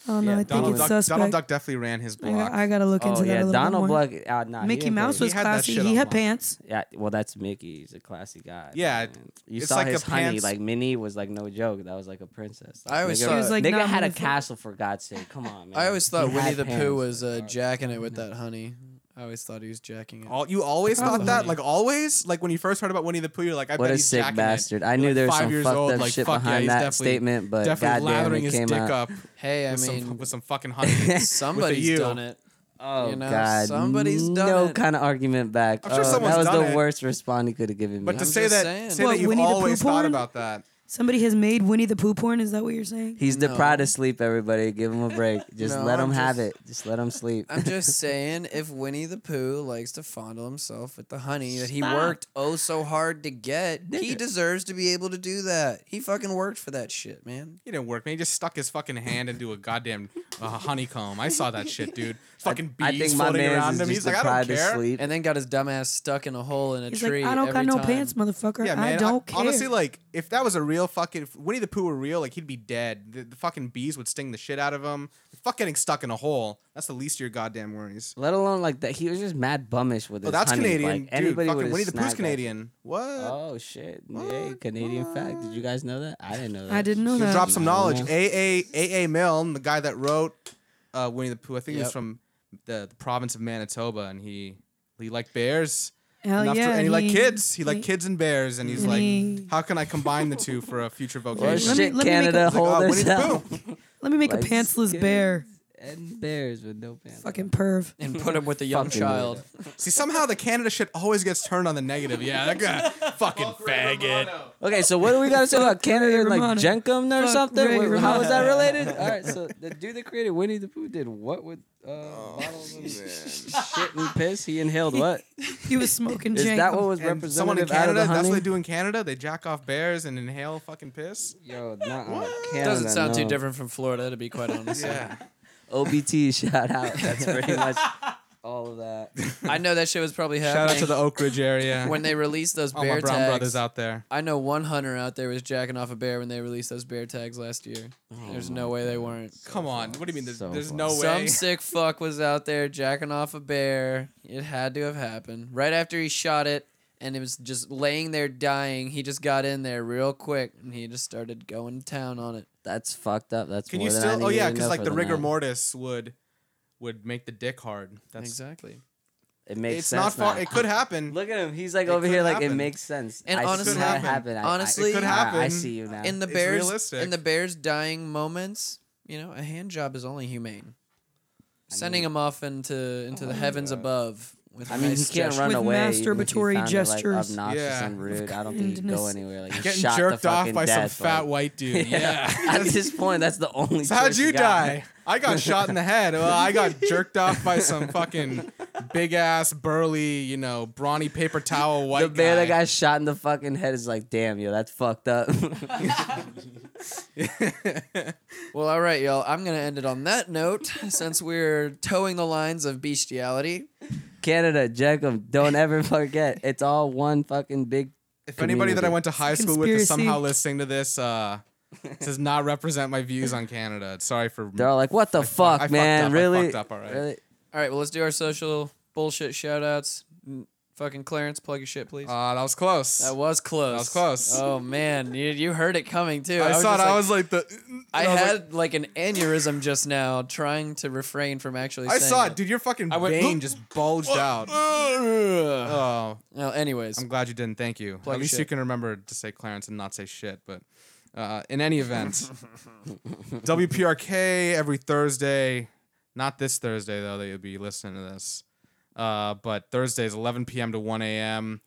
oh no,
yeah,
I think
Donald
it's
Duck,
suspect.
Donald Duck definitely ran his
I,
block.
got, I gotta look into
oh
that
yeah,
a little
Donald
bit more.
Black. Uh, nah, he
Mickey
didn't play
Mouse
the-
was
had that
classy.
shit
He
on
had
lock.
pants.
Yeah, well, that's Mickey. He's a classy guy.
Yeah,
man. you
it's
saw
like a
his honey.
pants-
Like Minnie was like no joke. That was like a princess.
I always
nigga,
thought- She was
like,
nigga
"Nah,
had a
motherfucker."
castle for God's sake. Come on, man.
I always thought
He
Winnie
had
the
pants.
Pooh was uh, jacking it with that honey. I always thought he was jacking it.
All, you always thought
Probably.
that, like always, like when you first heard about Winnie the Pooh, you're like, I
What
bet
a
he's
sick
jacking it.
bastard! I
You're,
knew
like,
there was
five
some
years
fucked
old,
up
like,
shit
fuck yeah,
behind
he's
that
definitely-
statement, but
Definitely
goddamn,
lathering
it
his
came
dick
out.
up
hey, I
with some
mean,
with some fucking honey.
somebody's
you.
done it.
Oh
You know,
God!
somebody's done
no
it.
kind of argument back.
I'm sure
Oh,
someone's
that was
done
the
it.
worst response he could have given me.
But to
I'm
say
just
that,
saying.
say
What,
that you've
Winnie the Pooh
always thought
porn?
about that.
Somebody has made Winnie the Pooh porn. Is that what you're saying?
He's
No.
deprived of sleep. Everybody, give him a break. Just
No,
let
I'm
him have it.
just-
Just let him sleep.
I'm just saying, if Winnie the Pooh likes to fondle himself with the honey that he
Stop.
worked oh so hard to get, he
Nigga.
deserves to be able to do that. He fucking worked for that shit, man.
He didn't work, man. He just stuck his fucking hand into a goddamn uh, honeycomb. I saw that shit, dude. Fucking bees
I think my
floating
man
around
is
him. He's
just
like, I
deprived
don't
of
care.
sleep.
And then got his dumb ass stuck in a hole in a
He's
tree.
like, I don't got
every
no
time.
pants, motherfucker.
Yeah, man.
I don't care.
Honestly, like, if that was a real fucking, if Winnie the Pooh were real, like, he'd be dead. The, the fucking bees would sting the shit out of him. Fuck getting stuck in a hole. That's the least of your goddamn worries.
Let alone like that. He was just mad bummish with his.
Oh, that's
honey.
Canadian.
Like,
dude,
anybody
fucking
would've
Winnie the Pooh's
snagged that.
Canadian. What?
Oh shit! Hey, Canadian fact. Did you guys know that? I didn't know that.
I didn't know
Should
that.
drop some knowledge.
Yeah.
A.A. A.A. Milne, the guy that wrote uh, Winnie the Pooh, I think he was
Yep.
from the, the province of Manitoba, and he he liked bears.
Hell
and, after-
yeah,
and he, liked kids. He liked kids and bears, and he's
and
like,
he-
how can I combine the two for a future
Well,
vocation?
Let me-
shit,
let me make a-
Canada,
He's like,
hold
"Oh,
us
Winnie the
out.
Pooh.
Let me make a
Like,
pantsless
skin.
bear.
and bears with no pants.
Fucking perv.
and put him with a young
Fucking
child.
See, somehow the Canada shit always gets turned on the negative. Yeah, that guy, fucking faggot.
Okay, so what do we got to say about Canada and like
Romano.
Jenkum or
Fuck
something?
Ray
Wh- How is that
Romano.
related? All right, so the dude that created Winnie the Pooh did what with uh,
Oh,
bottles of shit and piss? He inhaled what?
He was smoking
Is
jankum.
that what was
And someone in
representative out of
Canada,
the
that's what they
honey?
do in Canada. They jack off bears and inhale fucking piss.
Yo, not Canada.
Doesn't sound
no.
too different from Florida, to be quite honest.
OBT shout out. That's pretty much all of that.
I know that shit was probably happening.
Shout out to the Oak Ridge area.
when they released those
all
bear
my brown
tags.
brothers out there.
I know one hunter out there was jacking off a bear when they released those bear tags last year. There's no way they weren't.
Come on, what do you mean? There's,
So
there's
far.
no
Some
way.
sick fuck was out there jacking off a bear. It had to have happened. Right after he shot it and it was just laying there dying, he just got in there real quick and he just started going to town on it.
That's fucked up. That's
Can
more
you
than I
still? Oh
needed
yeah,
to
because
know
like
for
the rigor
night.
mortis would would make the dick hard. That's
exactly.
It makes
It's
sense.
not far.
now.
It could happen.
Look at him. He's like
It
over
could
here. Like it
happen.
makes sense.
And
I see
honestly-
it happen.
It could
I- I-
honestly- It could
I- I
happen.
see you now.
In the
It's
bears
realistic.
in the bears dying moments, you know, a hand job is only humane. Sending him off into into the heavens above with
oh I
a
mean,
nice
he can't
gesture.
run
With
away. even if you
masturbatory
found it,
gestures.
like, obnoxious
Yeah.
and rude. I don't think he'd go
kindness.
anywhere. Like, you
Getting
shot the
jerked off
fucking
by some
death,
fat
like-
white dude. Yeah.
At this point, that's the only.
So how'd
choice
you
got.
die? I got shot in the head. Well, I got jerked off by some fucking big ass, burly, you know, brawny paper towel white
The bear that
guy.
got shot in the fucking head is like, damn, yo, that's fucked up.
Well, all right, y'all. I'm going to end it on that note since we're towing the lines of bestiality.
Canada, Jackum, don't ever forget. It's all one fucking big.
if anybody that I went to high school with is
Conspiracy.
somehow listening to this, uh, this does not represent my views on Canada. Sorry for.
They're all like, what the fuck,
I fucked
man?
up, I
really?
fucked up, all right.
Really?
All right, well, let's do our social bullshit shout outs. Fucking Clarence, plug your shit, please.
Uh, that was close.
that was close. That
was close.
Oh, man. You, you heard it coming, too.
I,
was
saw it.
just
I
like-
was like the.
I
was like-
had like, an aneurysm just now trying to refrain from actually
I
saying
saw it, dude. Your fucking
I went,
vein just bulged out.
Ugh.
Oh,
Well, anyways,
I'm glad you didn't. Thank you.
Plug
At
your
least you
shit.
can remember to say Clarence and not say shit. But uh, in any event, WPRK every Thursday. Not this Thursday though. That you'll be listening to this. Uh, but Thursdays, 11 p.m. to 1 a.m.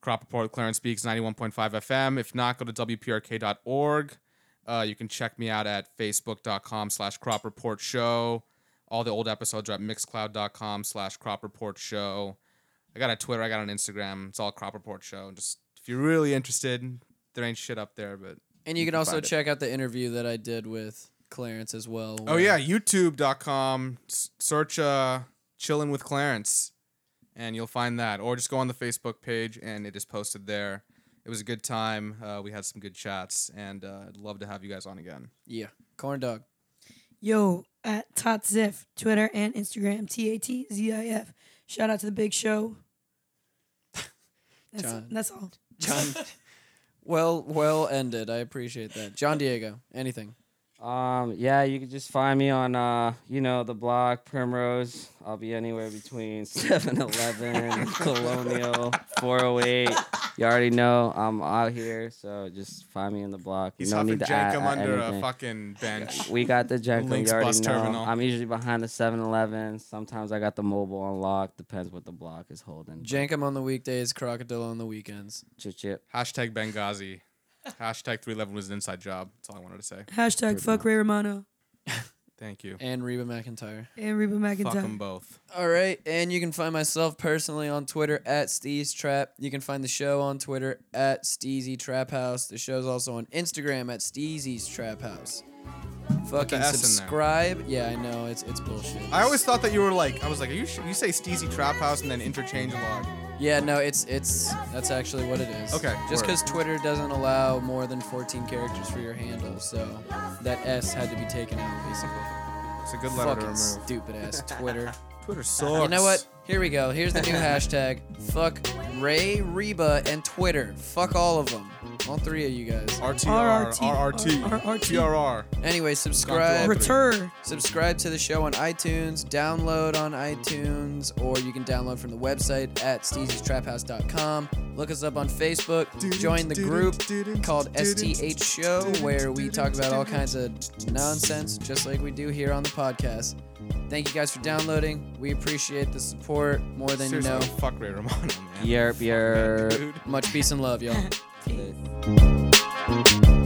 Crop Report, Clarence Speaks, 91.5 FM. If not, go to WPRK.org. Uh, you can check me out at facebook.com slash crop report show. All the old episodes are at mixcloud.com slash crop report show. I got a Twitter, I got an Instagram. It's all crop report show. Just if you're really interested, there ain't shit up there, but
and you can
can
also
find it.
check out the interview that I did with Clarence as well.
Oh
where-
yeah, YouTube.com. S- Search uh, "Chillin' with Clarence," and you'll find that, or just go on the Facebook page, and it is posted there. It was a good time. Uh, we had some good chats, and uh, I'd love to have you guys on again.
yeah, corn dog.
Yo, at Tot Ziff, Twitter and Instagram, T A T Z I F. Shout out to the big show. That's,
John.
that's all.
John. well, well ended. I appreciate that. John Diego, anything.
Um, yeah, you can just find me on uh, you know, the block, Primrose. I'll be anywhere between 7-Eleven, Colonial, 408. You already know I'm out here, so just find me in the block.
He's
no
huffing
need to add,
Jankum
add
under uh,
anything.
a fucking bench.
we got the Jenko.
Lynx
you already
bus
know.
terminal.
I'm usually behind the 7-Eleven. Sometimes I got the mobile unlocked. Depends what the block is holding.
Jankum on the weekdays, Crocodile on the weekends.
Chip, chip.
Hashtag Benghazi. Hashtag 311 was an inside job. That's all I wanted to say.
Hashtag fuck Ray Romano
Thank you.
And Reba McIntyre.
and Reba
Fuck them
McIntyre.
both.
All right. And you can find myself personally on Twitter at Steez Trap. You can find the show on Twitter at Steezy Trap House. The show's also on Instagram at Steezy's Trap House. Fucking
S in there.
subscribe. Yeah, I know. It's it's bullshit.
I always thought that you were like, I was like, are you sh- you say Steezy Trap House and then interchange a lot.
Yeah, no, it's it's that's actually what it is.
Okay,
Just
word.
because Twitter doesn't allow more than 14 characters for your handle, so that S had to be taken out basically.
It's a good letter to
Fucking
remove.
stupid ass Twitter.
Twitter sucks.
you know what? Here we go. Here's the new hashtag. Fuck Ray, Reba, and Twitter. Fuck all of them. All three of you guys.
RTR,
RRT,
RRT,
RRT.
TRR.
Anyway,
Gone
subscribe.
through all
Return.
Subscribe to the show on iTunes, download on iTunes, or you can download from the website at steezystraphouse.com. Look us up on Facebook, join the group called STH Show, where we talk about all kinds of nonsense, just like we do here on the podcast. Thank you guys for downloading. We appreciate the support more than
Seriously,
you know.
fuck Ray Romano, man.
Yerp,
Fuck that
yerp.
dude.
Much peace and love, y'all.
Peace.